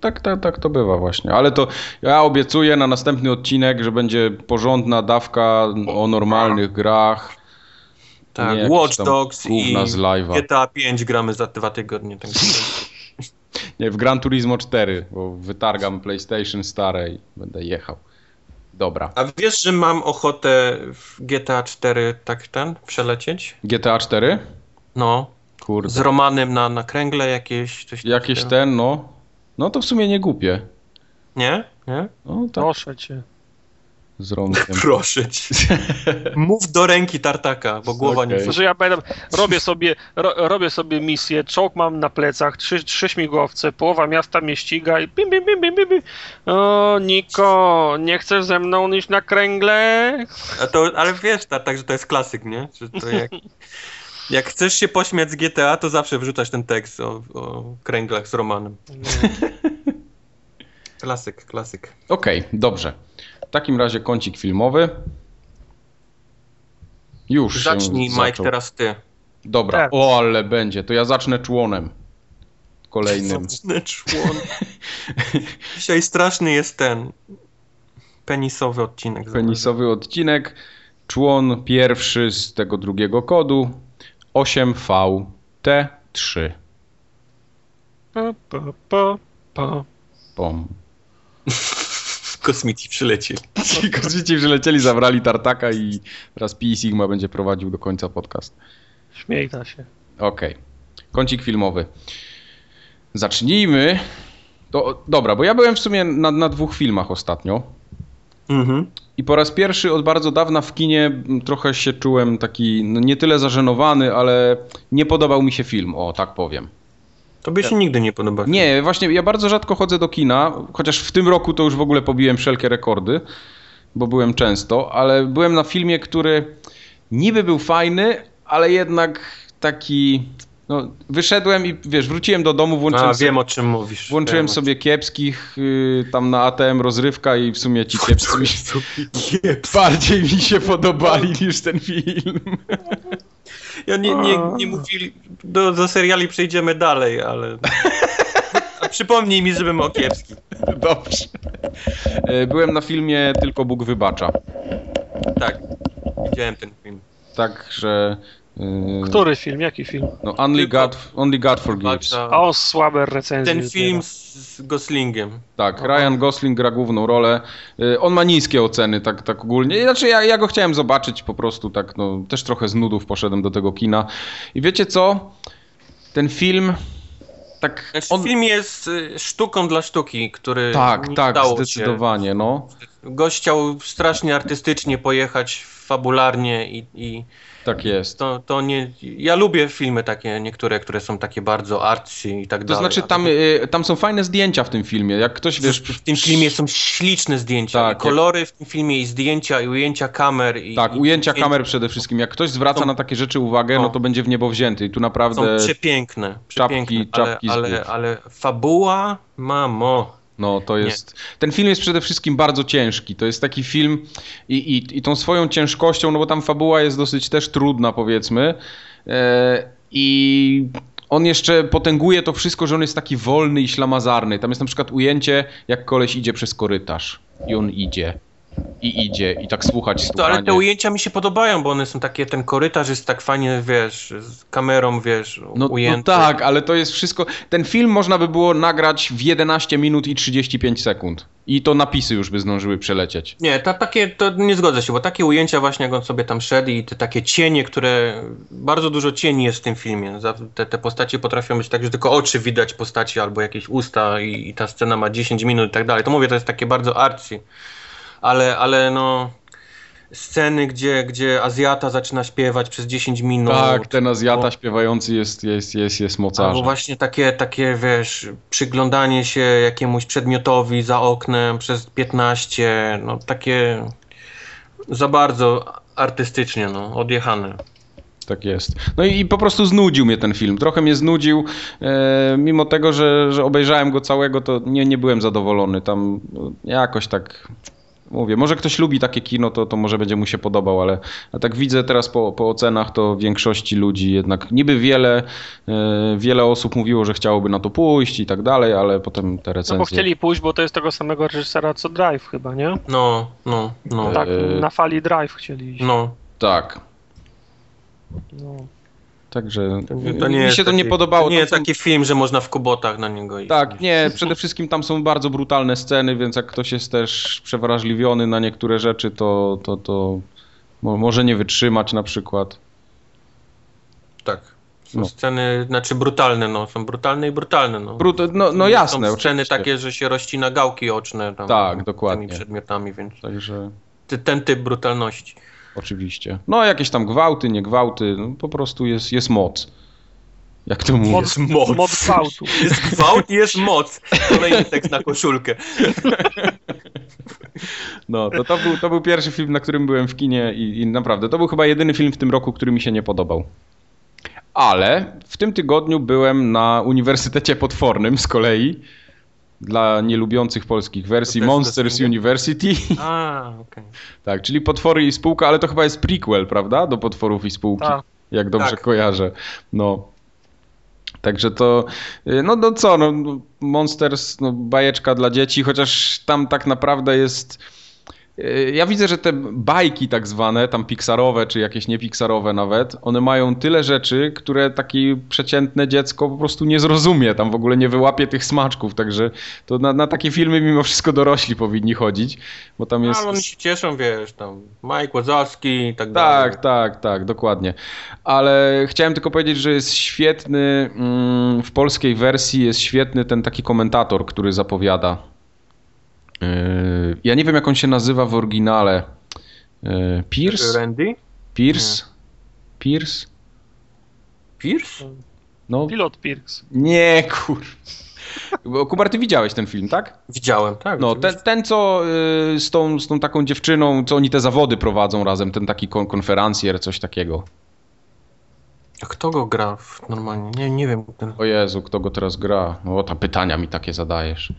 Tak, tak, tak to bywa właśnie. Ale to ja obiecuję na następny odcinek, że będzie porządna dawka o normalnych grach.
Tak,
Nie jakieś
Watch
tam
Dogs i
Gówna z live'a.
GTA 5 gramy za dwa tygodnie. Tak
Nie, w Gran Turismo 4, bo wytargam PlayStation stare i będę jechał. Dobra.
A wiesz, że mam ochotę w GTA 4 tak ten przelecieć?
GTA 4?
No,
Kurde.
z Romanem na, na kręgle jakieś coś tam
Jakieś
takiego.
ten, no. No to w sumie nie głupie.
Nie? Nie?
No tak,
Proszę cię.
z rąkiem.
Proszę cię. Mów do ręki tartaka, bo głowa nie
Okej.
słyszy.
Że Znaczy, ja będę, robię sobie, ro, robię sobie misję, czołg mam na plecach, trzy, trzy śmigłowce, połowa miasta mnie ściga i bim, bim, bim, bim, bim, bim. O, Niko, nie chcesz ze mną iść na kręgle?
A to, ale wiesz, tartak, że to jest klasyk, nie? Że to jak, jak chcesz się pośmiać z GTA, to zawsze wrzucasz ten tekst o, o kręglach z Romanem. Klasyk, klasyk.
Okej, dobrze. W takim razie kącik filmowy. Już się
Zacznij, Mike,
zaczął.
teraz ty.
Dobra,
Tak.
o ale będzie, to ja zacznę członem. Kolejnym.
Zacznę człon. Dzisiaj straszny jest ten penisowy odcinek.
Penisowy odcinek. Człon pierwszy z tego drugiego kodu 8VT3.
Pa, pa, pa, pa.
Pom.
Kosmici przylecieli.
Ci Kosmici przylecieli, zabrali tartaka i teraz Pi Sigma będzie prowadził do końca podcast.
Śmiejta się.
Okej. Kącik filmowy. Zacznijmy. To, dobra, bo ja byłem w sumie na, na dwóch filmach ostatnio.
Mhm.
I po raz pierwszy od bardzo dawna w kinie m, trochę się czułem taki, no nie tyle zażenowany, ale nie podobał mi się film, o tak powiem.
Tobie się nigdy nie podoba.
Nie, właśnie ja bardzo rzadko chodzę do kina, chociaż w tym roku to już w ogóle pobiłem wszelkie rekordy, bo byłem często, ale byłem na filmie, który niby był fajny, ale jednak taki No, wyszedłem i wiesz, wróciłem do domu, włączyłem,
A,
sobie,
wiem o czym mówisz.
włączyłem
Wiem.
sobie kiepskich, y, tam na ATM rozrywka i w sumie ci kiepscy mi, bardziej mi się podobali niż ten film.
Ja nie, nie, nie mówili, do, do seriali przejdziemy dalej, ale... A przypomnij mi, żebym o kiepski.
Dobrze. E, Byłem na filmie Tylko Bóg wybacza.
Tak, widziałem ten film.
Także. y,
Który film? Jaki film?
No, only,
Tylko
God, only God Forgives.
Walcza-
O, słabe recenzje.
Ten film
zbieram.
z, z Goslingiem.
Tak, Ryan Gosling gra główną rolę. Y, On ma niskie oceny, tak, tak ogólnie. Znaczy, ja, ja go chciałem zobaczyć po prostu, tak, no, też trochę z nudów poszedłem do tego kina. I wiecie co? Ten film. Tak.
Znaczy,
on-
Film jest y, sztuką dla sztuki, który
tak,
nie
tak,
udało
zdecydowanie, no.
Się. Gość chciał strasznie artystycznie pojechać, fabularnie i, i
Tak jest.
to, to nie... Ja lubię filmy takie, niektóre, które są takie bardzo artsy i tak
To
dalej.
znaczy,
a
tam, y, tam są fajne zdjęcia w tym filmie. Jak ktoś wiesz.
W tym filmie są śliczne zdjęcia.
Tak,
I kolory w tym filmie i zdjęcia, i ujęcia kamer. I,
Tak,
i
ujęcia
zdjęcia
kamer przede wszystkim. Jak ktoś zwraca
Są-
na takie rzeczy uwagę,
No.
no to będzie w niebo wzięty. I tu naprawdę.
Są przepiękne.
czapki-
przepiękne
czapki z
ale, ale,
głów.
ale fabuła, mamo.
No, to jest. Ten film jest przede wszystkim bardzo ciężki. To jest taki film i, i, i tą swoją ciężkością, no bo tam fabuła jest dosyć też trudna, powiedzmy. E, I on jeszcze potęguje to wszystko, że on jest taki wolny i ślamazarny. Tam jest na przykład ujęcie, jak koleś idzie przez korytarz i on idzie. I idzie, i tak słuchać
To, ale te
słuchanie.
ujęcia mi się podobają, bo one są takie, ten korytarz jest tak fajnie, wiesz, z kamerą, wiesz,
No, no
ujęty.
tak, ale to jest wszystko. Ten film można by było nagrać w 11 minut i 35 sekund. I to napisy już by zdążyły przelecieć.
Nie, ta, takie, to nie zgodzę się, bo takie ujęcia właśnie, jak on sobie tam szedł i te takie cienie, które, bardzo dużo cieni jest w tym filmie. Za- Te, te postacie potrafią być tak, że tylko oczy widać postaci albo jakieś usta i, i ta scena ma 10 minut i tak dalej. To mówię, to jest takie bardzo arcy, ale, ale no... Sceny, gdzie, gdzie Azjata zaczyna śpiewać przez 10 minut.
tak, ten Azjata
No, bo-
śpiewający jest, jest, jest, jest
Albo
mocarzem.
właśnie takie, takie, wiesz, przyglądanie się jakiemuś przedmiotowi za oknem przez 15, no takie za bardzo artystycznie, no, odjechane.
Tak jest. No i, i po prostu znudził mnie ten film. Trochę mnie znudził. E, mimo tego, że, że obejrzałem go całego, to nie, nie byłem zadowolony. Tam no, jakoś tak. Mówię, może ktoś lubi takie kino, to, to może będzie mu się podobał, ale a tak widzę teraz po, po ocenach, to większości ludzi jednak niby wiele, e, wiele osób mówiło, że chciałoby na to pójść i tak dalej, ale potem te
No
recenzje.
bo chcieli pójść, bo to jest tego samego reżysera co Drive chyba, nie?
No, no, no,
Tak,
Eee.
na fali Drive chcieli iść.
no.
Tak.
No.
Także
To nie
mi
jest
się to nie
taki-
podobało.
Nie,
Tam
jest
są-
taki film, że można w kobotach na niego iść. no.
Tak, nie, przede wszystkim tam są bardzo brutalne sceny, więc jak ktoś jest też przewrażliwiony na niektóre rzeczy, to, to, to mo- może nie wytrzymać na przykład.
Tak. Są
No.
sceny, znaczy brutalne, no, są brutalne i brutalne, no.
Brut- no, no jasne,
Są sceny
oczywiście.
takie, że się rozcina gałki oczne tam.
Tak, dokładnie.
Tymi przedmiotami, więc
Także
ty- ten typ brutalności.
oczywiście. No jakieś tam gwałty, nie gwałty, no, po prostu jest, jest moc. Jak to mówię?
Moc,
moc.
moc gwałtu.
Jest gwałt i jest moc. Kolejny tekst na koszulkę.
No, to, to, był, to był pierwszy film, na którym byłem w kinie i, i naprawdę to był chyba jedyny film w tym roku, który mi się nie podobał. Ale w tym tygodniu byłem na Uniwersytecie Potwornym z kolei dla nielubiących polskich wersji
To też
Monsters
wrestling.
University.
A, okej.
Tak, czyli Potwory i Spółka, ale to chyba jest prequel, prawda? Do Potworów i Spółki,
Tak.
jak dobrze
Tak.
kojarzę. No. Także to, y, no, no co, no, Monsters, no, bajeczka dla dzieci, chociaż tam tak naprawdę jest... y, Ja widzę, że te bajki tak zwane, tam pixarowe, czy jakieś niepixarowe nawet, one mają tyle rzeczy, które takie przeciętne dziecko po prostu nie zrozumie, tam w ogóle nie wyłapie tych smaczków, także to na, na takie filmy mimo wszystko dorośli powinni chodzić, bo tam jest...
Ale oni się cieszą, wiesz, tam Mike Wazowski i tak dalej.
Tak, tak, tak, dokładnie. Ale chciałem tylko powiedzieć, że jest świetny, mm, w polskiej wersji jest świetny ten taki komentator, który zapowiada. Yy, Ja nie wiem, jak on się nazywa w oryginale. Yy, Pierce?
Randy?
Pierce? Pierce?
Pierce?
No,
Pilot Pirks.
nie, kur... Bo, Kubar, ty widziałeś ten film, tak?
Widziałem, tak.
No, ten,
oczywiście.
ten co y, z tą, z tą taką dziewczyną, co oni te zawody prowadzą razem, ten taki kon konferencjer, coś takiego.
A kto go gra w, normalnie? Nie, nie wiem. Ten...
O Jezu, kto go teraz gra? O, ta pytania mi takie zadajesz.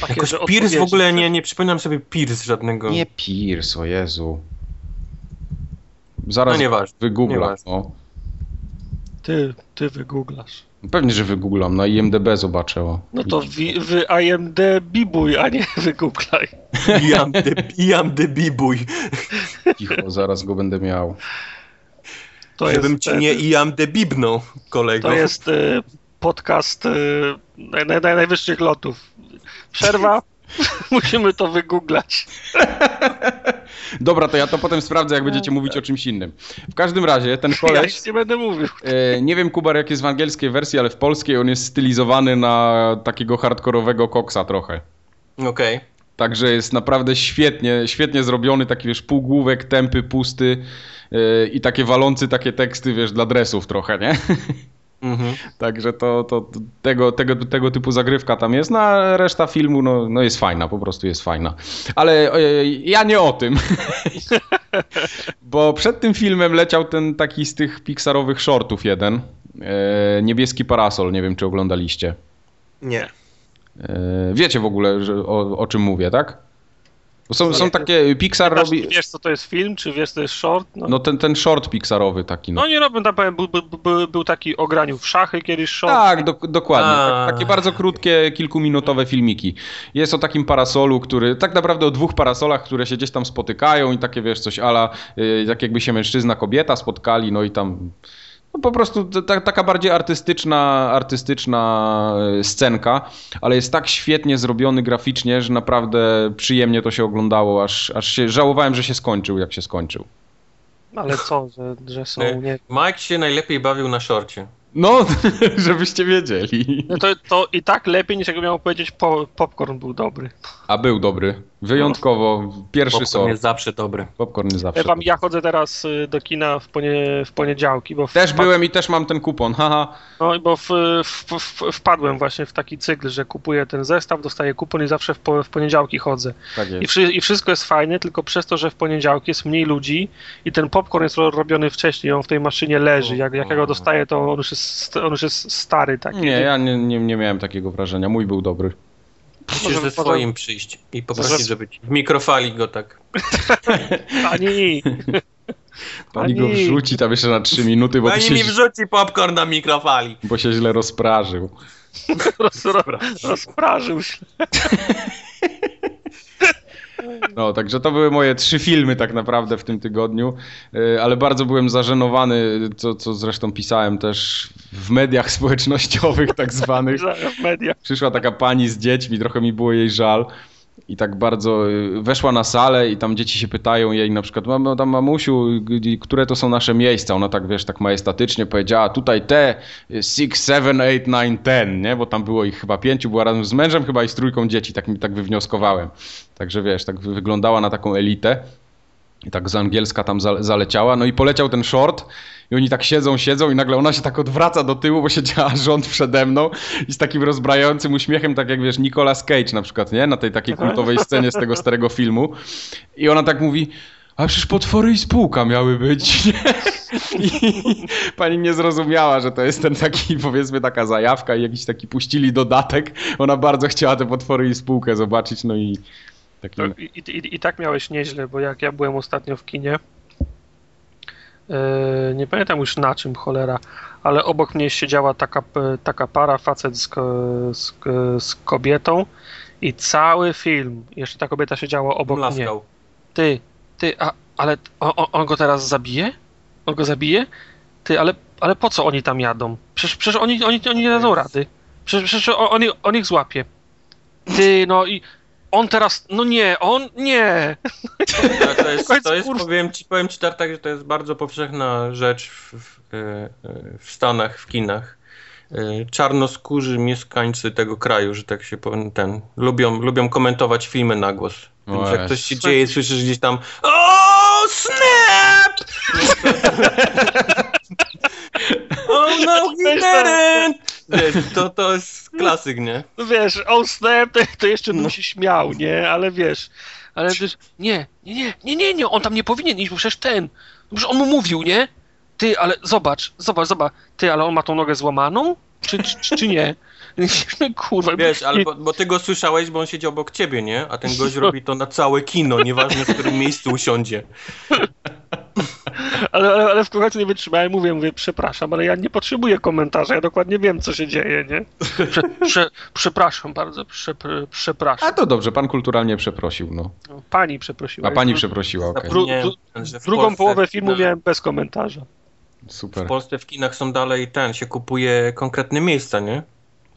Takie,
Jakoś
że
Pierce w
odpowiedzi.
ogóle nie, nie przypominam sobie Pierce żadnego.
Nie Pierce, o Jezu. Zaraz
No nieważne,
wygooglam.
nieważne.
No.
Ty, ty wygooglasz.
Pewnie, że wygooglam. no, Na IMDB zobaczę. O.
No to wi, wy IMDB buj, a nie wygooglaj.
Pijam de, pijam de bibuj.
Cicho, zaraz go będę miał.
To
Żebym
jest, e,
ci nie ijam de bibnął, kolego.
To jest e, podcast e, naj, naj, najwyższych lotów. Przerwa. Musimy to wygooglać.
Dobra, to ja to potem sprawdzę, jak będziecie mówić o czymś innym. W każdym razie, ten
No Ja
koleś...
nic nie będę mówił.
E, Nie wiem, Kubar, jak jest w angielskiej wersji, ale w polskiej on jest stylizowany na takiego hardkorowego koksa trochę.
Okej.
Także jest naprawdę świetnie, świetnie zrobiony, taki wiesz, półgłówek, tępy, pusty e, i takie walący takie teksty, wiesz, dla dresów trochę, nie?
Mhm.
Także to, to to tego, tego, tego typu zagrywka tam jest, no a reszta filmu no, no jest fajna, po prostu jest fajna. Ale e, ja nie o tym. Bo przed tym filmem leciał ten taki z tych Pixarowych shortów jeden. E, niebieski parasol, nie wiem czy oglądaliście.
Nie.
E, wiecie w ogóle że, o, o czym mówię, tak? Bo są, są
Nie.
takie, Pixar
Znaczy,
robi,
Wiesz, co to jest film, czy wiesz, co to jest short? No, no.
no ten, ten short Pixarowy taki. No.
nie robię, tam powiem, był, był, był, był taki o graniu w szachy kiedyś short.
Tak, dok- dokładnie.
A.
Tak, takie bardzo krótkie, kilkuminutowe filmiki. Jest o takim parasolu, który, tak naprawdę o dwóch parasolach, które się gdzieś tam spotykają i takie, wiesz, coś ala, y, jak jakby się mężczyzna, kobieta spotkali, no i tam... No po prostu t- ta, taka bardziej artystyczna, artystyczna y, scenka, ale jest tak świetnie zrobiony graficznie, że naprawdę przyjemnie to się oglądało, aż, aż się żałowałem, że się skończył, jak się skończył.
Ale co, że, że są, nie
Mike się najlepiej bawił na szorcie.
No, żebyście wiedzieli.
No to, to i tak lepiej niż jakby miał powiedzieć po, popcorn był dobry.
A był dobry. Wyjątkowo. Pierwszy
Popcorn
sort.
jest zawsze dobry.
Popcorn jest zawsze.
Ja, wam,
dobry.
ja chodzę teraz y, do kina w, ponie, w poniedziałki, bo, w,
Też byłem i też mam ten kupon. Haha.
no, bo w, w, w, wpadłem właśnie w taki cykl, że kupuję ten zestaw, dostaję kupon i zawsze w, po, w poniedziałki chodzę.
Tak
I,
jest.
wszy, I wszystko jest fajne, tylko przez to, że w poniedziałki jest mniej ludzi i ten popcorn jest ro- robiony wcześniej, on w tej maszynie leży. Jak, jak ja go dostaję, to on już jest, st- on już jest stary taki.
Nie, ja nie, nie, nie miałem takiego wrażenia. Mój był dobry.
Musisz
Możemy
ze
potem-
swoim przyjść i poprosić,
Zaraz-
żeby ci w mikrofali go tak.
Ani,
Pani go
Ani.
wrzuci tam jeszcze na 3 minuty, bo,
Pani
się,
mi wrzuci popcorn na mikrofali.
bo się źle rozprażył.
roz, roz, rozprażył się.
No, także to były moje trzy filmy tak naprawdę w tym tygodniu, E, ale bardzo byłem zażenowany, co, co zresztą pisałem też w mediach społecznościowych tak zwanych.
w mediach.
Przyszła taka pani z dziećmi, trochę mi było jej żal. I tak bardzo y, weszła na salę i tam dzieci się pytają jej na przykład, mam tam mamusiu, g- które to są nasze miejsca? Ona tak, wiesz, tak majestatycznie powiedziała, tutaj te y, 6, 7, 8, 9, 10, nie? Bo tam było ich chyba pięciu, była razem z mężem chyba i z trójką dzieci, tak mi tak wywnioskowałem. Także wiesz, tak wy- wyglądała na taką elitę. I tak z angielska tam za- zaleciała, no i poleciał ten short i oni tak siedzą, siedzą i nagle ona się tak odwraca do tyłu, bo siedziała rząd przede mną i z takim rozbrajającym uśmiechem, tak jak wiesz, Nicolas Cage na przykład, nie? Na tej takiej kultowej scenie z tego starego filmu. I ona tak mówi, a przecież potwory i spółka miały być, nie? I pani nie zrozumiała, że to jest ten taki, powiedzmy, taka zajawka i jakiś taki puścili dodatek. Ona bardzo chciała te potwory i spółkę zobaczyć, no i... Taki...
I, i, i, I tak miałeś nieźle, bo jak ja byłem ostatnio w kinie, yy, nie pamiętam już na czym cholera, ale obok mnie siedziała taka, p- taka para, facet z, ko- z, k- z kobietą i cały film, jeszcze ta kobieta siedziała obok mnie.
Mlaskał.
Ty, ty, a, ale on, on go teraz zabije? On go zabije? Ty, ale, ale po co oni tam jadą? Przecież, przecież oni, oni, oni nie dadzą rady. Przecież, przecież on, on, ich- on ich złapie. Ty, no i on teraz, no nie, on nie.
No, To, to jest,
końcu
to jest
kurs-
powiem, ci, powiem ci Tartak, że to jest bardzo powszechna rzecz w, w, e, e, w Stanach, w kinach. E, Czarnoskórzy mieszkańcy tego kraju, że tak się powiem, ten, lubią, lubią komentować filmy na głos. Więc
Ojej.
jak coś się dzieje, słyszysz gdzieś tam O snap! oh no, he didn't! Wiesz, To, to jest klasyk, nie?
No Wiesz, on snap, to, to jeszcze bym się śmiał, nie, ale wiesz, ale wiesz, nie, nie, nie, nie, nie, nie, on tam nie powinien iść, bo przecież ten, no przecież on mu mówił, nie? ty, ale zobacz, zobacz, zobacz, ty, ale on ma tą nogę złamaną? Czy, czy, czy nie? No kurwa.
Wiesz, ale bo, bo ty go słyszałeś, bo on siedział obok ciebie, nie? A ten gość robi to na całe kino, nieważne w którym miejscu usiądzie.
Ale, ale, ale w końcu nie wytrzymałem, mówię, mówię, przepraszam, ale ja nie potrzebuję komentarza, ja dokładnie wiem, co się dzieje, nie? Prze, prze, przepraszam bardzo, prze, prze- przepraszam.
A to dobrze, pan kulturalnie przeprosił, no.
Pani przeprosiła.
A pani przeprosiła, okej.
Dru-
Nie,
dru-
że w
Drugą
Polsce
połowę
w
filmu
kinach-
miałem bez komentarza.
Super.
W Polsce w kinach są dalej ten, się kupuje konkretne miejsca, nie?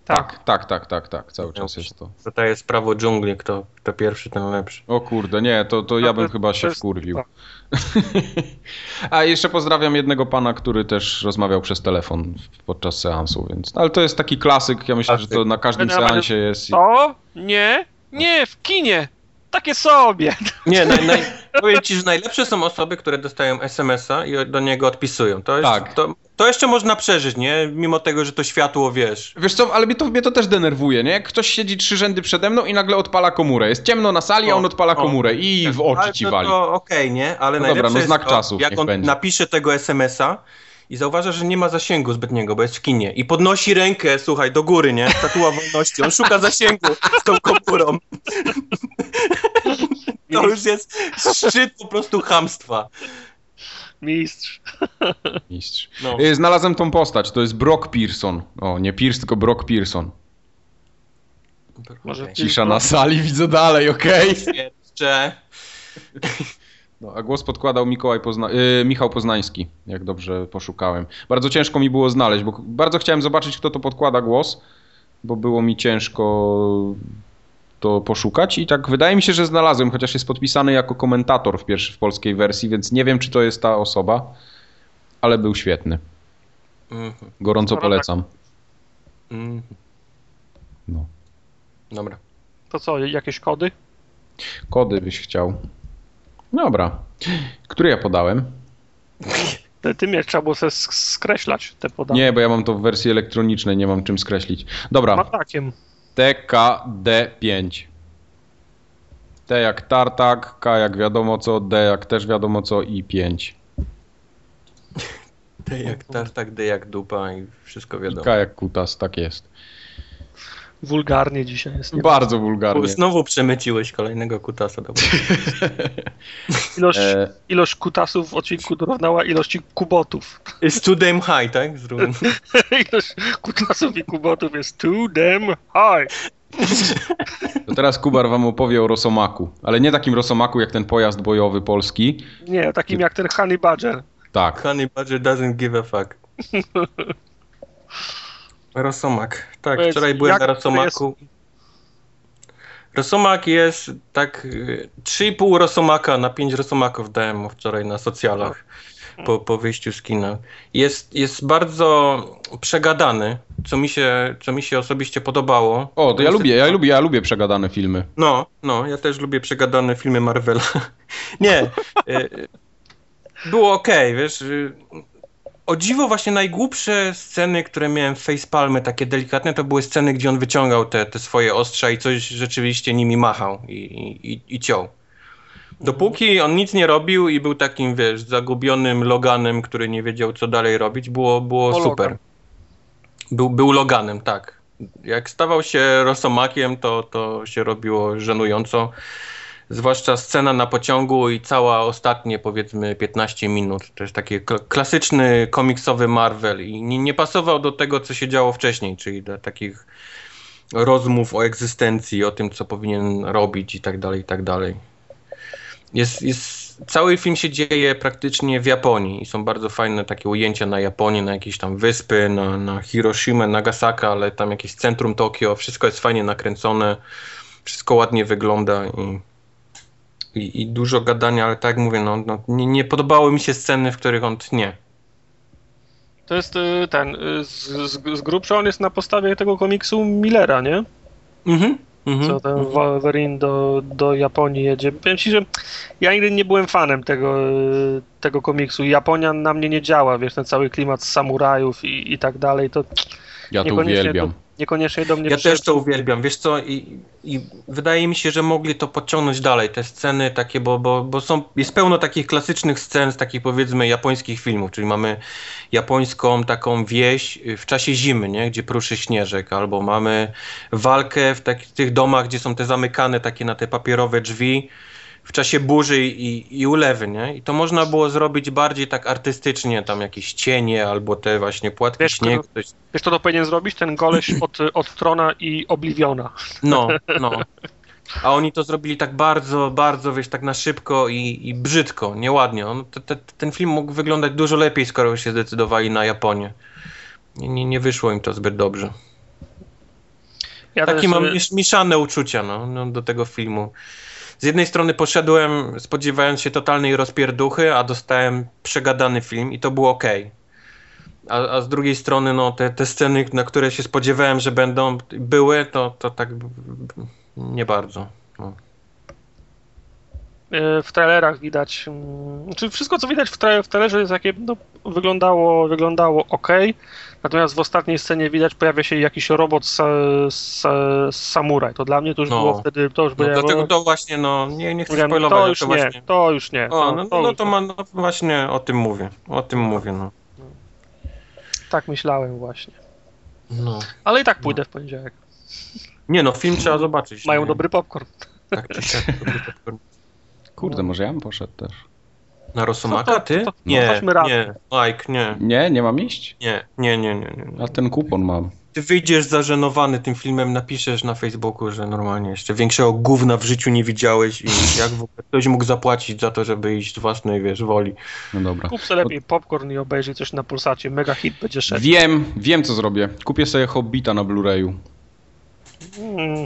Tak, tak, tak, tak, tak, cały czas jest to.
Zadaje prawo dżungli, kto, kto pierwszy, ten lepszy.
O kurde, nie, to, to ja bym
to-
chyba się
to jest-
wkurwił.
tak.
A jeszcze pozdrawiam jednego pana, który też rozmawiał przez telefon podczas seansu, więc. Ale to jest taki klasyk, ja myślę, że to na każdym
Będę
seansie jest. i-
To? Nie? Nie, w kinie! Takie sobie!
Nie, naj, naj, powiem ci, że najlepsze są osoby, które dostają SMS-a i do niego odpisują. To, jeszcze,
Tak.
to, to jeszcze można przeżyć, nie? Mimo tego, że to światło, wiesz.
Wiesz co, ale mnie to, mnie to też denerwuje, nie? Jak ktoś siedzi trzy rzędy przede mną i nagle odpala komórę. Jest ciemno na sali, a on
O,
odpala
o.
komórę i w
Ale
oczy ci
to-
wali.
To okej, nie? Ale
No
najlepsze
dobra, no
jest
znak
to,
czasów niech
jak on
będzie.
napisze tego SMS-a i zauważa, że nie ma zasięgu zbytniego, bo jest w kinie. I podnosi rękę, słuchaj, do góry, nie? Statua wolności. On szuka zasięgu z tą komórą. To już jest szczyt po prostu chamstwa.
Mistrz.
Mistrz.
No.
Y, Znalazłem tą postać, to jest Brock Pearson. O, nie Pierce, tylko Brock Pearson.
Może
Okej.
Cisza na sali, widzę dalej, okej.
Jeszcze.
No, a głos podkładał Mikołaj Pozna- y, Michał Poznański, jak dobrze poszukałem. Bardzo ciężko mi było znaleźć, bo k- bardzo chciałem zobaczyć, kto to podkłada głos, bo było mi ciężko to poszukać i tak wydaje mi się, że znalazłem, chociaż jest podpisany jako komentator w, pierwszy, w polskiej wersji, więc nie wiem, czy to jest ta osoba, ale był świetny.
Mhm.
Gorąco
Skoro tak-
polecam.
Mhm.
No.
Dobra.
To co, jakieś kody?
Kody byś chciał. Dobra. Który ja podałem?
Ty- Tym jak trzeba było se sk- skreślać te podane.
Nie, bo ja mam to w wersji elektronicznej, nie mam czym skreślić. Dobra.
Matakiem.
TKD5. T jak tartak, K jak wiadomo co, D jak też wiadomo co i 5.
D jak tartak, D tak, jak dupa i wszystko
I
wiadomo.
K jak kutas, tak jest.
Wulgarnie dzisiaj jest. Nie?
Bardzo
Bo
wulgarnie.
Znowu przemyciłeś kolejnego kutasa. Dobra.
Ilość,
E,
ilość kutasów w odcinku dorównała ilości kubotów.
It's too damn high, tak? Zrób.
ilość kutasów i kubotów jest too damn high.
to teraz Kubar wam opowie o Rosomaku, ale nie takim Rosomaku jak ten pojazd bojowy polski.
Nie, takim jak ten Honey Badger.
Tak.
Honey Badger doesn't give a fuck. Rosomak. Tak,
Powiedz,
wczoraj byłem
jak
na
to
Rosomaku. Rosomak jest tak y, 3,5 Rosomaka na 5 Rosomaków dałem mu wczoraj na socjalach po, po wyjściu z kina. Jest, jest bardzo przegadany, co mi, się, co mi się osobiście podobało.
O, to ja lubię, ja lubię, ja lubię przegadane filmy.
No, no, ja też lubię przegadane filmy Marvela. Nie. y, Było okej, wiesz. y, O dziwo właśnie najgłupsze sceny, które miałem w Facepalmy, takie delikatne, to były sceny, gdzie on wyciągał te, te swoje ostrza i coś rzeczywiście nimi machał i, i, i- i ciął. Dopóki on nic nie robił i był takim, wiesz, zagubionym Loganem, który nie wiedział, co dalej robić, było,
O,
było super.
Logan.
Był, był Loganem, tak. Jak stawał się rosomakiem, to, to się robiło żenująco. Zwłaszcza scena na pociągu i cała ostatnie, powiedzmy, 15 minut. To jest taki kl- klasyczny komiksowy Marvel i nie, nie pasował do tego, co się działo wcześniej, czyli do takich rozmów o egzystencji, o tym, co powinien robić i tak dalej, i tak dalej. Jest, jest, cały film się dzieje praktycznie w Japonii i są bardzo fajne takie ujęcia na Japonię, na jakieś tam wyspy, na, na Hiroshima, Nagasaka, ale tam jakieś centrum Tokio, wszystko jest fajnie nakręcone, wszystko ładnie wygląda i, i, i dużo gadania, ale tak jak mówię, no, no, nie, nie podobały mi się sceny, w których on tnie.
To jest y, ten, y, z, z, z grubsza on jest na podstawie tego komiksu Millera, nie?
Mhm, mhm.
co ten Wolverine do, do Japonii jedzie. Powiem ci, że ja nigdy nie byłem fanem tego, e, tego komiksu. Japonia na mnie nie działa, wiesz, ten cały klimat samurajów i, i tak dalej, to
Ja to
Niekoniecznie
uwielbiam.
Do, niekoniecznie do mnie
Ja
przyszedł.
też to uwielbiam, wiesz co, i, i wydaje mi się, że mogli to podciągnąć dalej, te sceny takie, bo, bo, bo są, jest pełno takich klasycznych scen z takich powiedzmy japońskich filmów, czyli mamy japońską taką wieś y, w czasie zimy, nie? gdzie pruszy śnieżek, albo mamy walkę w tak, tych domach, gdzie są te zamykane takie na te papierowe drzwi w czasie burzy i, i ulewy, nie? I to można było zrobić bardziej tak artystycznie, tam jakieś cienie albo te właśnie płatki
Wiesz,
śniegu, coś
Wiesz, kto to powinien zrobić? Ten goleś od, od Trona i Obliviona.
No, no. A oni to zrobili tak bardzo, bardzo, wiesz, tak na szybko i, i brzydko, nieładnie. On, te, te, ten film mógł wyglądać dużo lepiej, skoro się zdecydowali na Japonię. Nie, nie, nie wyszło im to zbyt dobrze.
Ja
Takie
też,
mam
y,
miesz, mieszane uczucia no, no, do tego filmu. Z jednej strony poszedłem spodziewając się totalnej rozpierduchy, a dostałem przegadany film i to było ok. A, a z drugiej strony no, te, te sceny, na które się spodziewałem, że będą były, to, to tak b- b- nie bardzo.
E, w trailerach widać. mm, Znaczy wszystko, co widać w, tra- w trailerze, jest takie, no, wyglądało, wyglądało ok. Natomiast w ostatniej scenie widać, pojawia się jakiś robot sa, sa, samuraj. To dla mnie to już
No.
było wtedy. To już
No,
było.
dlatego to właśnie, no nie, nie chcę
Mówiłem,
spoilować,
to
ale
już
to
nie,
właśnie.
to już nie.
O, no, no,
już
to
nie.
ma, no właśnie o tym mówię. O tym mówię, no.
Tak myślałem właśnie.
no.
Ale i tak pójdę w poniedziałek.
Nie no, film trzeba zobaczyć.
Mają
nie?
dobry popcorn.
Tak, czy siak, dobry popcorn.
Kurde, może ja bym poszedł też.
Na Rosomaka, ty?
No to- to
Nie,
chodźmy razem.
nie, Mike, nie,
Nie, nie mam iść?
nie, nie, nie, nie, nie.
A ten kupon mam.
Ty wyjdziesz zażenowany tym filmem, napiszesz na Facebooku, że normalnie jeszcze większego gówna w życiu nie widziałeś i jak w ogóle ktoś mógł zapłacić za to, żeby iść z własnej, wiesz, woli.
No dobra.
Kup sobie lepiej popcorn i obejrzyj coś na pulsacie. Mega hit będzie szedł.
Wiem, wiem co zrobię. Kupię sobie Hobbita na Blu-rayu.
Mm,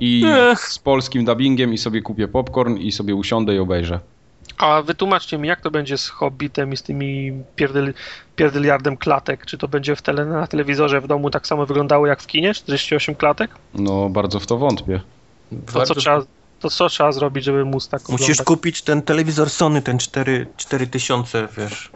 I
Ech.
z polskim dubbingiem i sobie kupię popcorn i sobie usiądę i obejrzę.
A wytłumaczcie mi, jak to będzie z Hobbitem i z tymi pierdyl, pierdyliardem klatek? Czy to będzie w tele, na telewizorze w domu tak samo wyglądało jak w kinie? 48 klatek?
No, bardzo w to wątpię.
To co, trzeba, to co trzeba zrobić, żeby móc tak
Musisz
oglądać?
kupić ten telewizor Sony, ten 4 4000, wiesz.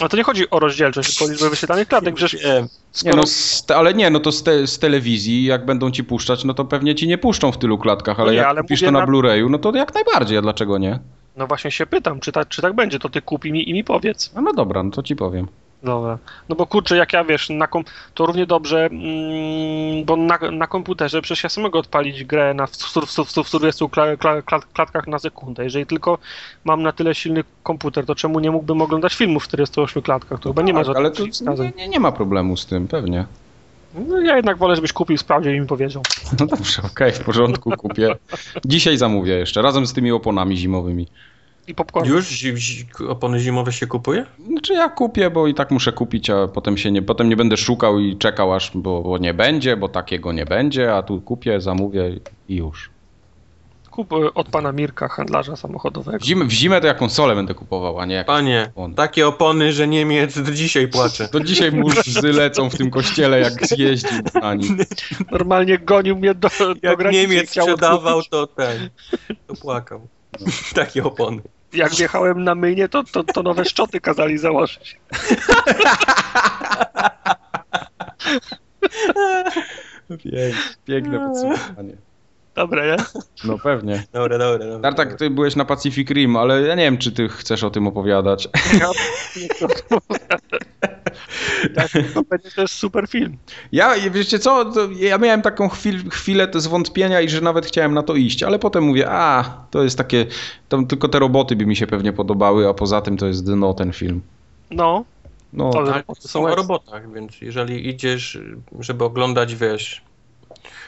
No to nie chodzi o rozdzielczość, tylko o liczbę wyświetlanych klatek. Przecież
Wiem.
Nie,
skoro
no, z, ale nie, no to z, te, z telewizji, jak będą ci puszczać, no to pewnie ci nie puszczą w tylu klatkach, ale
No nie,
jak
ale
kupisz
mówię
to na,
na-
Blu-rayu, no to jak najbardziej, a dlaczego nie?
No właśnie się pytam, czy, ta, czy tak będzie, to ty kup i mi, i mi powiedz.
No, no dobra, no to ci powiem.
Dobra. No bo kurczę, jak ja wiesz, na kom- to równie dobrze, mm, bo na, na komputerze przecież ja sam mogę odpalić grę na w, stu- w, stu- w, stu- w 40 kla, kla, kla, klatkach na sekundę. Jeżeli tylko mam na tyle silny komputer, to czemu nie mógłbym oglądać filmów w 48 klatkach? To chyba nie ma
tak, ale
żadnych
to nie,
wskazań.
nie, nie ma problemu z tym, pewnie.
No ja jednak wolę, żebyś kupił, sprawdził i mi powiedział.
No dobrze, okej, w porządku, kupię. Dzisiaj zamówię jeszcze, razem z tymi oponami zimowymi.
I popcorn.
Już zi- zi- opony zimowe się kupuje?
Znaczy ja kupię, bo i tak muszę kupić, a potem się nie, potem nie będę szukał i czekał aż, bo, bo nie będzie, bo takiego nie będzie, a tu kupię, zamówię i już.
Kup y, od pana Mirka, handlarza samochodowego.
W zimę, w zimę to ja konsolę będę kupował, a nie jak...
Panie,
On.
takie opony, że Niemiec do dzisiaj płacze.
To dzisiaj mu łzy lecą w tym kościele, jak zjeździł ani.
Normalnie gonił mnie do, do
Jak
granicy. i
Niemiec
chciał
sprzedawał,
odkupić.
to ten, to płakał. Takie opony.
Jak wjechałem na mynie, to, to, to nowe szczoty kazali założyć.
Piękne podsumowanie.
Dobre, nie?
No pewnie.
Dobra, dobra, dobra.
Tartak, ty byłeś na Pacific Rim, ale ja nie wiem, czy ty chcesz o tym opowiadać.
Ja, tak, to będzie też super film.
Ja, wiecie co, to ja miałem taką chwil, chwilę te zwątpienia i że nawet chciałem na to iść, ale potem mówię, a, to jest takie, tam tylko te roboty by mi się pewnie podobały, a poza tym to jest dno ten film.
No,
No,
to
Ale
roboty
są o
ekstra.
robotach, więc jeżeli idziesz, żeby oglądać, wiesz,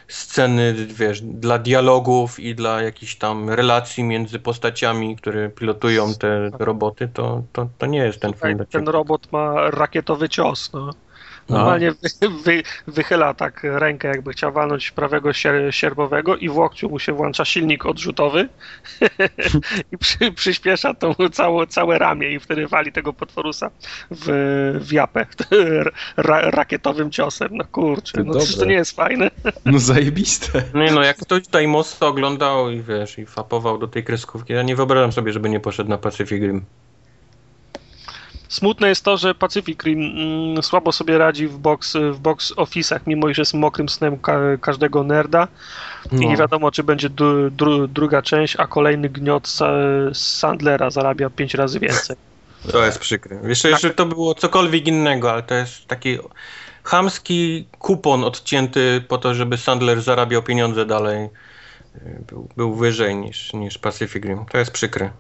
sceny, wiesz, dla dialogów i dla jakichś tam relacji między postaciami, które pilotują te roboty, to, to, to nie jest ten
Słuchaj,
film. No. dla
Tak, Ten
ciebie.
robot ma rakietowy cios. No. Normalnie wy, wy, wychyla tak rękę, jakby chciał walnąć prawego sier, sierpowego i w łokciu mu się włącza silnik odrzutowy i przy, przyspiesza tą całe, całe ramię i wtedy wali tego potworusa w, w japę ra, rakietowym ciosem. No kurczę, no przecież to
Dobre.
nie jest fajne.
no zajebiste.
Nie no, jak ktoś tutaj mocno oglądał i wiesz, i fapował do tej kreskówki, ja nie wyobrażam sobie, żeby nie poszedł na Pacific Rim.
Smutne jest to, że Pacific Rim mm, słabo sobie radzi w box, w box office'ach, mimo iż jest mokrym snem ka każdego nerda. I
No.
nie wiadomo, czy będzie dru dru druga część, a kolejny gniot sa Sandlera zarabia 5 razy więcej.
To jest przykre. Wiesz, jeszcze to było cokolwiek innego, ale to jest taki chamski kupon odcięty po to, żeby Sandler zarabiał pieniądze dalej. Był, był wyżej niż, niż Pacific Rim. To jest przykre.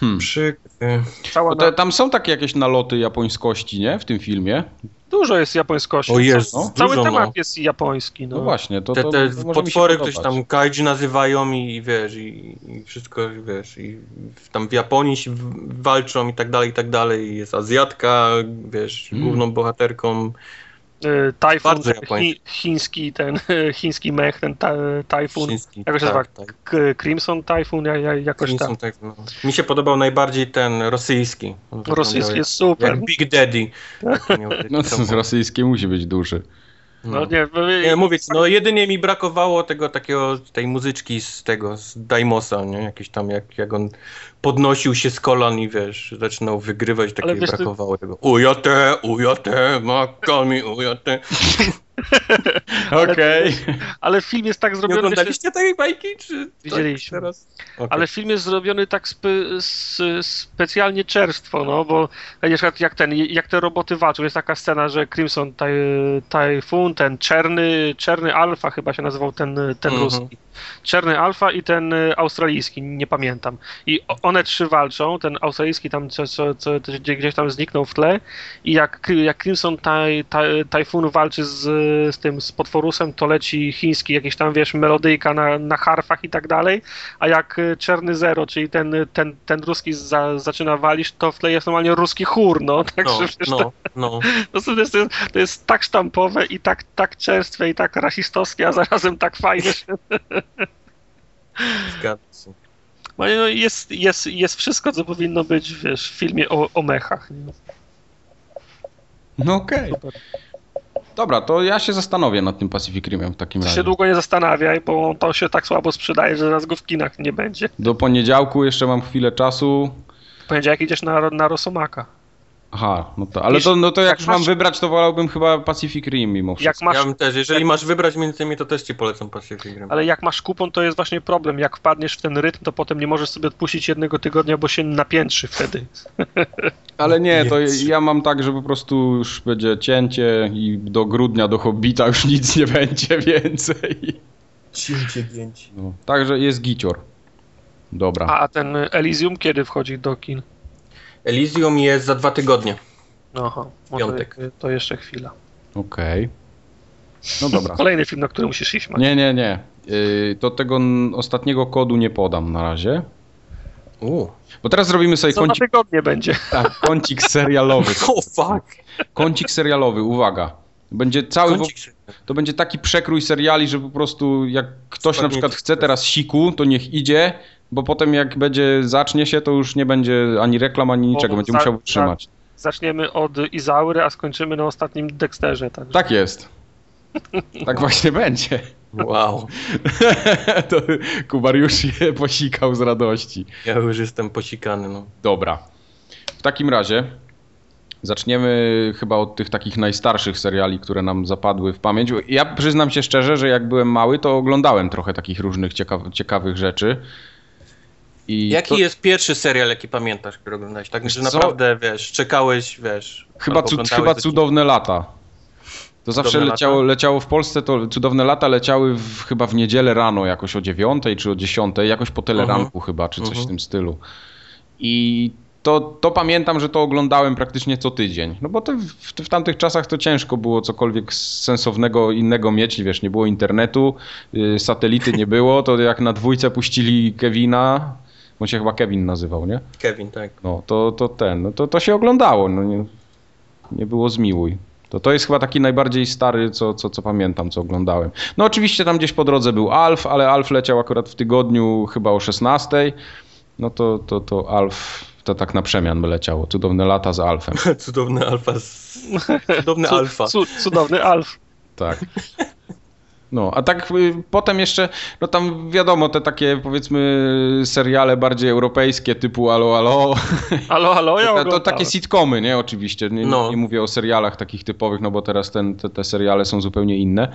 Hmm.
Przykre.
Cała
Bo
na...
te, tam są takie jakieś naloty japońskości, nie? W tym filmie.
Dużo jest japońskości.
O Jezu,
Ca- Cały
dużo,
temat
no.
jest japoński.
No,
No.
właśnie, to,
Te,
to
te
może mi się
potwory ktoś
podobać.
tam kaiju nazywają i, i wiesz, i, i wszystko, wiesz, i w- tam w Japonii się w- walczą i tak dalej, i tak dalej. I Jest Azjatka, wiesz,
Mm.
główną bohaterką.
Y, Tajfun,
Bardzo
chi,
japoński.
chiński ten, chiński mech, ten ta, tajfun,
Chiński,
jakoś nazywa?
tak.
K- Crimson Typhoon, ja, ja, jakoś
Oni
tam.
są tak no. Mi się podobał najbardziej ten rosyjski. On wyglądał
Rosyjski
jak-
jest super.
Jak Big Daddy. Tak, miał
No
taki
to rosyjskie musi być duży.
No nie, y,
Nie, mówię ci, no jedynie mi brakowało tego takiego, tej muzyczki z tego, z Daimosa, nie? Jakiś tam, jak, jak on podnosił się z kolan i wiesz, zaczynał wygrywać,
Ale
takiej
wiesz, ty-
brakowało tego. Ujate, ujate, makami, ujate.
Okej.
ale film jest tak
Nie
zrobiony, że,
oglądaliście tej bajki, czy tak
Widzieliśmy.
teraz? Okej.
ale film jest zrobiony tak spe, s, specjalnie czerstwo, no, bo na przykład jak ten, jak te roboty walczą, jest taka scena, że Crimson Ty, Typhoon, ten czerny, czerny alfa chyba się nazywał ten, ten
Mhm.
ruski, czerny alfa i ten y, australijski, nie pamiętam. I o- one trzy walczą, ten australijski tam co, co, co, gdzie- gdzieś tam zniknął w tle i jak, Kry- jak Crimson taj, taj, Typhoon walczy z, z tym, z potworusem, to leci chiński, jakieś tam, wiesz, melodyjka na, na harfach i tak dalej, a jak y, Czerny Zero, czyli ten, ten, ten ruski za, zaczyna walić, to w tle jest normalnie ruski chór, no, także
No,
wiesz,
no, no.
To, to, jest, to jest tak sztampowe i tak, tak czerstwe i tak rasistowskie, a zarazem tak fajne, że
zgadzam się.
No, nie, no jest, jest, jest wszystko, co powinno być wiesz, w filmie o, o mechach. Nie?
No okej.
Super.
Dobra, to ja się zastanowię nad tym Pacific Rimem w takim
Ty
razie.
się długo nie zastanawiaj, bo to się tak słabo sprzedaje, że zaraz go w kinach nie będzie.
Do poniedziałku jeszcze mam chwilę czasu.
W poniedziałek idziesz na, na Rosomaka.
Aha, no to, ale
Wiesz,
to, no to
jak
jak już mam
masz-
wybrać, to wolałbym chyba Pacific Rim mimo wszystko.
Jak masz,
Ja bym też, jeżeli masz wybrać między nimi, to też ci polecam Pacific Rim.
ale jak masz kupon, to jest właśnie problem. Jak wpadniesz w ten rytm, to potem nie możesz sobie odpuścić jednego tygodnia, bo się napiętrzy wtedy.
Ale nie, to
Jest.
ja mam tak, że po prostu już będzie cięcie i do grudnia, do Hobbita już nic nie będzie więcej.
Cięcie, gięci.
No, także jest gicior. Dobra.
A ten Elysium kiedy wchodzi do kin?
Elysium jest za dwa tygodnie.
No, Aha, może
Piątek.
To jeszcze chwila.
Okej. No dobra.
Kolejny film, na który musisz iść. Maciek.
Nie, nie, nie. Yy, to tego n- ostatniego kodu nie podam na razie.
Uuu.
Bo teraz zrobimy sobie
Co na
kącik,
tygodnie będzie.
tak, kącik serialowy.
Oh fuck.
Kącik serialowy, uwaga. Będzie cały, wo-
Kącik się-
to będzie taki przekrój seriali, że po prostu jak ktoś na
Spadnie
przykład
ci-
chce teraz siku, to niech idzie, bo potem jak będzie zacznie się, to już nie będzie ani reklam, ani niczego, będzie
za-
musiał
za-
wytrzymać.
Zaczniemy od Izaury, a skończymy na ostatnim Dexterze. Także.
Tak jest. Tak właśnie będzie.
Wow.
to Kubar już się posikał z radości.
Ja już jestem posikany, no.
Dobra. W takim razie zaczniemy chyba od tych takich najstarszych seriali, które nam zapadły w pamięć. Ja przyznam się szczerze, że jak byłem mały, to oglądałem trochę takich różnych ciekaw- ciekawych rzeczy. I
Jaki
to
jest pierwszy serial, jaki pamiętasz, który oglądałeś? Tak, że
Wiesz co?
naprawdę, wiesz, czekałeś, wiesz...
chyba,
albo
cu-
oglądałeś
chyba
taki-
cudowne lata. To zawsze
Cudowne
leciało,
lata?
leciało w Polsce, to cudowne lata leciały w, chyba w niedzielę rano, jakoś o dziewiątej czy o dziesiątej, jakoś po teleranku chyba, czy coś
Mhm.
w tym stylu. I to, to pamiętam, że to oglądałem praktycznie co tydzień. No bo to w, w, w tamtych czasach to ciężko było cokolwiek sensownego innego mieć, wiesz, nie było internetu, yy, satelity nie było, to jak na dwójce puścili Kevina, on się chyba Kevin nazywał, nie?
Kevin, tak.
No, to, to ten, no to, to się oglądało, no nie, nie było zmiłuj. To, to jest chyba taki najbardziej stary, co, co, co pamiętam, co oglądałem. No oczywiście tam gdzieś po drodze był Alf, ale Alf leciał akurat w tygodniu chyba o 16. No to, to, to Alf, to tak na przemian by leciało. Cudowne lata z Alfem,
Cudowny alfa. z- Cudowny alfa.
Cu- cudowny Alf.
tak. No, a tak y, potem jeszcze, no tam wiadomo, te takie powiedzmy seriale bardziej europejskie typu Alo Alo,
Alo, alo, ja
to, to
oglądałem.
takie sitcomy, nie? Oczywiście, nie,
No.
nie mówię o serialach takich typowych, no bo teraz ten, te, te seriale są zupełnie inne.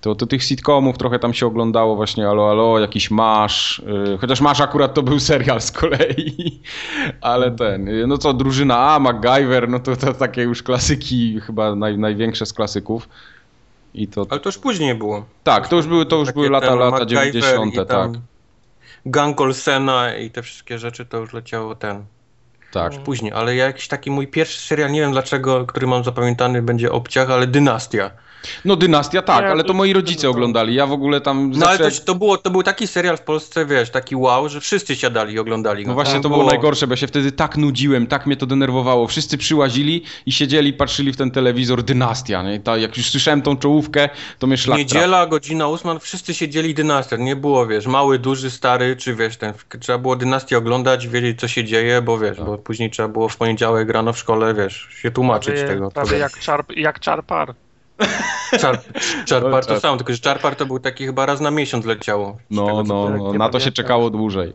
To, to tych sitcomów trochę tam się oglądało właśnie Alo Alo, jakiś Masz, yy, chociaż Masz akurat to był serial z kolei, ale ten, yy, no co, Drużyna A, MacGyver, no to, to takie już klasyki, chyba naj, największe z klasyków. I to,
Ale to już później było.
tak, to już były, to już
Takie
były lata,
ten
lata
MacGyver i
90. tak,
tam Gang Olsena i te wszystkie rzeczy to już leciało ten.
tak.
Później, ale ja jakiś taki mój pierwszy serial, nie wiem dlaczego, który mam zapamiętany, będzie obciach, ale Dynastia.
No Dynastia, tak,
Nie,
ale to
to-
moi rodzice oglądali, ja w ogóle tam
No ale to, to, było, to był taki serial w Polsce, wiesz, taki wow, że wszyscy siadali i oglądali go. Tak
No właśnie,
Tam
to było najgorsze, bo ja się wtedy tak nudziłem, tak mnie to denerwowało. Wszyscy przyłazili i siedzieli, patrzyli w ten telewizor Dynastia. Nie? Ta, jak już słyszałem tą czołówkę, to mnie szlak trafił.
Niedziela, godzina ósma, no wszyscy siedzieli dynastią. Nie było, wiesz, mały, duży, stary, czy wiesz, ten. Trzeba było dynastię oglądać, wiedzieć, co się dzieje, bo wiesz, bo
Tak.
później trzeba było w poniedziałek rano w szkole, wiesz, się tłumaczyć
Prawie-
tego.
Prawie jak, czarp, jak czarpar.
Czar, czarpar to
Czarpar.
samo, tylko że czarpar to był taki chyba raz na miesiąc leciało. Z
tak. No,
tego, co
no,
tak,
no,
nie
na to się
pamiętam.
czekało dłużej.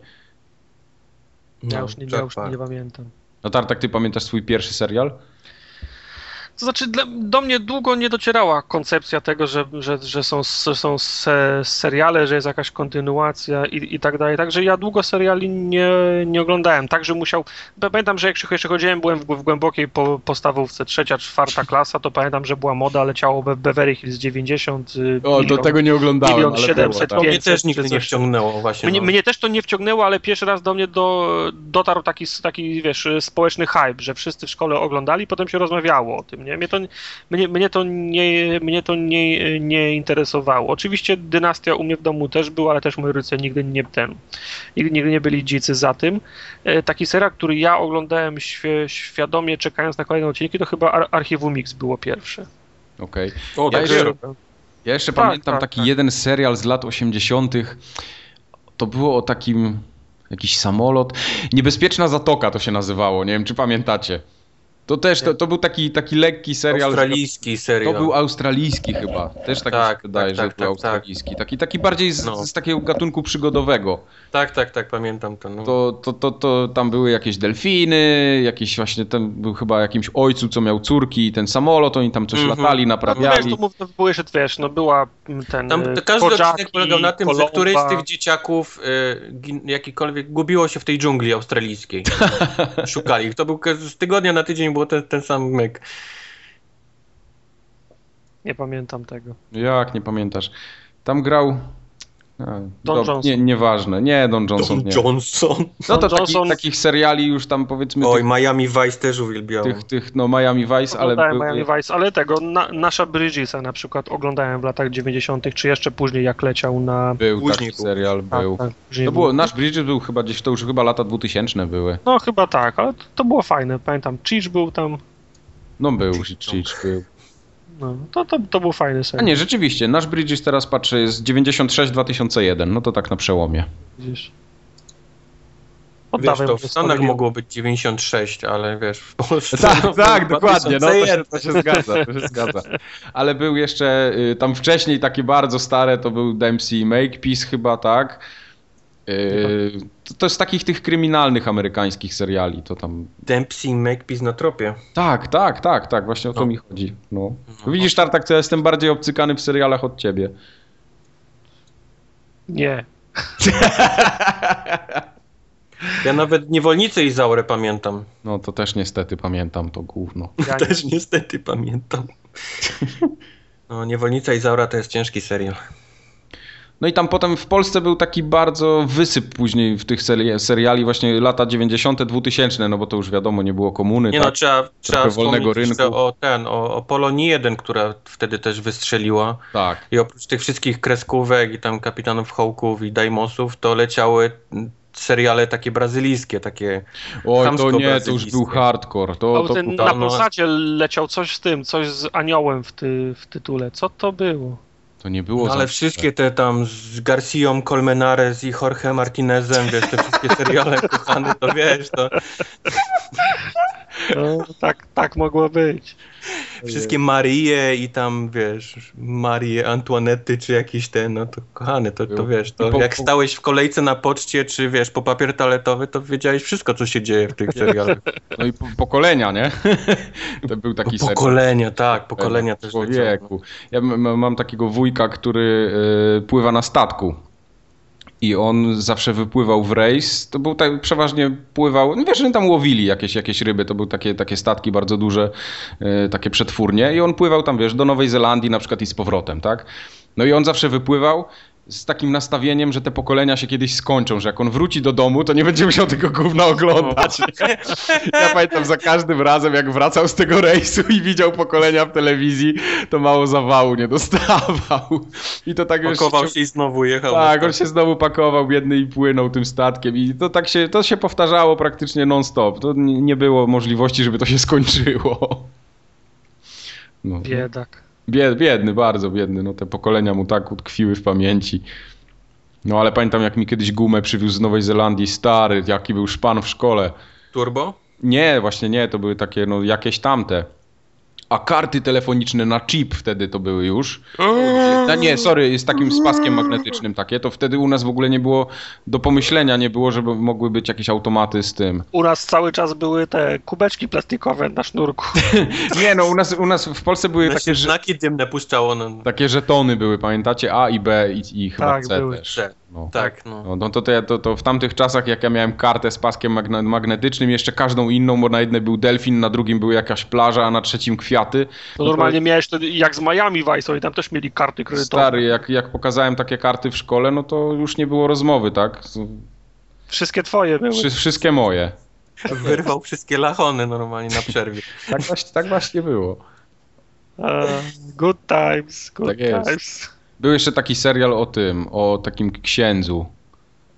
Ja
No,
już, nie, ja już
Czarpar.
nie pamiętam.
No Tartak, ty pamiętasz swój pierwszy serial?
To znaczy, dla, do mnie długo nie docierała koncepcja tego, że, że, że są, że są se, seriale, że jest jakaś kontynuacja i, i tak dalej. Także ja długo seriali nie, nie oglądałem. Także musiał. p- Pamiętam, że jak się jeszcze chodziłem, byłem w, w głębokiej po, podstawówce, trzecia, czwarta klasa, to pamiętam, że była moda, leciało Be- Beverly Hills 90. y,
O, do
milion.
tego nie oglądałem,
Milion
ale było,
siedemset
tak.
To mnie
500
też
czy
nigdy nie
coś.
wciągnęło właśnie.
Mnie,
no.
mnie też to nie wciągnęło, ale pierwszy raz do mnie do, dotarł taki, taki, wiesz, społeczny hype, że wszyscy w szkole oglądali, potem się rozmawiało o tym, nie? Mnie to, mnie, mnie to, nie, mnie to nie, nie interesowało. Oczywiście dynastia u mnie w domu też była, ale też moi rodzice nigdy nie ten, nigdy, nigdy nie byli dzicy za tym. E, Taki serial, który ja oglądałem świe, świadomie, czekając na kolejne odcinki, to chyba Ar- Archiwum Mix było pierwsze. no,
Okej.
O,
Ja
tak,
jeszcze-
że-
Ja jeszcze
Tak,
pamiętam
tak,
taki
tak.
jeden serial z lat 80. To było o takim. Jakiś samolot. Niebezpieczna Zatoka to się nazywało. Nie wiem, czy pamiętacie. To też, to, to był taki, taki lekki serial. że-
Australijski serial.
To był australijski chyba. Też tak,
Tak,
mi się wydaje,
tak,
że był
tak, tak,
australijski. Taki, taki bardziej z,
No.
z takiego gatunku przygodowego.
Tak, tak, tak, pamiętam to. No.
To, to, to, to tam były jakieś delfiny, jakieś właśnie ten był chyba jakimś ojcu, co miał córki i ten samolot, oni tam coś
Mhm.
latali,
no, Wiesz,
naprawiali.
tu mów- to było jeszcze, wiesz, no była mm, ten
Tam
e,
to każdy odcinek
Kodziaki,
polegał na tym, że
Kolumba.
któryś z tych dzieciaków y, gin- jakikolwiek gubiło się w tej dżungli australijskiej. Szukali ich. To był ka- z tygodnia na tydzień był ten, ten sam myk.
Nie pamiętam tego.
Jak nie pamiętasz? Tam grał. A,
Johnson.
nie, nieważne. Nie, Don Johnson.
Don
nie.
Johnson.
No to
Don
taki,
Johnson.
takich seriali już tam powiedzmy
Oj,
tych,
Miami Vice też uwielbiałem.
tych, tych, no Miami Vice, ale
Oglądałem
były-
tak, Miami Vice, ale tego, na, nasza Bridgesa na przykład oglądałem w latach 90., czy jeszcze później, jak leciał na.
był
Później
taki
był.
serial, był.
Tak, tak, później
To było, nasz Bridges był chyba gdzieś, to już chyba lata 2000 były.
No chyba tak, ale to, to było fajne. Pamiętam, Cheech był tam.
No był, Cheech był.
No, to, to, to był fajny
A
serial.
nie, rzeczywiście, nasz Bridges teraz patrzę jest 96-2001, no to tak na przełomie.
Widzisz.
Wiesz,
Oddawaj
to
mu
w Stanach
spodium.
mogło być 96, ale wiesz, w Polsce...
Tak, tak,
było
dokładnie, no to się,
2001.
to się zgadza, to się zgadza. Ale był jeszcze, y, tam wcześniej takie bardzo stare, to był Dempsey Makepeace chyba, tak? Y, to, to z takich tych kryminalnych amerykańskich seriali, to tam...
Dempsey Makepeace na tropie.
Tak, tak, tak, tak, właśnie o to
No.
mi chodzi. No.
No.
Widzisz, Tartak, to ja jestem bardziej obcykany w serialach od ciebie.
Nie.
Ja nawet Niewolnicę Izaurę pamiętam.
No to też niestety pamiętam to gówno.
Ja nie.
Też niestety pamiętam. No, Niewolnica Izaura to jest ciężki serial.
No i tam potem w Polsce był taki bardzo wysyp później w tych seri- seriali właśnie lata 90., 2000, no bo to już wiadomo, nie było komuny,
Nie no,
tak?
trzeba, trzeba
wolnego
wspomnieć jeszcze
rynku.
o ten, o, o Polonii 1, która wtedy też wystrzeliła.
tak.
I oprócz tych wszystkich kreskówek i tam Kapitanów Hołków i Dajmosów, to leciały mm, seriale takie brazylijskie, takie...
Oj, to
Chamsko
nie, to już
brazylijskie.
był hardcore. To,
O,
to
ten,
był
na
hard...
tam, no.
Polsacie leciał coś z tym, coś z aniołem w, ty, w tytule. Co to było?
To nie było. tak.
No, ale
za-
wszystkie te tam z Garcią Colmenares i Jorge Martinezem, wiesz, te wszystkie seriale kochane, to wiesz, to...
No, tak, tak mogło być.
Wszystkie Marie i tam, wiesz, Marie Antoinette czy jakieś te, no to kochany, to, to wiesz,
I
to
po-
jak
po-
stałeś w kolejce na poczcie, czy wiesz, po papier toaletowy, to wiedziałeś wszystko, co się dzieje w tych serialach.
No i po, pokolenia, nie? To był taki
No, Po-
serial.
Pokolenia, tak, pokolenia też leciały. no.
Człowieku. Ja m- m- mam takiego wujka, który y, pływa na statku. I on zawsze wypływał w rejs. To był tak przeważnie pływał. No wiesz, oni tam łowili jakieś, jakieś ryby. To były takie, takie statki bardzo duże, y, takie przetwórnie. I on pływał tam, wiesz, do Nowej Zelandii na przykład i z powrotem, tak? No i on zawsze wypływał z takim nastawieniem, że te pokolenia się kiedyś skończą, że jak on wróci do domu, to nie będzie musiał tego gówna oglądać.
No.
Ja pamiętam za każdym razem, jak wracał z tego rejsu i widział pokolenia w telewizji, to mało zawału nie dostawał. I to tak już...
Pakował się i znowu jechał.
Tak, on się znowu pakował biedny i płynął tym statkiem i to tak się, to się powtarzało praktycznie non-stop. To nie nie było możliwości, żeby to się skończyło. No.
Biedak.
Bied, biedny, bardzo biedny. No, te pokolenia mu tak utkwiły w pamięci. No ale pamiętam, jak mi kiedyś gumę przywiózł z Nowej Zelandii stary, jaki był szpan w szkole.
Turbo?
Nie, właśnie nie, to były takie, no jakieś tamte. A karty telefoniczne na chip wtedy to były już. No nie, sorry, z takim z paskiem magnetycznym takie. To wtedy u nas w ogóle nie było, do pomyślenia nie było, żeby mogły być jakieś automaty z tym.
U nas cały czas były te kubeczki plastikowe na sznurku.
Nie no, u nas, u nas w Polsce były
Takie
takie, Tak, że,
znaki dymne puszczało nam.
takie żetony były, pamiętacie? A i B i, i chyba
Tak,
C
były.
też.
Że,
No.
tak, no.
No, no to, to, ja, to, to w tamtych czasach, jak ja miałem kartę z paskiem magne- magnetycznym, jeszcze każdą inną, bo na jednej był delfin, na drugim była jakaś plaża, a na trzecim kwiaty.
To
No
normalnie miałeś to jak z Miami Vice, oni tam też mieli karty kredytowe.
Stary, jak, jak pokazałem takie karty w szkole, no to już nie było rozmowy, tak? Z-
Wszystkie twoje były.
Wszy, wszystkie moje.
Wyrwał wszystkie lachony normalnie na przerwie.
Tak właśnie, tak właśnie było.
E, good times, good
Tak jest.
times.
Był jeszcze taki serial o tym, o takim księdzu.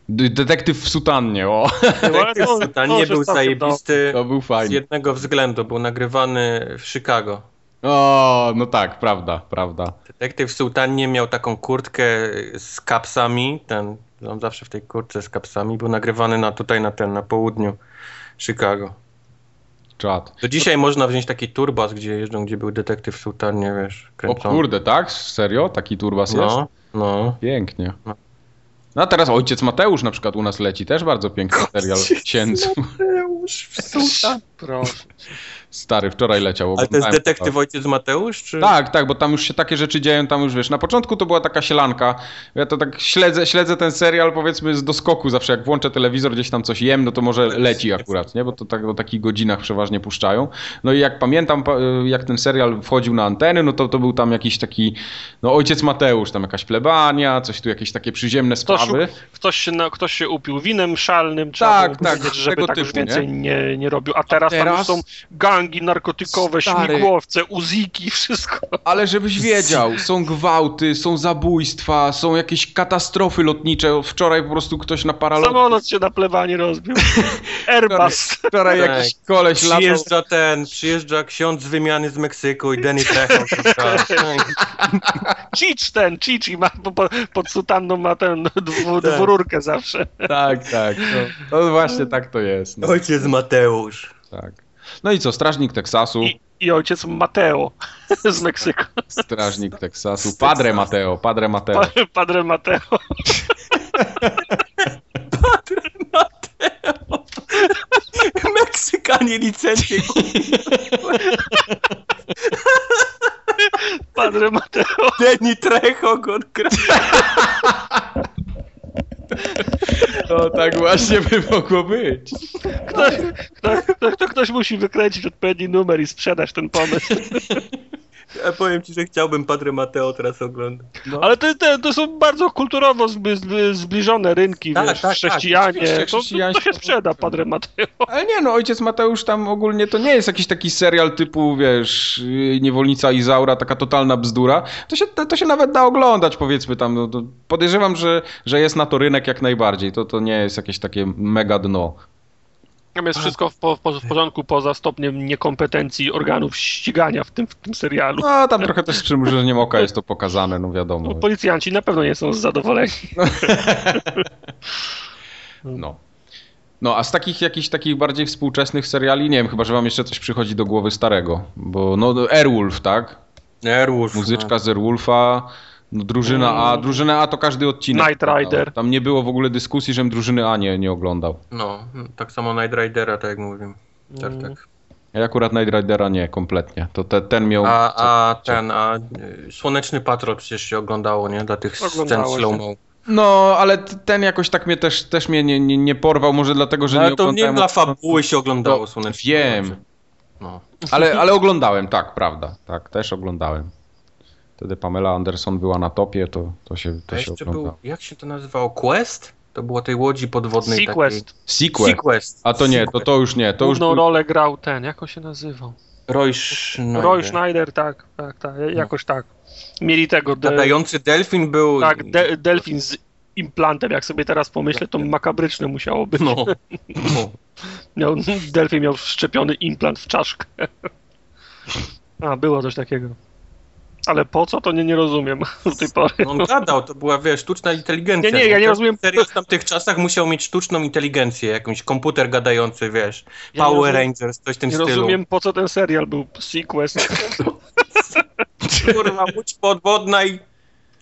D- detektyw w sutannie, o!
Detektyw
Detektyw Sutan nie był zajebisty
To był
z
fajny.
jednego względu, był nagrywany w Chicago.
O, no tak, prawda, prawda.
Detektyw Sułtan nie miał taką kurtkę z kapsami, ten, on zawsze w tej kurtce z kapsami, był nagrywany na, tutaj na ten, na południu Chicago.
Czad.
Do dzisiaj można wziąć taki turbas, gdzie jeżdżą, gdzie był detektyw Sułtan, nie wiesz,
O
kręcony.
kurde, tak? Serio? Taki turbas jest?
No, no.
Pięknie.
No.
No a teraz ojciec Mateusz na przykład u nas leci, też bardzo piękny serial księdzu.
Proszę.
Stary, wczoraj leciał.
Ale to jest
oglądałem
detektyw ojciec Mateusz, czy...
Tak, tak, bo tam już się takie rzeczy dzieją, tam już wiesz, na początku to była taka sielanka, ja to tak śledzę, śledzę ten serial powiedzmy z doskoku zawsze, jak włączę telewizor, gdzieś tam coś jem, no to może leci akurat, nie, bo to tak o takich godzinach przeważnie puszczają, no i jak pamiętam, pa- y, jak ten serial wchodził na anteny, no to to był tam jakiś taki, no ojciec Mateusz, tam jakaś plebania, coś tu, jakieś takie przyziemne
Ktoś,
sprawy.
ktoś, się, no, ktoś się upił winem szalnym,
Tak,
trzeba było
tak,
powiedzieć, żeby
tego
tak już
typu, nie?
więcej nie, nie, robił. A teraz, tam
teraz?
już są gangi narkotykowe,
Stary.
śmigłowce, uziki, wszystko.
Ale żebyś wiedział, są gwałty, są zabójstwa, są jakieś katastrofy lotnicze. Wczoraj po prostu ktoś na paralotach.
Samolot się na plewanie rozbił. Airbus.
Wczoraj
Tak.
jakiś koleś latał.
Przyjeżdża ten, przyjeżdża ksiądz z wymiany z Meksyku i Danny Trejo.
Cicz ten, Cici ma po- po- pod sutanną ma ten dwu, dwururkę zawsze.
Tak, tak. No, no właśnie tak to jest. No,
Ojciec Mateusz.
tak. no i co, strażnik Teksasu,
I, I ojciec Mateo z Meksyku.
strażnik Teksasu, Padre Mateo, Padre
Tak.
Mateo.
Padre Mateo.
Meksykanie licencje.
Padre Mateo.
Danny Trejo go gra.
No tak właśnie by mogło być.
Kto, kto, kto, kto, ktoś musi wykręcić odpowiedni numer i sprzedać ten pomysł. no.
Ja powiem ci, że chciałbym Padre Mateo teraz oglądać.
Ale to, to, to są bardzo kulturowo zby, zby, zbliżone rynki,
Tak,
wiesz,
tak, tak,
chrześcijanie.
oczywiście,
to, to, to
chrześcijaństwo.
się sprzeda, Padre Mateo.
Ale nie, no ojciec Mateusz tam ogólnie to nie jest jakiś taki serial typu, wiesz, yy, niewolnica Izaura, taka totalna bzdura. To się, to, to się nawet da oglądać, powiedzmy tam. No, to podejrzewam, że, że jest na to rynek jak najbardziej. To, to nie jest jakieś takie mega dno.
Tam jest wszystko w, po, po, w porządku poza stopniem niekompetencji organów ścigania w tym, w tym serialu.
No a tam trochę też z przymrużeniem oka jest to pokazane, no wiadomo.
No, policjanci na pewno nie są zadowoleni.
No. No, a z takich jakichś takich bardziej współczesnych seriali, nie wiem, chyba że wam jeszcze coś przychodzi do głowy starego, bo no Airwolf, tak?
Airwolf.
Muzyczka
Tak.
z Airwolfa, no, drużyna A, drużyna A to każdy odcinek.
Mm. Knight Rider.
Tam nie było w ogóle dyskusji, żebym drużyny A nie, nie oglądał.
No, tak samo Night Ridera, tak jak mówiłem. Tak,
Mm.
tak.
Ja akurat Knight Ridera nie, kompletnie. To te, ten miał...
A, a
No, co-
ten, a y, Słoneczny Patrol przecież się oglądało, nie? Dla tych scen
Oglądało się.
slow-mo.
No, ale t- ten jakoś tak mnie też, też mnie nie, nie, nie porwał, może dlatego, że
Ale
nie
to nie
oglądałem
dla
od początku.
fabuły się oglądało
No,
Słoneczny
Wiem,
Patrol. No.
ale, ale oglądałem, tak, prawda. Tak, też oglądałem. Wtedy Pamela Anderson była na topie, to, to się,
To
to się
jeszcze
oglądało.
był, jak się to nazywało? Quest? To było tej łodzi podwodnej
Sequest.
Sequel.
takiej. Sequest.
A to nie, to, to już nie, to już...
Główną
był-
rolę grał ten, jak on się nazywał?
Roy Schneider.
Roy Schneider, tak, tak, tak, jakoś tak. Mieli tego, de,
Gadający delfin był...
tak, de, delfin z implantem, jak sobie teraz pomyślę, to makabryczne musiało być.
No. no.
Miał, delfin miał wszczepiony implant w czaszkę. A, było coś takiego. Ale po co, to nie, nie rozumiem do tej pory.
No On gadał, to była, wiesz, sztuczna inteligencja.
Nie, nie, ja nie
Ten
rozumiem-
Serio w tamtych czasach musiał mieć sztuczną inteligencję, jakąś komputer gadający, wiesz,
Ja nie
Power
rozumiem-
Rangers, coś w tym
Nie
stylu.
rozumiem, po co ten serial był, Sequest.
Kurwa, łódź podwodna i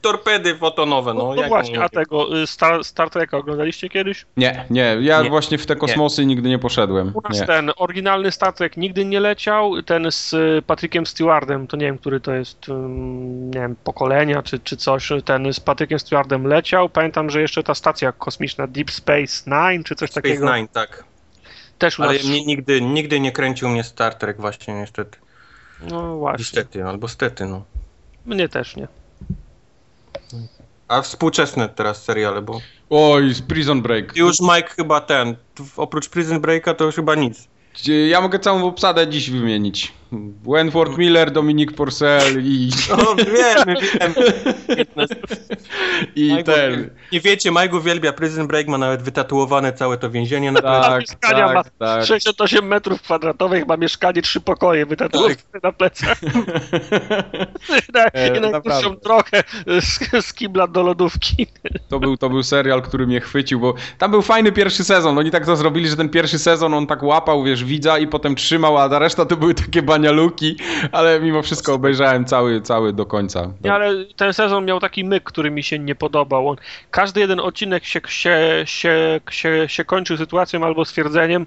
torpedy fotonowe, no.
No,
jak
właśnie,
on-
a tego y, Star, Star Treka oglądaliście kiedyś?
Nie, nie, ja
Nie.
właśnie w te kosmosy nigdy nie poszedłem.
U nas
Nie.
ten oryginalny Star Trek nigdy nie leciał, ten z y, Patrickiem Stewardem, to nie wiem, który to jest, ym, nie wiem, pokolenia czy, czy coś, ten z Patrickiem Stewardem leciał, pamiętam, że jeszcze ta stacja kosmiczna Deep Space Nine czy coś
Space
takiego
Nine, tak.
też u
Ale
nas,
mnie nigdy, nigdy nie kręcił mnie Star Trek właśnie, niestety.
no właśnie,
Niestety, albo stety, no.
mnie też nie.
A współczesne teraz seriale, bo
Oj, z Prison Break.
już Mike chyba ten, oprócz Prison Breaka to już chyba nic.
Gdzie- Ja mogę całą obsadę dziś wymienić. Wentworth Miller, Dominik Porcel i,
No, wiemy, wiemy.
i
Mike
ten...
Uwielbia. Nie wiecie, Majgu uwielbia Prison Break, ma nawet wytatuowane całe to więzienie na plecach.
Tak,
Mieszkania ma
tak, tak.
68 metrów kwadratowych, ma mieszkanie, trzy pokoje, wytatuowane na plecach i na,
Tak. E,
i najdłuższą
naprawdę.
drogę z, z kibla do lodówki.
To był, to był serial, który mnie chwycił, bo tam był fajny pierwszy sezon. Oni tak to zrobili, że ten pierwszy sezon on tak łapał, wiesz, widza i potem trzymał, a ta reszta to były takie banialuki, ale mimo wszystko obejrzałem cały, cały do końca.
Nie, ale ten sezon miał taki myk, który mi się nie podobał. On, każdy jeden odcinek się, się, się, się, się kończył sytuacją albo stwierdzeniem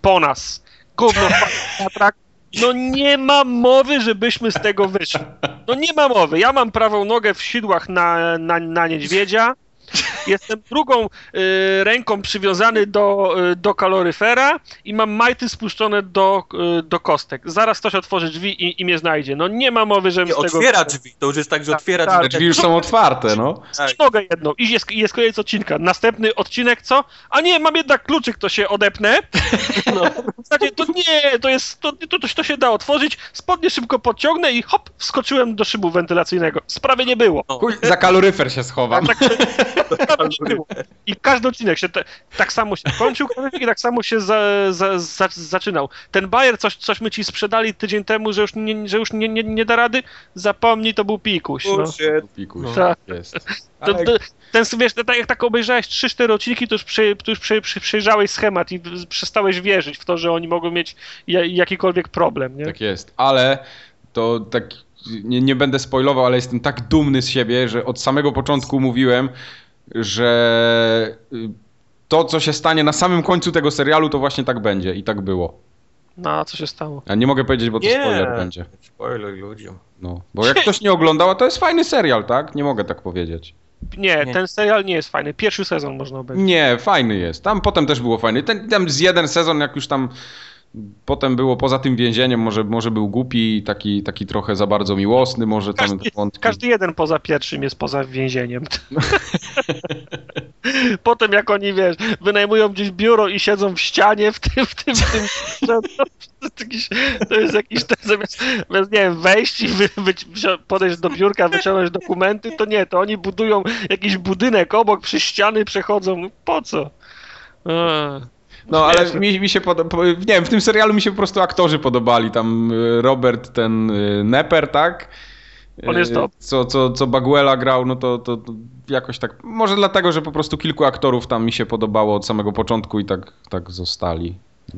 po nas. Gówno, wpadło na trak. No nie ma mowy, żebyśmy z tego wyszli. No nie ma mowy. Ja mam prawą nogę w sidłach na, na, na niedźwiedzia. Jestem drugą y, ręką przywiązany do, y, do kaloryfera i mam majty spuszczone do, y, do kostek. Zaraz ktoś otworzy drzwi i, i mnie znajdzie. No nie ma mowy, żebym
Nie,
z tego
otwiera drzwi, to już jest tak, że
Tak,
otwiera
tak.
Te
drzwi.
drzwi już są otwarte, no.
Tak.
nogę jedną i jest, i jest koniec odcinka. Następny odcinek, co? A nie, mam jednak kluczyk, to się odepnę. No. W zasadzie to nie, to jest, to, to, to, to się da otworzyć, spodnie szybko podciągnę i hop, wskoczyłem do szybu wentylacyjnego. Sprawy nie było.
Chuj, za kaloryfer się schowam.
Tak, sprawy nie było. I każdy odcinek się te, tak samo się kończył i tak samo się za, za, za, zaczynał. Ten Bayer, coś, coś my ci sprzedali tydzień temu, że już nie, że już nie, nie, nie da rady, zapomnij, to był pikuś. No.
Bullshit.
Pikuś,
No.
tak jest.
To,
Ale
to, ten, wiesz, tak jak tak obejrzałeś 3-4 odcinki, to już, przy, to już przy, przy, przejrzałeś schemat i w- przestałeś wierzyć w to, że oni mogą mieć ja- jakikolwiek problem, nie?
Tak jest, ale to tak nie, nie będę spoilował, ale jestem tak dumny z siebie, że od samego początku mówiłem, że y, to, co się stanie na samym końcu tego serialu, to właśnie tak będzie i tak było.
No, a co się stało?
A nie mogę powiedzieć, bo to
Nie.
spoiler będzie.
Spoiluj ludziom.
No. Bo jak ktoś nie oglądał, a to jest fajny serial, tak? Nie mogę tak powiedzieć.
Nie,
Nie.
ten serial nie jest fajny. Pierwszy sezon można obejrzeć.
Nie, fajny jest. Tam potem też było fajny. Ten, tam z jeden sezon, jak już tam potem było poza tym więzieniem, może, może był głupi, taki, taki trochę za bardzo miłosny, może tam
Każdy-
te wątki-
Każdy jeden poza pierwszym jest poza więzieniem. Potem jak oni, wiesz, wynajmują gdzieś biuro i siedzą w ścianie w tym, w tym, w tym że to, jest jakiś, to jest jakiś, to zamiast, zamiast, nie wiem, wejść i wy, wy, wzi- podejść do biurka, wyciągnąć dokumenty, to nie, to oni budują jakiś budynek obok, przy ściany przechodzą, po co? Eee.
No ale
Śmieszne.
mi, mi się podoba, nie wiem, w tym serialu mi się po prostu aktorzy podobali, tam y, Robert ten y, Nepper, tak?
On jest top.
Co, co, co Baguela grał, no to, to, to jakoś tak. Może dlatego, że po prostu kilku aktorów tam mi się podobało od samego początku i tak, tak zostali.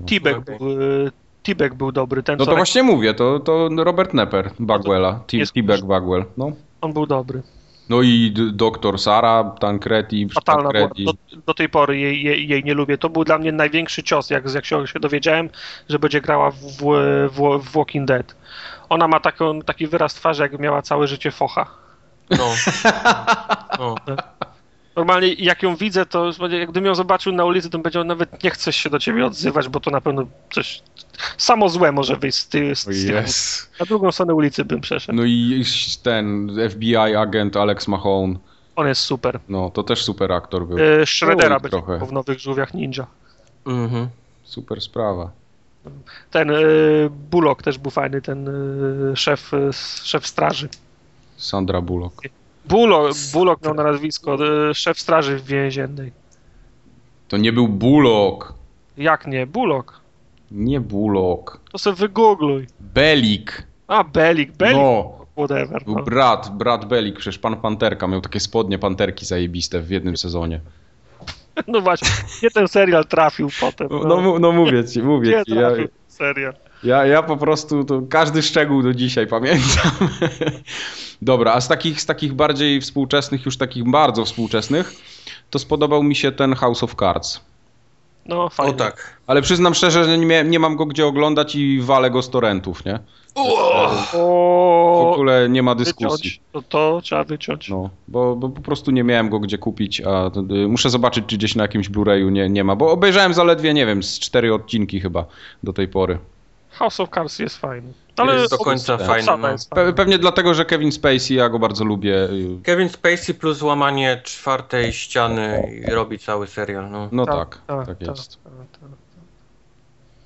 Tibek
Okej.
był, y, Tibek był dobry, ten
No
co
to właśnie mówię, to, to Robert Nepper, Baguela, T-
No jest-
T-Bag Baguel. No.
on był dobry.
no i d- doktor Sara, Tancredi,
Fatalna była.
Tancredi.
Do, do tej pory jej, jej, jej nie lubię. To był dla mnie największy cios, jak, jak się, się dowiedziałem, że będzie grała w, w, w, w Walking Dead. Ona ma taką, taki wyraz twarzy, jakby miała całe życie focha.
No. No.
Normalnie jak ją widzę, to już będzie- jak gdybym ją zobaczył na ulicy, to będzie on nawet nie chce się do ciebie odzywać, bo to na pewno coś. Samo złe może wyjść z ty, z,
O
z tych-
Jest.
Na drugą stronę ulicy bym przeszedł.
No i ten FBI agent Alex Mahone,
On jest super.
no to też super aktor był.
E, Shreddera
Oj,
będzie
trochę.
grał w nowych żółwiach ninja.
Mhm.
Super sprawa.
Ten e, Bullock też był fajny, ten e, szef, e, szef straży.
Sandra Bullock.
Bullock, Bullock miał na nazwisko, e, szef straży więziennej.
To nie był Bullock,
Jak nie? Bullock.
nie Bullock.
To sobie wygoogluj.
Belik.
A, Belik, Belik,
No,
whatever.
był
no.
brat, brat Belik, przecież pan Panterka miał takie spodnie panterki zajebiste w jednym sezonie.
No właśnie, nie ten serial trafił potem.
No, no, mu- no mówię ci, mówię
Gdzie
ci. Ja,
trafił ten serial?
ja, ja po prostu to każdy szczegół do dzisiaj pamiętam. Dobra, a z takich, z takich bardziej współczesnych, już takich bardzo współczesnych, to spodobał mi się ten House of Cards.
No
O
fajnie.
tak.
Ale przyznam szczerze, że nie, mia- nie mam go gdzie oglądać i walę go z torrentów, nie? W
O,
ogóle nie ma dyskusji.
wyciąć. To, to trzeba wyciąć.
No, bo, bo po prostu nie miałem go gdzie kupić, a y, muszę zobaczyć, czy gdzieś na jakimś Blu-rayu nie, nie ma, bo obejrzałem zaledwie, nie wiem, z cztery odcinki chyba do tej pory.
House of Cards jest fajny.
Ale
Ale
jest do końca
obsada
fajny.
obsada
No.
jest
Pe
fajna.
pewnie dlatego, że Kevin Spacey ja go bardzo lubię. y,
Kevin Spacey plus łamanie czwartej ściany i robi cały serial. No.
No tak, tak, jest.
tak, tak.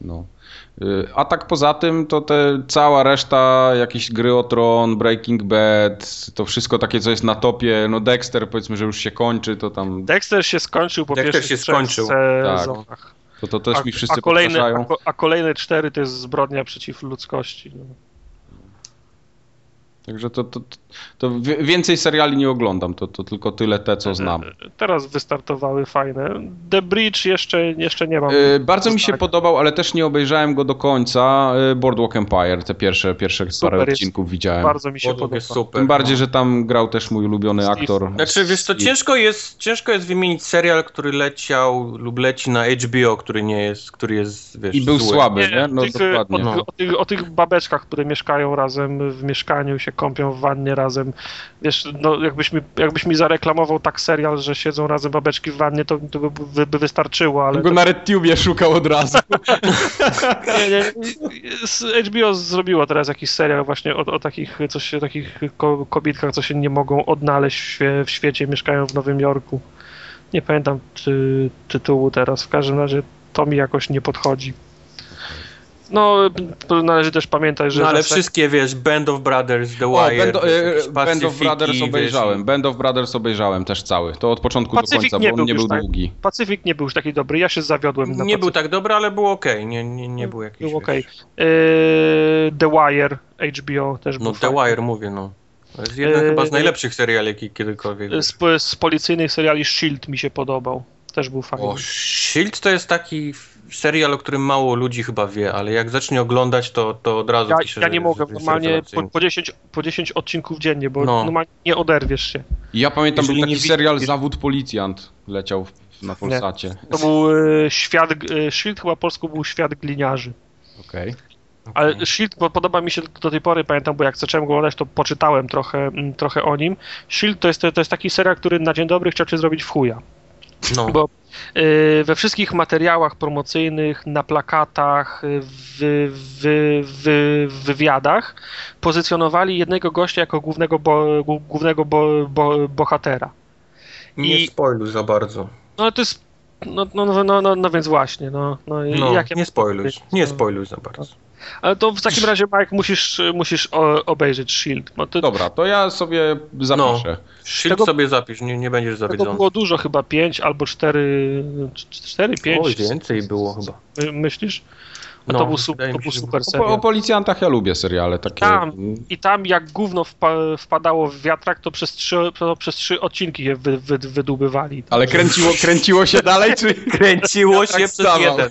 No. Y, A tak poza tym, to te cała reszta, jakieś gry o tron, Breaking Bad, to wszystko takie, co jest na topie, no Dexter powiedzmy, że już się kończy, to tam,
Dexter się skończył po
Dexter
pierwszych
się
trzech
skończył.
sezonach.
to, to też mi wszyscy
a, kolejne, a,
powtarzają.
ko- a kolejne cztery to jest zbrodnia przeciw ludzkości. No.
Także to, to, to wie- więcej seriali nie oglądam, to, to tylko tyle te, co znam.
Mhm.
Teraz wystartowały fajne. The Bridge jeszcze, jeszcze nie mam.
E, Bardzo mi się
Zostawiam.
podobał, ale też nie obejrzałem go do końca. e, Boardwalk Empire, te pierwsze, pierwsze parę
jest.
odcinków widziałem.
Bardzo mi się
Podług
podoba.
jest super. no.
Tym bardziej, że tam grał też mój ulubiony
Steve.
aktor.
Znaczy, wiesz co,
Steve.
ciężko jest, ciężko jest wymienić serial, który leciał lub leci na HBO, który nie jest, który jest, wiesz,
I był
zły.
słaby, nie? No
o tych,
dokładnie.
O,
No.
tych, o, tych, o tych babeczkach, które mieszkają razem w mieszkaniu, się kąpią w wannie razem. Wiesz, no jakbyś mi, jakbyś mi zareklamował tak serial, że siedzą razem babeczki w wannie, to, to by, by, by wystarczyło, ale...
Go
To,
na RedTube szukał od razu.
nie, nie, z HBO zrobiło teraz jakiś serial właśnie o, o takich, co się, takich ko- kobietkach, co się nie mogą odnaleźć w, świe- w świecie, mieszkają w Nowym Jorku. Nie pamiętam ty, tytułu teraz, w każdym razie to mi jakoś nie podchodzi. No, p- należy też pamiętać, że
No ale
zawsze-
wszystkie, wiesz, Band of Brothers, The
O,
Wire,
Band, e,
wiesz, jakieś
Band of
Pacyfiki,
Brothers
wiesz,
obejrzałem. Band of Brothers obejrzałem też cały. To od początku
Pacyfik
do końca,
nie
bo
był
on nie
już
był
tak-
długi.
Pacyfik nie był już taki dobry, ja się zawiodłem na
Nie był
Pacyfik.
tak dobry, ale był okej, nie, nie, nie był jakiś,
Był
wiesz.
okej. Yy, The Wire, HBO też
No
był
The
fajny.
Wire mówię, no. To jest jeden
Eee,
chyba z najlepszych seriali, jaki kiedykolwiek.
Z, po- E, z policyjnych seriali Shield mi się podobał. Też był fajny.
O, Shield E to jest taki f- serial, o którym mało ludzi chyba wie, ale jak zacznie oglądać, to, to od razu
ja,
pisze,
ja
że-
nie mogę,
że jest
normalnie po,
rewelacyjny.
po, 10, po 10 odcinków dziennie, bo
No.
normalnie nie oderwiesz się.
Ja pamiętam,
Jeżeli
był taki
tak nie wi-
serial
jeżeli-
Zawód Policjant leciał w- na Polsacie.
To był e, świat, e, Shield chyba polsku był świat gliniarzy.
Okej.
Ale Shield bo podoba mi się do tej pory, pamiętam, bo jak zacząłem go oglądać, to poczytałem trochę, mm, trochę o nim. Shield to jest, to jest taki serial, który na dzień dobry chciał cię zrobić w chuja.
No.
Bo y, we wszystkich materiałach promocyjnych, na plakatach, y, w, w, w, w wywiadach pozycjonowali jednego gościa jako głównego, bo, gó- głównego bo, bo, bohatera.
Nie
i-
spoiluj za bardzo.
No ale to jest. No, no, no, no, no, no więc właśnie, no, no, i
No,
jak ja-
nie spoiluj, nie
no.
spoiluj za bardzo.
Ale to w takim razie, Mike, musisz, musisz o, obejrzeć Shield. Bo to,
Dobra, to ja sobie
No,
zapiszę.
Shield
Tego-
E sobie zapisz, nie, nie będziesz
tego
zawiedzony.
było dużo, chyba 5 albo 4, 4 5.
Oj, więcej było chyba.
Myślisz? No, to był, su-
wydaje
to
mi
był
się, że-
super
O, o
serial.
policjantach ja lubię seriale takie.
Tam. I tam jak gówno wpa- wpadało w wiatrak, to przez trzy, to przez trzy odcinki je wy- wy- wydubywali.
Ale kręciło, kręciło się dalej, czy
Kręciło się przez
stawał.
jeden.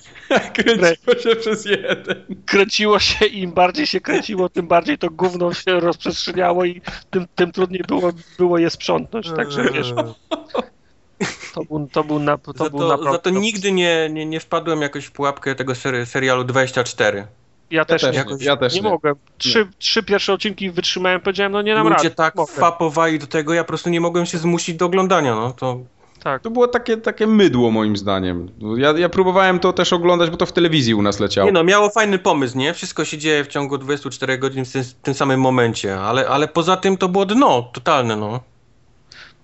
kręciło się przez jeden?
Kręciło się i im bardziej się kręciło, tym bardziej to gówno się rozprzestrzeniało i tym, tym trudniej było, było je sprzątnąć.
tak,
Także
Eee.
wiesz, to był, to był, na, to
za
był
to,
naprawdę...
za to nigdy nie, nie, nie wpadłem jakoś w pułapkę tego sery, serialu 24.
Ja też,
też
nie,
nie, ja też
nie
nie.
mogłem. Trzy, trzy pierwsze odcinki wytrzymałem, powiedziałem, no nie dam
Ludzie
rady.
tak
mogę.
fapowali do tego, ja po prostu nie mogłem się zmusić do oglądania, no to...
Tak.
To było takie, takie mydło moim zdaniem. Ja, ja próbowałem to też oglądać, bo to w telewizji u nas leciało.
Nie no, miało fajny pomysł, nie? Wszystko się dzieje w ciągu 24 godzin w tym, tym samym momencie, ale, ale poza tym to było dno totalne, no.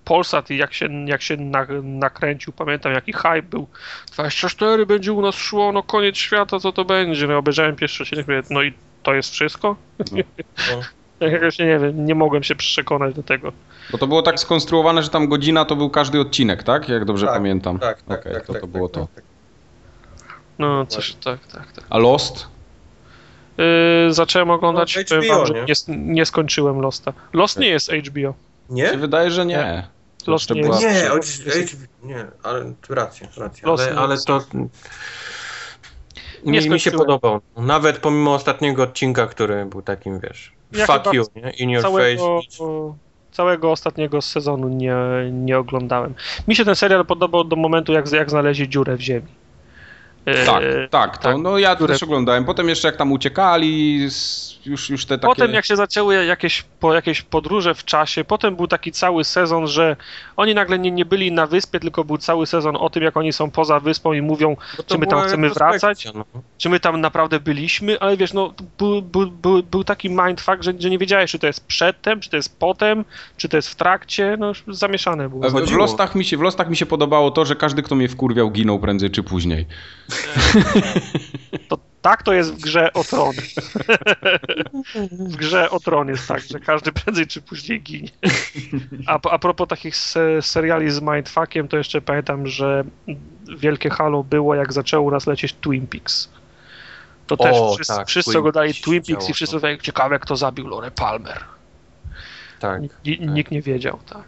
Polsat i jak się, jak się na, nakręcił, pamiętam jaki hype był. 24 będzie u nas szło, no koniec świata, co to będzie? No obejrzałem pierwszy odcinek, mówię, no i to jest wszystko?
No.
Ja Jakoś nie wiem, nie mogłem się przekonać do tego.
Bo to było tak skonstruowane, że tam godzina to był każdy odcinek, tak? Jak dobrze
Tak,
pamiętam.
Tak, tak,
Okej,
tak,
to,
tak,
to było
tak,
to.
tak, tak.
No coś, tak, tak, tak.
A Lost?
Yy, zacząłem oglądać,
No, HBO,
powiem wam, że
nie? Tak.
nie, s- nie skończyłem Losta. Lost nie jest HBO.
Mi się
Nie?
wydaje, że nie. To
Lost
jeszcze
nie
była-
jest.
Nie, o- o- nie, ale rację, rację.
Los
Ale,
nie
ale
jest.
to... Mi, mi się
skończyłem.
podobał. Nawet pomimo ostatniego odcinka, który był takim, wiesz,
Ja
fuck
chyba
you, nie? In your
całego,
face.
całego ostatniego sezonu nie, nie oglądałem. Mi się ten serial podobał do momentu, jak, jak znaleźli dziurę w ziemi. E,
Tak, tak, to,
tak.
no ja
Które-
też oglądałem. Potem jeszcze jak tam uciekali, z- już, już te takie...
Potem jak się zaczęły jakieś, po, jakieś podróże w czasie, potem był taki cały sezon, że oni nagle nie, nie byli na wyspie, tylko był cały sezon o tym, jak oni są poza wyspą i mówią,
Bo to
czy my tam
była
chcemy
retrospekcja,
wracać?
No.
czy my tam naprawdę byliśmy, ale wiesz, no był, był, był, był taki mindfuck, że, że nie wiedziałeś, czy to jest przedtem, czy to jest potem, czy to jest w trakcie, no już zamieszane było.
E, W- W
Chodziło.
lostach, mi się, w lostach mi się podobało to, że każdy, kto mnie wkurwiał, ginął prędzej czy później.
To, tak to jest w grze o tron. w grze o tron jest tak, że każdy prędzej czy później ginie. A, po- a propos takich se, seriali z mindfuckiem, to jeszcze pamiętam, że wielkie halo było, jak zaczęło u nas lecieć Twin Peaks. To też
O,
wszyscy,
tak,
wszyscy
Twin
oglądali
Peaks się
Twin Peaks
działo,
i wszyscy
no.
tak, ciekawe kto zabił Lore Palmer.
Tak.
Ni- Nikt nie wiedział, tak.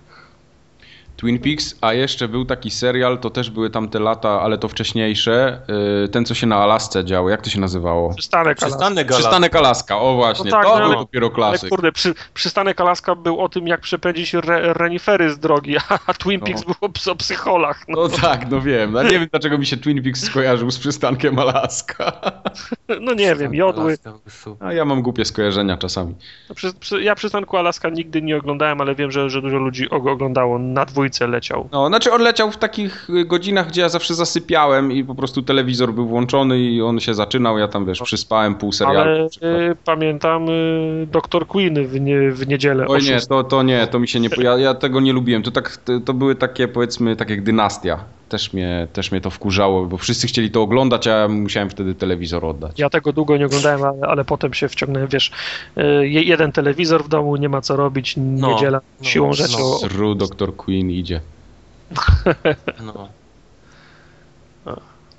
Twin Peaks, a jeszcze był taki serial, to też były tamte lata, ale to wcześniejsze, yy, ten co się na Alasce działo, jak to się nazywało?
Przystanek Alaska.
Przystanek Galaktyki.
Przystanek Alaska, o właśnie,
No tak,
to
no.
był dopiero
Ale
klasyk.
kurde, przy, przystanek Alaska był o tym, jak przepędzić re, renifery z drogi, a, a Twin
No.
Peaks był o, ps- o psycholach. No,
No tak, no wiem, no nie wiem dlaczego mi się Twin Peaks skojarzył z przystankiem Alaska.
no nie wiem, jodły.
Alaska był super.
A ja mam głupie skojarzenia czasami.
No, przy, przy, ja przystanku Alaska nigdy nie oglądałem, ale wiem, że, że dużo ludzi og- oglądało. Na dwójce leciał.
No, znaczy on leciał w takich y, godzinach, gdzie ja zawsze zasypiałem i po prostu telewizor był włączony i on się zaczynał, ja tam wiesz, przyspałem pół serialu.
No. Ale
na przykład.
y, pamiętam y, Doktor Queen w, nie, w niedzielę. o
Oj nie,
szóstej.
to, to nie, to mi się nie. po- Ja, ja tego nie lubiłem. To, tak, to, to były takie powiedzmy, tak jak dynastia. Też mnie, też mnie to wkurzało, bo wszyscy chcieli to oglądać, a ja musiałem wtedy telewizor oddać.
Ja tego długo nie oglądałem, ale, ale potem się wciągnąłem, wiesz, y, je- jeden telewizor w domu, nie ma co robić,
No,
niedziela,
no,
siłą rzeczy
no.
o,
Sru, Dr. Queen idzie.
No.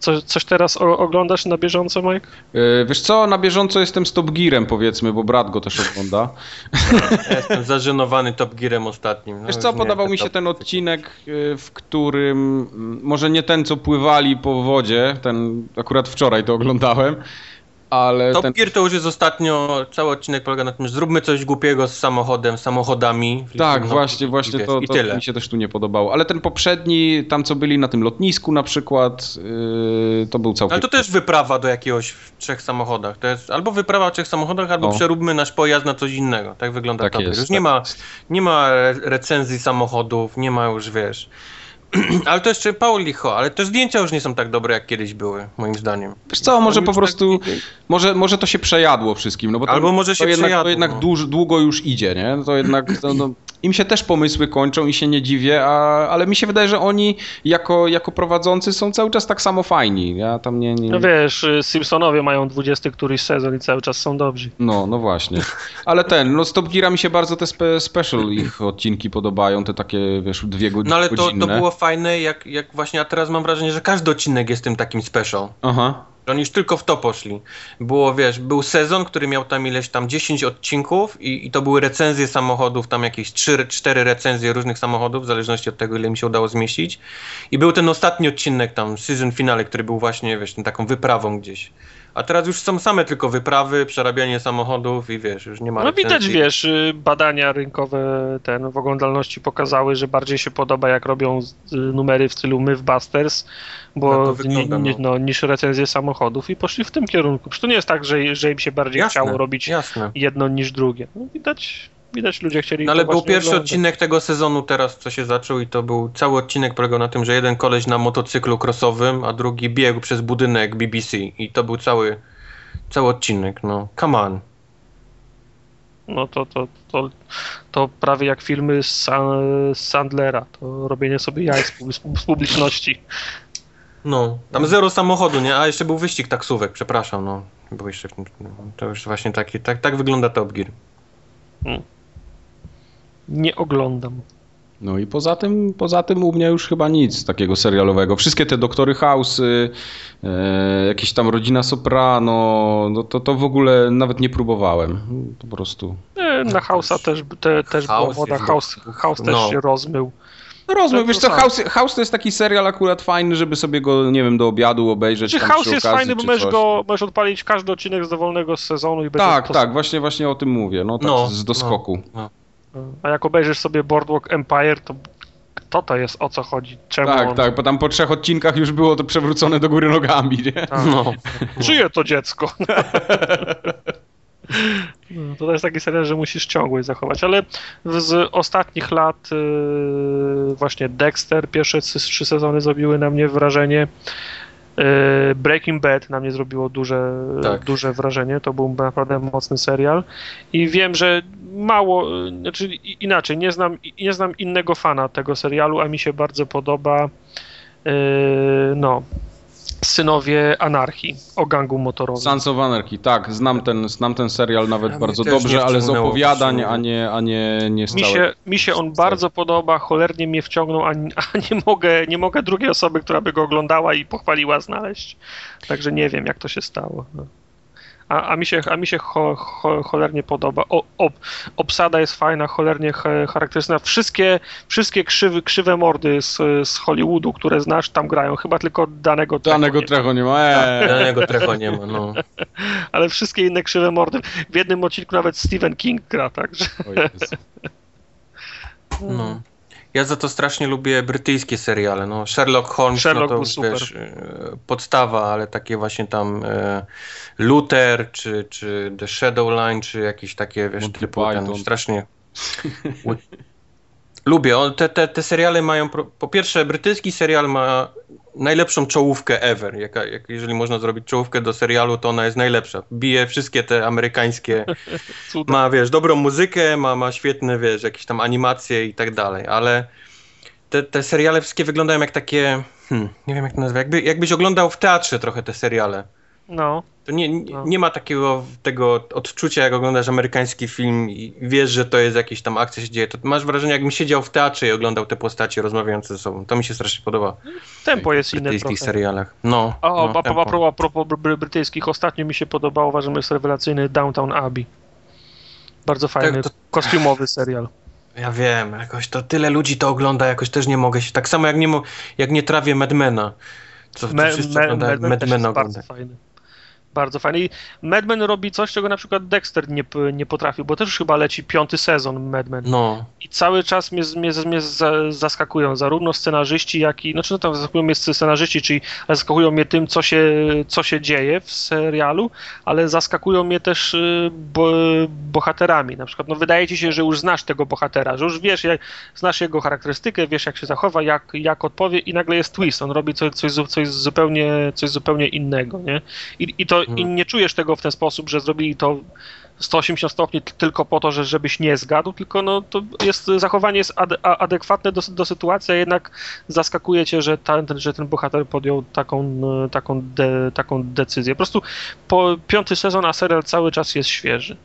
Coś, coś teraz o, oglądasz na bieżąco, Mike?
Yy, wiesz co, na bieżąco jestem z Top Gearem powiedzmy, bo brat go też ogląda.
Ja jestem zażenowany Top Gearem ostatnim. No,
Wiesz co,
już nie,
podobał
te
mi się
top-
ten odcinek, y, w którym, mm, może nie ten, co pływali po wodzie, ten akurat wczoraj to oglądałem, ale
Top
ten...
Gear to już jest ostatnio, cały odcinek polega na tym, że zróbmy coś głupiego z samochodem, samochodami.
Tak,
No,
właśnie,
i
właśnie
wiesz,
to,
I
to
tyle.
mi się też tu nie podobało. Ale ten poprzedni, tam co byli na tym lotnisku na przykład, y, to był całkiem...
Ale No to też wyprawa do jakiegoś w trzech samochodach. To jest albo wyprawa w trzech samochodach, albo
O.
przeróbmy nasz pojazd na coś innego. Tak wygląda
Tak
Top Gear.
jest,
Już
tak
nie, ma,
jest.
nie ma re- recenzji samochodów, nie ma już, wiesz... Ale to jeszcze Paul Licho, ale te zdjęcia już nie są tak dobre, jak kiedyś były, moim zdaniem.
Wiesz co, No może
Już
po
tak-
prostu, może, może to się przejadło wszystkim, no bo to,
Albo może się
to jednak,
przejadło,
to jednak
no.
duż, długo już idzie, nie? To jednak, to, no, im się też pomysły kończą i się nie dziwię, a, ale mi się wydaje, że oni jako, jako prowadzący są cały czas tak samo fajni, ja tam nie... nie...
No
Mm.
wiesz, y, Simpsonowie mają 20 któryś sezon i cały czas są dobrzy.
No, no właśnie. Ale ten, no Stop Geara mi się bardzo te spe, special ich odcinki podobają, te takie, wiesz, dwie godziny.
No ale to, to było fajne, jak, jak właśnie, a teraz mam wrażenie, że każdy odcinek jest tym takim special.
Aha.
Oni już tylko w to poszli. Było, wiesz, był sezon, który miał tam ileś tam 10 odcinków i, i to były recenzje samochodów, tam jakieś 3-4 recenzje różnych samochodów, w zależności od tego, ile mi się udało zmieścić. I był ten ostatni odcinek tam, season finale, który był właśnie, wiesz, tą taką wyprawą gdzieś. A teraz już są same tylko wyprawy, przerabianie samochodów i wiesz, już nie ma
No widać,
recenzji.
wiesz, y, badania rynkowe ten w oglądalności pokazały, że bardziej się podoba, jak robią z- y, numery w stylu My w Busters,
No
bo
to wygląda,
ni,
no.
ni, no, niż recenzje samochodów i poszli w tym kierunku. Przecież to nie jest tak, że, że im się bardziej
Jasne,
chciało robić
Jasne.
jedno niż drugie. No, widać, widać ludzie chcieli.
No
to
ale był
właśnie
pierwszy
oglądać.
odcinek tego sezonu teraz, co się zaczął i to był cały odcinek polegał na tym, że jeden koleś na motocyklu crossowym, a drugi biegł przez budynek BBC i to był cały, cały odcinek, no come on.
No to, to, to, to prawie jak filmy z, Sa- z Sandlera, to robienie sobie jaj z, pub- z pub- z publiczności.
No, tam zero samochodu, nie? A jeszcze był wyścig taksówek, przepraszam, no. Był jeszcze w tym, no, to już właśnie taki, tak, tak wygląda Top Gear.
Nie oglądam.
No i poza tym, poza tym u mnie już chyba nic takiego serialowego. Wszystkie te Doktory House, y, e, jakieś tam Rodzina Soprano, no to, to w ogóle nawet nie próbowałem. Po prostu
E, Na Hausa też, te, też była
House
woda,
jest
House, House też
no.
się rozmył.
No rozumiem,
To
wiesz
to
co,
samo.
House, House to jest taki serial akurat fajny, żeby sobie go, nie wiem, do obiadu obejrzeć.
Czy
tam
House
przy
jest
okazji,
fajny, bo
czy
możesz,
coś.
go, możesz odpalić każdy odcinek z dowolnego sezonu i będzie
Tak,
to-
tak, właśnie, właśnie o tym mówię, no tak
No,
z doskoku.
A jak obejrzysz sobie Boardwalk Empire, to kto to jest, o co chodzi, czemu
Tak,
on...
tak, bo tam po trzech odcinkach już było to przewrócone do góry nogami, nie?
Tak.
No.
Czyje to dziecko? No, To też taki serial, że musisz ciągłość zachować, ale w- z ostatnich lat yy, właśnie Dexter, pierwsze trzy- trzy sezony zrobiły na mnie wrażenie. Yy, Breaking Bad na mnie zrobiło duże,
Tak.
duże wrażenie, to był naprawdę mocny serial i wiem, że mało, yy, znaczy i- inaczej, nie znam, i- nie znam innego fana tego serialu, a mi się bardzo podoba yy, no, Synowie Anarchii o gangu motorowym.
Sons of Anarchy, tak, znam ten, znam ten serial nawet
A mnie
bardzo
też
dobrze,
nie
ale z
wciągnęło,
opowiadań,
właśnie.
a nie, a nie, nie z
Mi
całej-
się, mi się on bardzo podoba, cholernie mnie wciągnął, a, a nie, mogę, nie mogę drugiej osoby, która by go oglądała i pochwaliła, znaleźć. Także nie wiem, jak to się stało. No. A, a mi się, a mi się cho, cho, cholernie podoba. O, ob, obsada jest fajna, cholernie ch- charakterystyczna. Wszystkie, wszystkie krzywy, krzywe mordy z, z Hollywoodu, które znasz, tam grają. Chyba tylko danego
Danego
Trejo nie
trechu nie ma, eee.
Danego trefa nie ma, no.
ma, Ale wszystkie inne krzywe mordy. W jednym odcinku nawet Stephen King gra, także.
O Jezu.
No. Ja za to strasznie lubię brytyjskie seriale. No, Sherlock Holmes
Sherlock
no to
był
już,
super.
wiesz, e, podstawa, ale takie właśnie tam e, Luther, czy, czy The Shadowline, czy jakieś takie, wiesz,
Monty
typu ten,
Python.
strasznie. lubię. On, te, te, te seriale mają, pro- po pierwsze, brytyjski serial ma najlepszą czołówkę ever. Jaka, jak, jeżeli można zrobić czołówkę do serialu, to ona jest najlepsza. Bije wszystkie te amerykańskie
Cuda.
ma, wiesz, dobrą muzykę, ma, ma świetne, wiesz, jakieś tam animacje i tak dalej, ale te, te seriale wszystkie wyglądają jak takie, hmm, nie wiem jak to nazwać, jakby, jakbyś oglądał w teatrze trochę te seriale.
No.
To nie, nie,
No.
nie ma takiego tego odczucia, jak oglądasz amerykański film i wiesz, że to jest jakiś tam akcja się dzieje. To masz wrażenie, jakbym siedział w teatrze i oglądał te postacie rozmawiające ze sobą. To mi się strasznie podoba
Tempo jest
w
inne
brytyjskich
trochę.
serialach. No,
O,
no,
a,
tempo.
a, propos, a propos bry- bry- brytyjskich, ostatnio mi się podobał, uważam, że jest rewelacyjny Downtown Abbey. Bardzo fajny,
Tak, to-
kostiumowy serial.
Ja wiem, jakoś to tyle ludzi to ogląda, jakoś też nie mogę się. Tak samo jak nie, mo- jak nie trawię Madmana. Co, co
Me-
wszyscy
me-
oglądają,
Mad Men też
Madmana
jest bardzo
ogląda.
fajny. Bardzo fajny. I Mad Men robi coś, czego na przykład Dexter nie, p- nie potrafił, bo też chyba leci piąty sezon Mad Men.
No,
I cały czas mnie, mnie, mnie za- zaskakują zarówno scenarzyści, jak i. Znaczy, no tam zaskakują mnie scenarzyści, czyli zaskakują mnie tym, co się, co się dzieje w serialu, ale zaskakują mnie też y, bo, bohaterami. Na przykład, no wydaje ci się, że już znasz tego bohatera, że już wiesz, jak, znasz jego charakterystykę, wiesz, jak się zachowa, jak, jak odpowie, i nagle jest twist. On robi coś, coś, zu- coś, zupełnie, coś zupełnie innego, nie? I, i to i
Mhm.
nie czujesz tego w ten sposób, że zrobili to 180 stopni t- tylko po to, że, żebyś nie zgadł, tylko no, to jest, zachowanie jest ade- a- adekwatne do, do sytuacji, a jednak zaskakuje cię, że, ta, ten, że ten bohater podjął taką, e, taką, de, taką decyzję. Po prostu po piąty sezon, a serial cały czas jest świeży.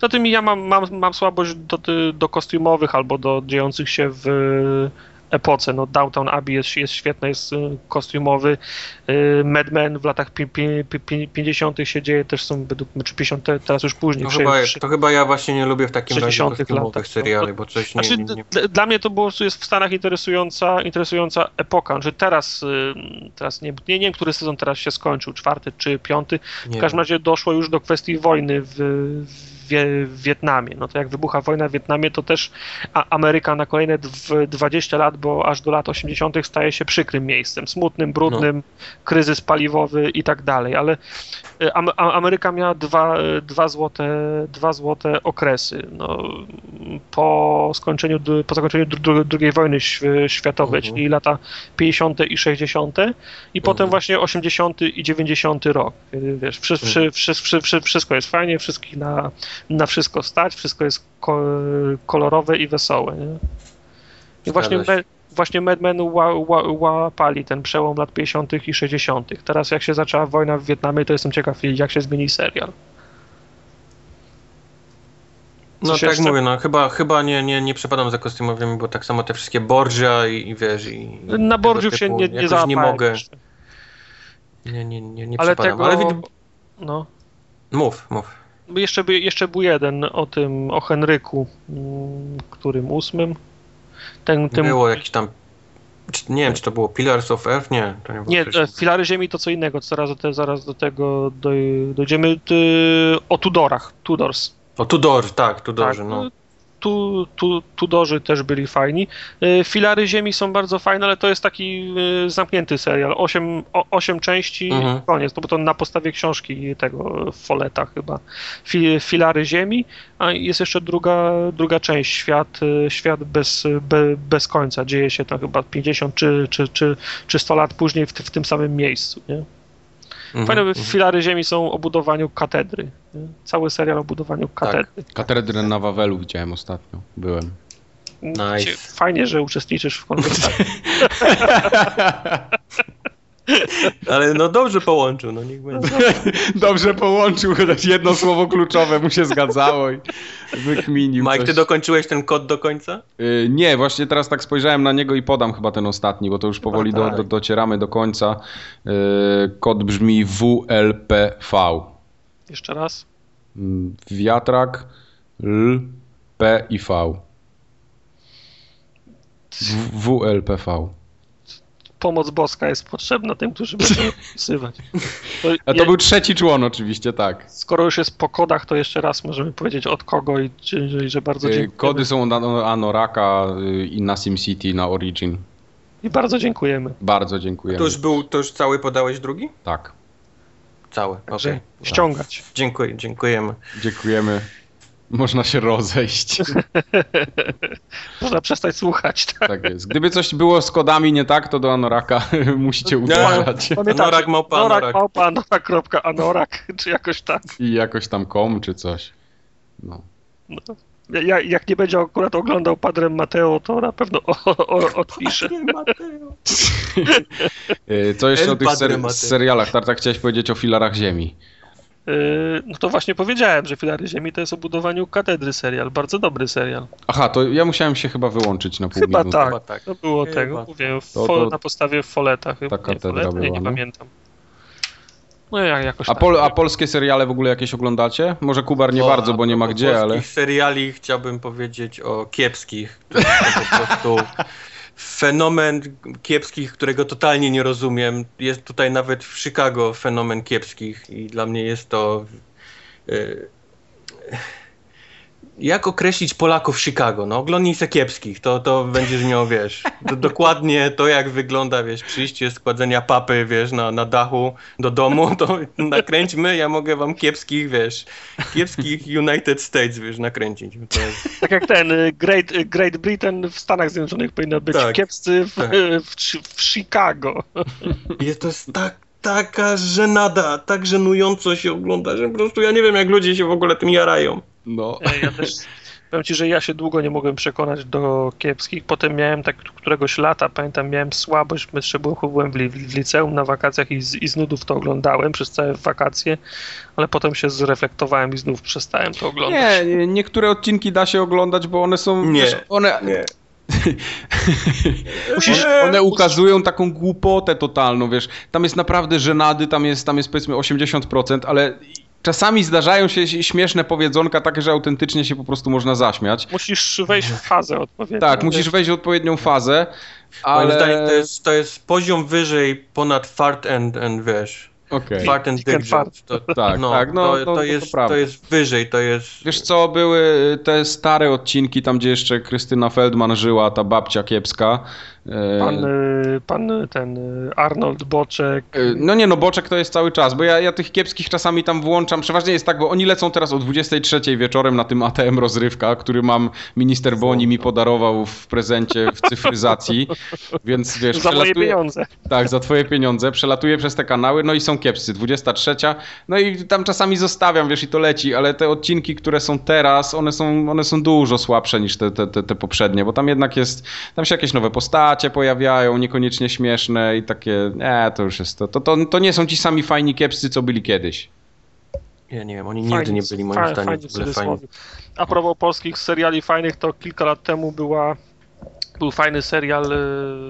Za tym ja mam, mam, mam słabość do, do kostiumowych albo do dziejących się w epoce. No, Downtown Abbey jest, jest świetny, jest y, kostiumowy. Y, Mad Men w latach pi- pi- pi- pi- 50. się dzieje, też są według mnie, czy 50. teraz już później.
No
przy-
chyba,
przy-
to chyba ja właśnie nie lubię w takim razie
60-tych
kostiumowych
latach, no.
seriali, bo coś nie,
Znaczy,
nie, nie...
d- Dla mnie to było, jest w Stanach interesująca, interesująca epoka. Znaczy teraz, y, teraz nie, nie, nie wiem, który sezon teraz się skończył, czwarty czy piąty.
nie
W każdym razie doszło już do kwestii wojny w, w, w Wietnamie. No to jak wybucha wojna w Wietnamie, to też A- Ameryka na kolejne dw- 20 lat, bo aż do lat 80. staje się przykrym miejscem, smutnym, brudnym,
No.
kryzys paliwowy i tak dalej. Ale e, Am- A- Ameryka miała dwa, e, dwa, złote, dwa złote okresy. No, m, po skończeniu, d- po zakończeniu dru- dru- II wojny świ- światowej,
Mhm.
czyli lata 50. i 60. I potem
Mhm.
właśnie 80. i 90. rok. kiedy, Wiesz, wszy,
Mhm.
wszy, wszy, wszy, wszy, wszystko jest fajnie, wszystkich na, na wszystko stać, wszystko jest ko, kolorowe i wesołe. Nie? I właśnie,
Zgadza
me, właśnie Mad Men ła, ła, łapali ten przełom lat 50. i 60. Teraz jak się zaczęła wojna w Wietnamie, to jestem ciekaw, jak się zmieni serial.
No
Coś
tak
jeszcze?
mówię, no chyba, chyba nie, nie, nie przepadam za kostiumowymi, bo tak samo te wszystkie Borgia i, i wiesz, i... i
Na
tego
Bordziów się
typu
nie, nie
jakoś
załapałem.
nie mogę,
jeszcze.
nie, nie, nie, nie
ale
przepadam,
tego...
ale wid...
No.
mów, mów.
Jeszcze, by, jeszcze był jeden o tym, o Henryku, mm, którym ósmym. Ten, tym,
Było jakiś tam, czy- nie wiem, czy to było Pillars of Earth, nie, to nie było
Nie,
coś-
e, filary ziemi to co innego, zaraz, do te, zaraz do tego doj- dojdziemy. Ty- o Tudorach, Tudors.
O, Tudor, tak, Tudorzy, no.
Tu, tu, Tudorzy też byli fajni. E, Filary Ziemi są bardzo fajne, ale to jest taki e, zamknięty serial. Osiem, o, osiem części i
Mhm.
koniec, no bo to na podstawie książki tego Foleta chyba. Fi, filary Ziemi, a jest jeszcze druga, druga część, Świat, e, świat bez, be, bez końca. Dzieje się to chyba 50 czy, czy, czy, czy 100 lat później w, ty- w tym samym miejscu. Nie?
Mhm,
Fajne
mhm.
filary ziemi są o budowaniu katedry. nie? Cały serial o budowaniu
Tak.
katedry.
Katedrę na Wawelu widziałem ostatnio. Byłem.
Mhm. Nice.
Fajnie, że uczestniczysz w konwersacji.
Ale no dobrze połączył, no niech będzie.
Dobrze połączył, chociaż jedno słowo kluczowe mu się zgadzało i wykminił.
Mike,
coś.
ty dokończyłeś ten kod do końca?
Y, Nie, właśnie teraz tak spojrzałem na niego i podam chyba ten ostatni, bo to już powoli do,
tak.
do, docieramy do końca. Y, Kod brzmi WLPV.
Jeszcze raz.
Mm, Wiatrak, L, P i V. W- WLPV.
Pomoc boska jest potrzebna tym, którzy będą wpisywać. To
A to
je-
był trzeci człon oczywiście, tak.
Skoro już jest po kodach, to jeszcze raz możemy powiedzieć od kogo i czy, że- że bardzo
Y,
dziękujemy.
Kody są od Ano- Anoraka y, i na SimCity, na Origin.
I bardzo dziękujemy.
Bardzo dziękujemy.
To już był, to już cały podałeś drugi?
Tak,
Cały, okej.
Także ściągać.
Dziękuję, dziękujemy.
dziękujemy. Można się rozejść.
Można przestać słuchać. Tak?
Tak jest. Gdyby coś było z kodami nie tak, to do Anoraka musicie uważać.
Pamiętajcie,
Norak małpa,
Norak
anorak.
małpa, anorak kropka anorak, czy jakoś tak.
I jakoś tam kom czy coś. No.
Ja, jak nie będzie akurat oglądał Padrem Mateo, to na pewno o, o, o, odpisze.
Y, Co jeszcze
El
o tych
Padre
ser-
Mateo.
serialach? Tartak, chciałeś powiedzieć o filarach ziemi.
Yy, No to właśnie powiedziałem, że Filary Ziemi to jest o budowaniu katedry serial. Bardzo dobry serial.
Aha, to ja musiałem się chyba wyłączyć na pół
Chyba
minuty.
tak.
Chyba tak.
To było
Chyba
tego,
tak.
mówię,
To-
fol-
to-
na podstawie Foleta chyba.
ta katedra
nie, Foleta, nie, nie
była, no.
pamiętam. No ja jakoś
A,
tak.
pol, a polskie seriale w ogóle jakieś oglądacie? Może Kubar nie
O,
bardzo,
a
bo nie ma
propos
gdzie, ale...
No, polskich seriali chciałbym powiedzieć o kiepskich, które są po prostu fenomen kiepskich, którego totalnie nie rozumiem. Jest tutaj nawet w Chicago fenomen kiepskich i dla mnie jest to... y, jak określić Polaków w Chicago? No oglądnij se kiepskich, to, to będziesz miał, wiesz, do, dokładnie to jak wygląda, wiesz, przyjście składzenia papy, wiesz, na, na dachu do domu, to nakręćmy, ja mogę wam kiepskich, wiesz, kiepskich United States, wiesz, nakręcić. To jest,
Tak jak ten y, Great, y, Great Britain w Stanach Zjednoczonych powinno być
Tak.
kiepscy w, y,
Tak.
w, Chi- w Chicago.
jest to jest tak, taka żenada, tak żenująco się ogląda, że po prostu ja nie wiem, jak ludzie się w ogóle tym jarają.
No.
Ej, Ja też powiem ci, że ja się długo nie mogłem przekonać do kiepskich. Potem miałem tak któregoś lata, pamiętam, miałem słabość, jeszcze byłem, chyba byłem w, li, w liceum na wakacjach i z, i z nudów to oglądałem przez całe wakacje, ale potem się zreflektowałem i znów przestałem to oglądać.
Nie, nie, niektóre odcinki da się oglądać, bo one są...
Nie,
wiesz, one
Nie.
Musisz-
One, one ukazują taką głupotę totalną, wiesz. Tam jest naprawdę żenady, tam jest, tam jest powiedzmy 80%, ale czasami zdarzają się śmieszne powiedzonka takie, że autentycznie się po prostu można zaśmiać.
Musisz wejść w fazę odpowiednią.
Tak, musisz wejść w odpowiednią fazę,
Moim zdaniem
ale...
to jest, to jest poziom wyżej ponad fart and, and wiesz.
Okej.
Fart and
Chicken
dick jokes. To,
Tak,
no,
tak, no,
to,
to-
to,
to
jest,
prawda.
to jest wyżej, to jest...
Wiesz co, były y, te stare odcinki, tam gdzie jeszcze Krystyna Feldman żyła, ta babcia kiepska. E,
Pan, y, pan ten y, Arnold Boczek.
Y,
E, No nie, no boczek to jest cały czas, bo ja, ja tych kiepskich czasami tam włączam. Przeważnie jest tak, bo oni lecą teraz o 23 wieczorem na tym ATM rozrywka, który mam minister Boni mi podarował w prezencie w cyfryzacji, więc wiesz,
Za moje
przelatuję-
pieniądze.
tak, za twoje pieniądze, przelatuję przez te kanały, no i są kiepscy, 23, no i tam czasami zostawiam, wiesz, i to leci, ale te odcinki, które są teraz, one są, one są dużo słabsze niż te, te, te, te poprzednie, bo tam jednak jest, tam się jakieś nowe postacie pojawiają, niekoniecznie śmieszne i takie, nie, to już jest, to, to, to, to nie są ci sami fajni kiepscy, co byli kiedyś.
Ja nie wiem, oni nigdy nie byli moim
fa-
zdaniem
fajni
w
w
ogóle
cudzysłowie.
fajni.
A propos polskich seriali fajnych, to kilka lat temu była, był fajny serial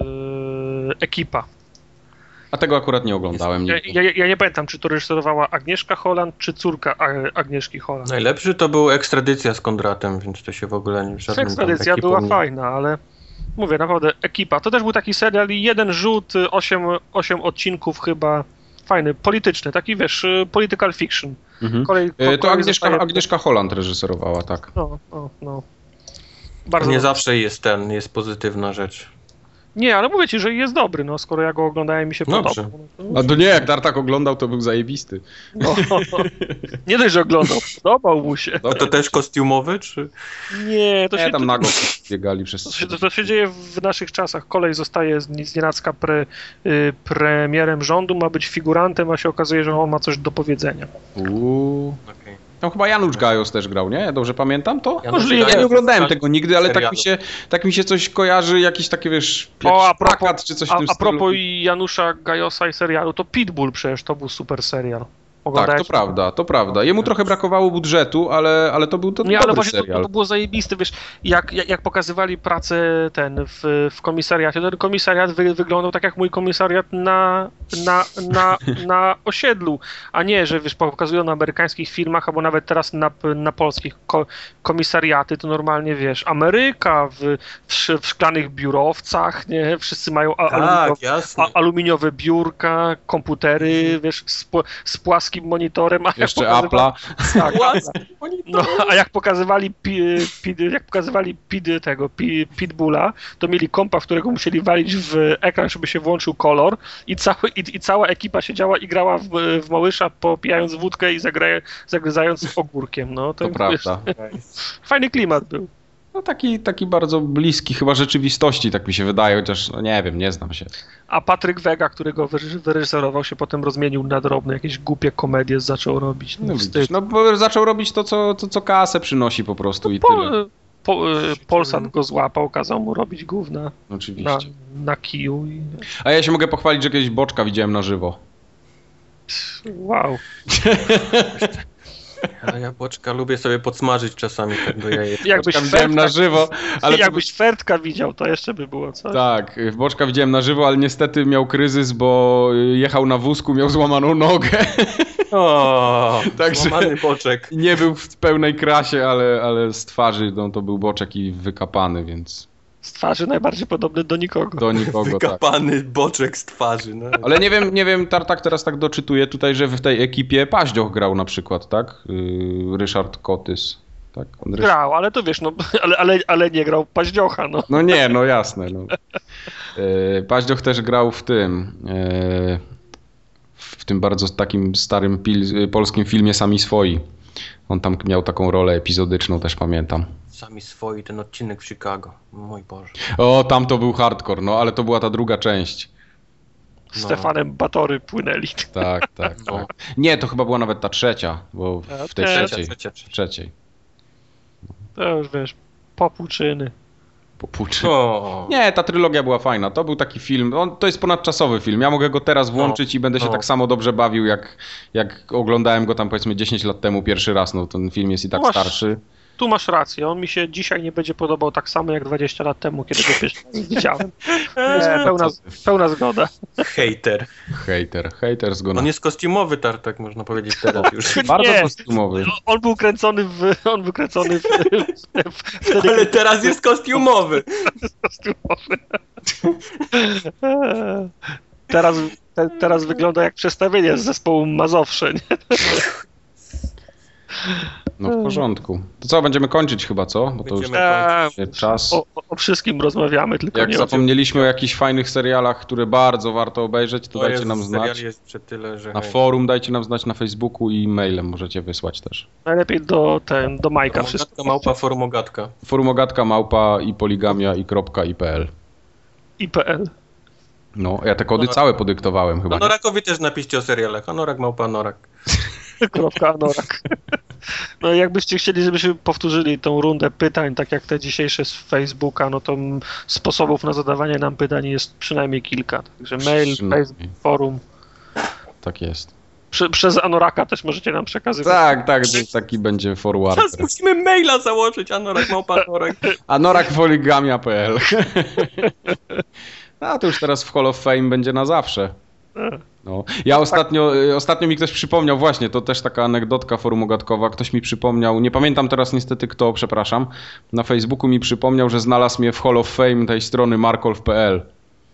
y, Ekipa.
A tego akurat nie oglądałem
Ja,
nigdy.
ja, ja nie pamiętam, czy to reżyserowała Agnieszka Holland, czy córka A- Agnieszki Holland.
Najlepszy to był ekstradycja z Kondratem, więc to się w ogóle nie w żadnym tam
Ekstradycja
ekipom
była
nie-
fajna, ale mówię, naprawdę Ekipa. To też był taki serial, jeden rzut, 8, osiem odcinków chyba. Fajny, polityczny, taki wiesz, y, political fiction.
Mhm.
Kolej,
E, To
kolej
Agnieszka,
zostaje-
Agnieszka Holland reżyserowała, tak.
No, no, no.
Nie
Bardzo nie,
zawsze jest ten, jest pozytywna rzecz.
nie, ale mówię ci, że jest dobry, no skoro ja go oglądałem i mi się
Dobrze.
podobał.
A to nie, jak Dartak oglądał, to był zajebisty.
No, nie dość, że oglądał, podobał mu się.
A to też kostiumowy, czy...
Nie, to
Nie,
się,
tam
to,
nago biegali przez...
to, się, to się dzieje w naszych czasach. Kolej zostaje z z nienacka pre, y, premierem rządu, ma być figurantem, a się okazuje, że on ma coś do powiedzenia.
Uuu.
Okej.
Tam chyba Janusz Gajos też grał, nie? Ja dobrze pamiętam to?
Janusz
Możliwe, ja nie
Gajos.
oglądałem tego nigdy, ale tak
Serialu.
mi, się, tak mi się coś kojarzy, jakiś taki, wiesz,
O, a
jakiś
propos-
plakat czy coś w
A,
tym
a propos
stylu. Tak,
Janusza Gajosa i serialu, to Pitbull przecież to był super serial.
Tak,
Oglądałeś
to prawda, to prawda. Jemu trochę brakowało budżetu, ale, ale to był to
Nie, ale
dobry
właśnie to,
serial.
to było zajebiste, wiesz, jak, jak, jak pokazywali pracę ten w, w komisariacie, ten komisariat wy, wyglądał tak jak mój komisariat na, na, na, na osiedlu, a nie, że wiesz, pokazują na amerykańskich filmach, albo nawet teraz na, na polskich ko, komisariaty, to normalnie, wiesz, Ameryka w, w, sz- w szklanych biurowcach, nie, wszyscy mają a, aluminiowe,
Tak, jasne.
a, aluminiowe biurka, komputery, wiesz, z, pł- z płaskim monitorem, a jak
Mhm. Jeszcze
pokazywali-
Apple'a.
tak,
Płaskie
no, a jak pokazywali, pi, pi, jak pokazywali pid, tego pi, Pitbulla, to mieli kompa, w którego musieli walić w ekran, żeby się włączył kolor i, cały, i, i cała ekipa siedziała i grała w, w Małysza, popijając wódkę i zagraja, zagryzając ogórkiem. No,
To
wiesz,
prawda.
Fajny klimat był.
No taki, taki bardzo bliski chyba rzeczywistości, tak mi się wydaje, chociaż no nie wiem, nie znam się.
A Patryk Wega, którego wyreż- wyreżyserował, się potem rozmienił na drobne, jakieś głupie komedie zaczął robić. No,
No, widzisz,
wstyd.
no bo zaczął robić to, co, to, co kasę przynosi po prostu i
Po,
tyle.
po, Polsat go złapał, kazał mu robić gówna na,
Oczywiście.
na kiju i
A ja się mogę pochwalić, że kiedyś boczka widziałem na żywo.
wow.
A ja boczka lubię sobie podsmażyć czasami tak tego jaje.
Jakbyś
Boczka widziałem na
Fertka,
żywo, ale to
jakbyś Fertka widział, to jeszcze by było coś.
Tak, w Boczka widziałem na żywo, ale niestety miał kryzys, bo y, jechał na wózku, miał złamaną nogę.
O,
Także-
złamany boczek.
Nie był w pełnej krasie, ale, ale z twarzy no, to był Boczek i wykapany, więc
Z twarzy najbardziej podobny do nikogo.
do nikogo tak.
Wykapany boczek z twarzy. No.
Ale nie wiem, nie wiem, Tartak teraz tak doczytuje tutaj, że w tej ekipie Paździoch grał na przykład, tak? Yy, Ryszard Kotys, tak? On Ryszard...
Grał, ale to wiesz, no, ale, ale, ale nie grał paździocha, no.
No nie, no jasne. No. E, Paździoch też grał w tym. e, W tym bardzo takim starym pil, e, polskim filmie Sami Swoi. On tam miał taką rolę epizodyczną, też pamiętam.
Sami swoi, ten odcinek w Chicago. Mój Boże.
O, tam to był hardcore, no ale to była ta druga część.
Z
No.
Stefanem Batory płynęli.
Tak, tak,
No.
tak. Nie, to chyba była nawet ta trzecia, bo
Ta
w tej
trzecia,
trzeciej. W trzeciej.
To już wiesz, popłuczyny.
Popuczy.
O,
Nie, ta trylogia była fajna. To był taki film. On, to jest ponadczasowy film. Ja mogę go teraz włączyć i będę się
no.
tak samo dobrze bawił, jak, jak oglądałem go tam powiedzmy 10 lat temu pierwszy raz. No ten film jest i tak
No właśnie.
starszy.
tu masz rację, on mi się dzisiaj nie będzie podobał tak samo jak 20 lat temu, kiedy go pierwszy raz widziałem.
Eee,
Pełna,
co ty.
pełna zgoda.
Hater.
Hejter, hejter z
On jest kostiumowy tartak, można powiedzieć teraz już.
Bardzo
Nie.
kostiumowy.
On był kręcony w... On był kręcony w... w, wtedy,
Ale teraz jest kostiumowy.
kostiumowy. Eee, Teraz, te, teraz wygląda jak przestawienie z zespołu Mazowsze. Nie?
No w porządku. To co, będziemy kończyć chyba, co? Bo No to już tak.
Będziemy kończyć.
się czas.
O, o wszystkim rozmawiamy, tylko
Jak
nie o tym.
zapomnieliśmy o jakichś fajnych serialach, które bardzo warto obejrzeć, to
To
dajcie
jest-
nam
serial
znać.
jest przy tyle, że...
Na forum dajcie nam znać, na Facebooku i mailem możecie wysłać też.
Najlepiej do, ten, do Majka wszystko.
Formogatka, małpa, formogatka.
Forumogatka, małpa i poligamia i kropka i pl.
IPL.
No, ja te kody
No.
całe podyktowałem chyba. nie?
Honorakowi też napiszcie o serialach. Honorak, małpa, norak.
Kropka anorak. No jakbyście chcieli, żebyśmy powtórzyli tą rundę pytań, tak jak te dzisiejsze z Facebooka, no to mm, sposobów na zadawanie nam pytań jest przynajmniej kilka. Także mail,
Przynajmniej.
Facebook, forum.
no,
Tak jest.
Prze- przez anoraka też możecie nam przekazywać.
Tak, tak,
no,
że taki będzie
Teraz
forwarder.
musimy maila założyć. Anorak, małpa, norak.
Anorakpoligamia.pl A to już teraz w Hall of Fame będzie na zawsze.
E,
No. Ja
tak.
ostatnio, y, ostatnio mi ktoś przypomniał, właśnie, to też taka anegdotka forumogatkowa, ktoś mi przypomniał, nie pamiętam teraz niestety kto, przepraszam, na Facebooku mi przypomniał, że znalazł mnie w Hall of Fame tej strony markolf.pl.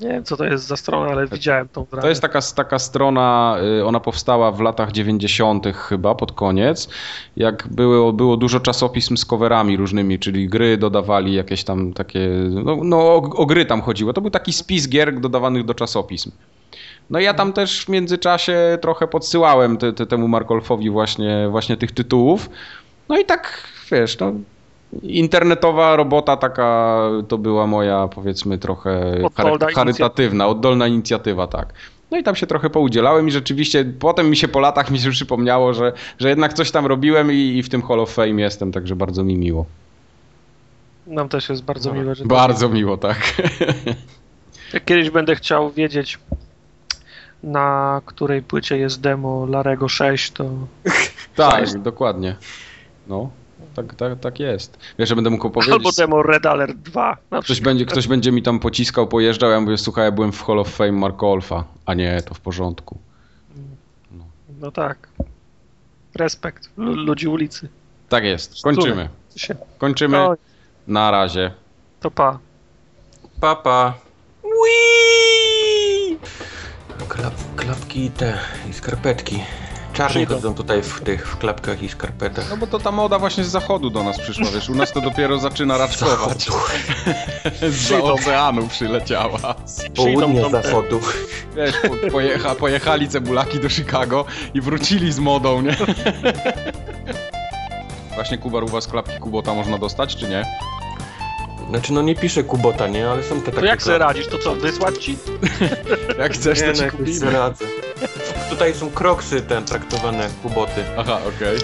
Nie wiem, co to jest za strona, ale widziałem tą
To
wrażenie.
jest taka, taka strona, y, ona powstała w latach 90. chyba, pod koniec, jak było, było dużo czasopism z coverami różnymi, czyli gry dodawali jakieś tam takie, no, no o, o gry tam chodziło, to był taki spis gier dodawanych do czasopism. No ja tam też w międzyczasie trochę podsyłałem te, te, temu Markolfowi właśnie, właśnie tych tytułów, no i tak, wiesz, no... Internetowa robota taka to była moja, powiedzmy, trochę
Oddolna
charyk-
inicjatywa.
charytatywna, oddolna inicjatywa, tak. No i tam się trochę poudzielałem i rzeczywiście potem mi się po latach mi się przypomniało, że, że jednak coś tam robiłem i, i w tym Hall of Fame jestem, także bardzo mi miło.
Nam też jest bardzo miłe, że
Bardzo miło, tak.
Jak Kiedyś będę chciał wiedzieć, na której płycie jest demo Larego 6, to
tak, dokładnie. No, tak, tak, tak jest. Wiesz, że będę mógł opowiedzieć.
albo demo Red Alert 2. Na
Ktoś
przykład.
będzie, ktoś będzie mi tam pociskał, pojeżdżał, ja mówię, słuchaj, ja byłem w Hall of Fame Marko Olfa, a nie, to w porządku.
No tak. Respekt lu- ludzi ulicy.
Tak jest, kończymy.
Się-
Kończymy,
To,
na razie.
to pa.
Papa. Wii! Klap, klapki i te i skarpetki. Czarni
Przyjdą.
chodzą tutaj w tych w klapkach i skarpetach.
No bo to ta moda właśnie z zachodu do nas przyszła, wiesz, u nas to dopiero zaczyna raczkować. Z oceanu przyleciała.
Przyjdą
Południe
tam te-
zachodu.
Wiesz, po, pojecha, pojechali cebulaki do Chicago i wrócili z modą, nie? Właśnie Kubar, u was klapki Kubota można dostać, czy nie?
Znaczy no nie pisze Kubota, nie? Ale są te takie
To jak sobie
klapki.
radzisz? To co, wysłać ci?
Jak chcesz,
Nie,
to
no,
ci
jakoś
kupimy.
sobie radzę. Tutaj są kroksy ten traktowane jak kuboty.
Aha, okej.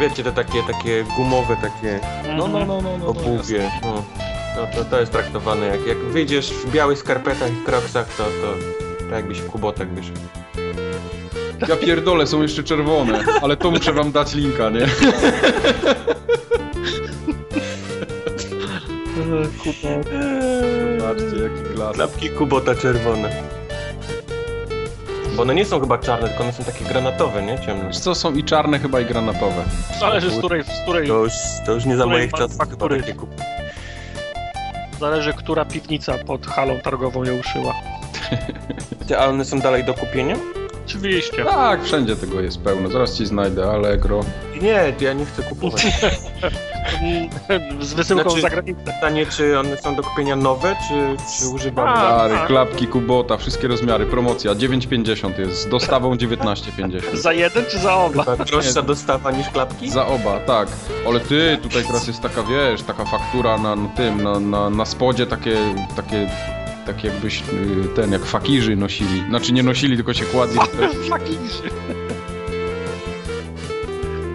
Wiecie, te takie, takie gumowe, takie
No, no, no, no, no. no jasne.
obuwie. No, no to, to jest traktowane jak, jak wyjdziesz w białych skarpetach i kroksach, to, to tak jakbyś w kubotach wyszedł.
ja pierdolę, są jeszcze czerwone, ale to muszę wam dać linka, nie?
Eee, Kurde. Eee.
Zobaczcie, jaki klas.
Klapki Kubota czerwone. Bo one nie są chyba czarne, tylko one są takie granatowe, nie? Ciemne.
Wiesz co, są i czarne chyba i granatowe.
Zależy z której, z której,
To już, to już nie za
Której
moich czasów chyba
faktury?
takie kup...
zależy która piwnica pod halą targową je uszyła.
Ty, A one są dalej do kupienia?
Oczywiście.
Tak, wszędzie tego jest pełno, zaraz ci znajdę, Allegro.
Nie, ja nie chcę kupować.
Z wysyłką
Znaczy-
za granicę.
Pytanie, czy one są do kupienia nowe, czy, czy używane?
A.
Stary, klapki Kubota, wszystkie rozmiary, promocja, 9,50 jest, z dostawą 19,50.
Za jeden czy za oba?
Chyba droższa dostawa niż klapki?
Za oba, tak. Ale ty, tutaj teraz jest taka, wiesz, taka faktura na na tym, na, na, na spodzie takie, takie, tak jakbyś y, ten, jak fakirzy nosili. Znaczy nie nosili, tylko się kładli.
Fakirzy.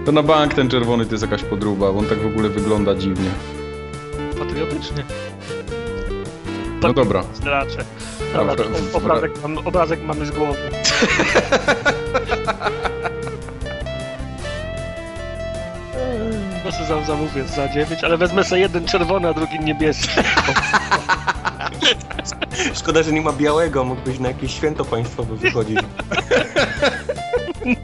To na bank ten czerwony to jest jakaś podruba, bo on tak w ogóle wygląda dziwnie.
Patriotycznie.
No dobra.
Raczej. Dobra,
Dobra.
to ten obrazek, mam, obrazek mamy z głowy. to sobie zam- zamówię No za 9, ale wezmę sobie jeden czerwony, a drugi niebieski.
Szkoda, że nie ma białego, mógłbyś na jakieś święto państwowe wychodzić.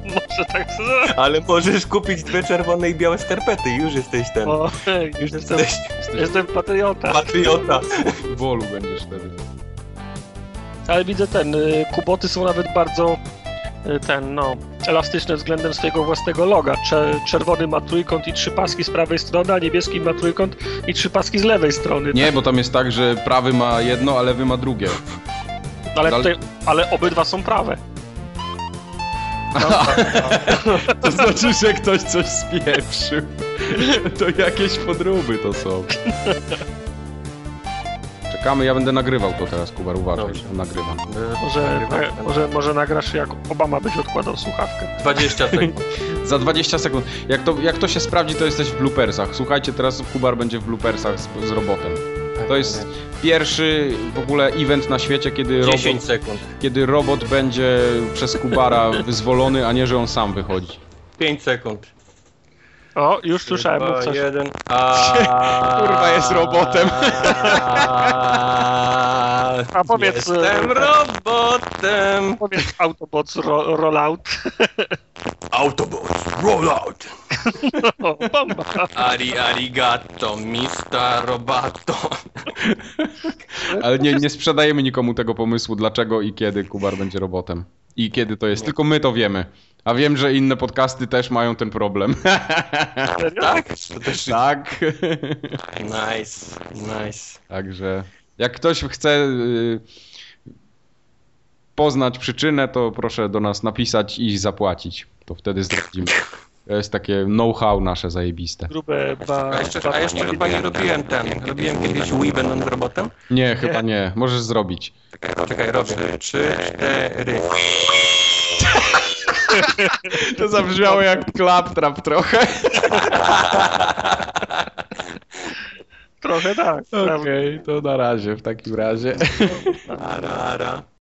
Może tak sobie...
Ale możesz kupić dwie czerwone i białe skarpety i już jesteś ten.
O, hej,
Już
jestem,
jesteś
jestem patriota.
patriota.
W Wolu będziesz wtedy.
Ale widzę ten, y, kuboty są nawet bardzo y, ten, no, elastyczne względem swojego własnego loga. Cze- czerwony ma trójkąt i trzy paski z prawej strony, a niebieski ma trójkąt i trzy paski z lewej strony.
Nie, bo tam jest tak, że prawy ma jedno, a lewy ma drugie.
ale,
dal-
tutaj, ale obydwa są prawe.
To znaczy, że ktoś coś spieprzył. To jakieś podróby to są. Czekamy, ja będę nagrywał to teraz, Kubar, uważaj,
Dobrze.
nagrywam.
Tak,
Może, e, może, może nagrasz jak Obama będzie odkładał słuchawkę.
20 sekund.
Za 20 sekund. Jak to, jak to się sprawdzi, to jesteś w bloopersach. Słuchajcie, teraz Kubar będzie w bloopersach z, z robotem.
Tak,
To jest pierwszy w ogóle event na świecie, kiedy
10
robot,
sekund.
kiedy robot będzie przez Kubara wyzwolony, a nie, że on sam wychodzi.
5 sekund.
O, już słyszałem,
Dwa,
mów coś.
jeden.
Kurwa, jest robotem.
A powiedz,
Jestem
e,
robotem.
Powiedz Autobots ro, Rollout.
Autobots, rollout.
O, bomba.
Ari, arigato, mista, robato.
Ale nie, nie sprzedajemy nikomu tego pomysłu, dlaczego i kiedy Kubar będzie robotem. I kiedy to jest. Tylko my to wiemy. A wiem, że inne podcasty też mają ten problem.
Serio?
Tak, to też
tak.
Nice, nice.
Także jak ktoś chce y, poznać przyczynę, to proszę do nas napisać i zapłacić. To wtedy zdradzimy. To jest takie know-how nasze zajebiste.
Grube ba,
A jeszcze,
ba,
a jeszcze chyba nie robiłem ten. Robiłem kiedyś Weeben nad robotem.
Nie, chyba nie. Możesz zrobić.
Czekaj, robię. 3, 4.
To zabrzmiało jak klaptrap trochę.
trochę tak.
Okej, to na razie w takim razie.
Ara, ara.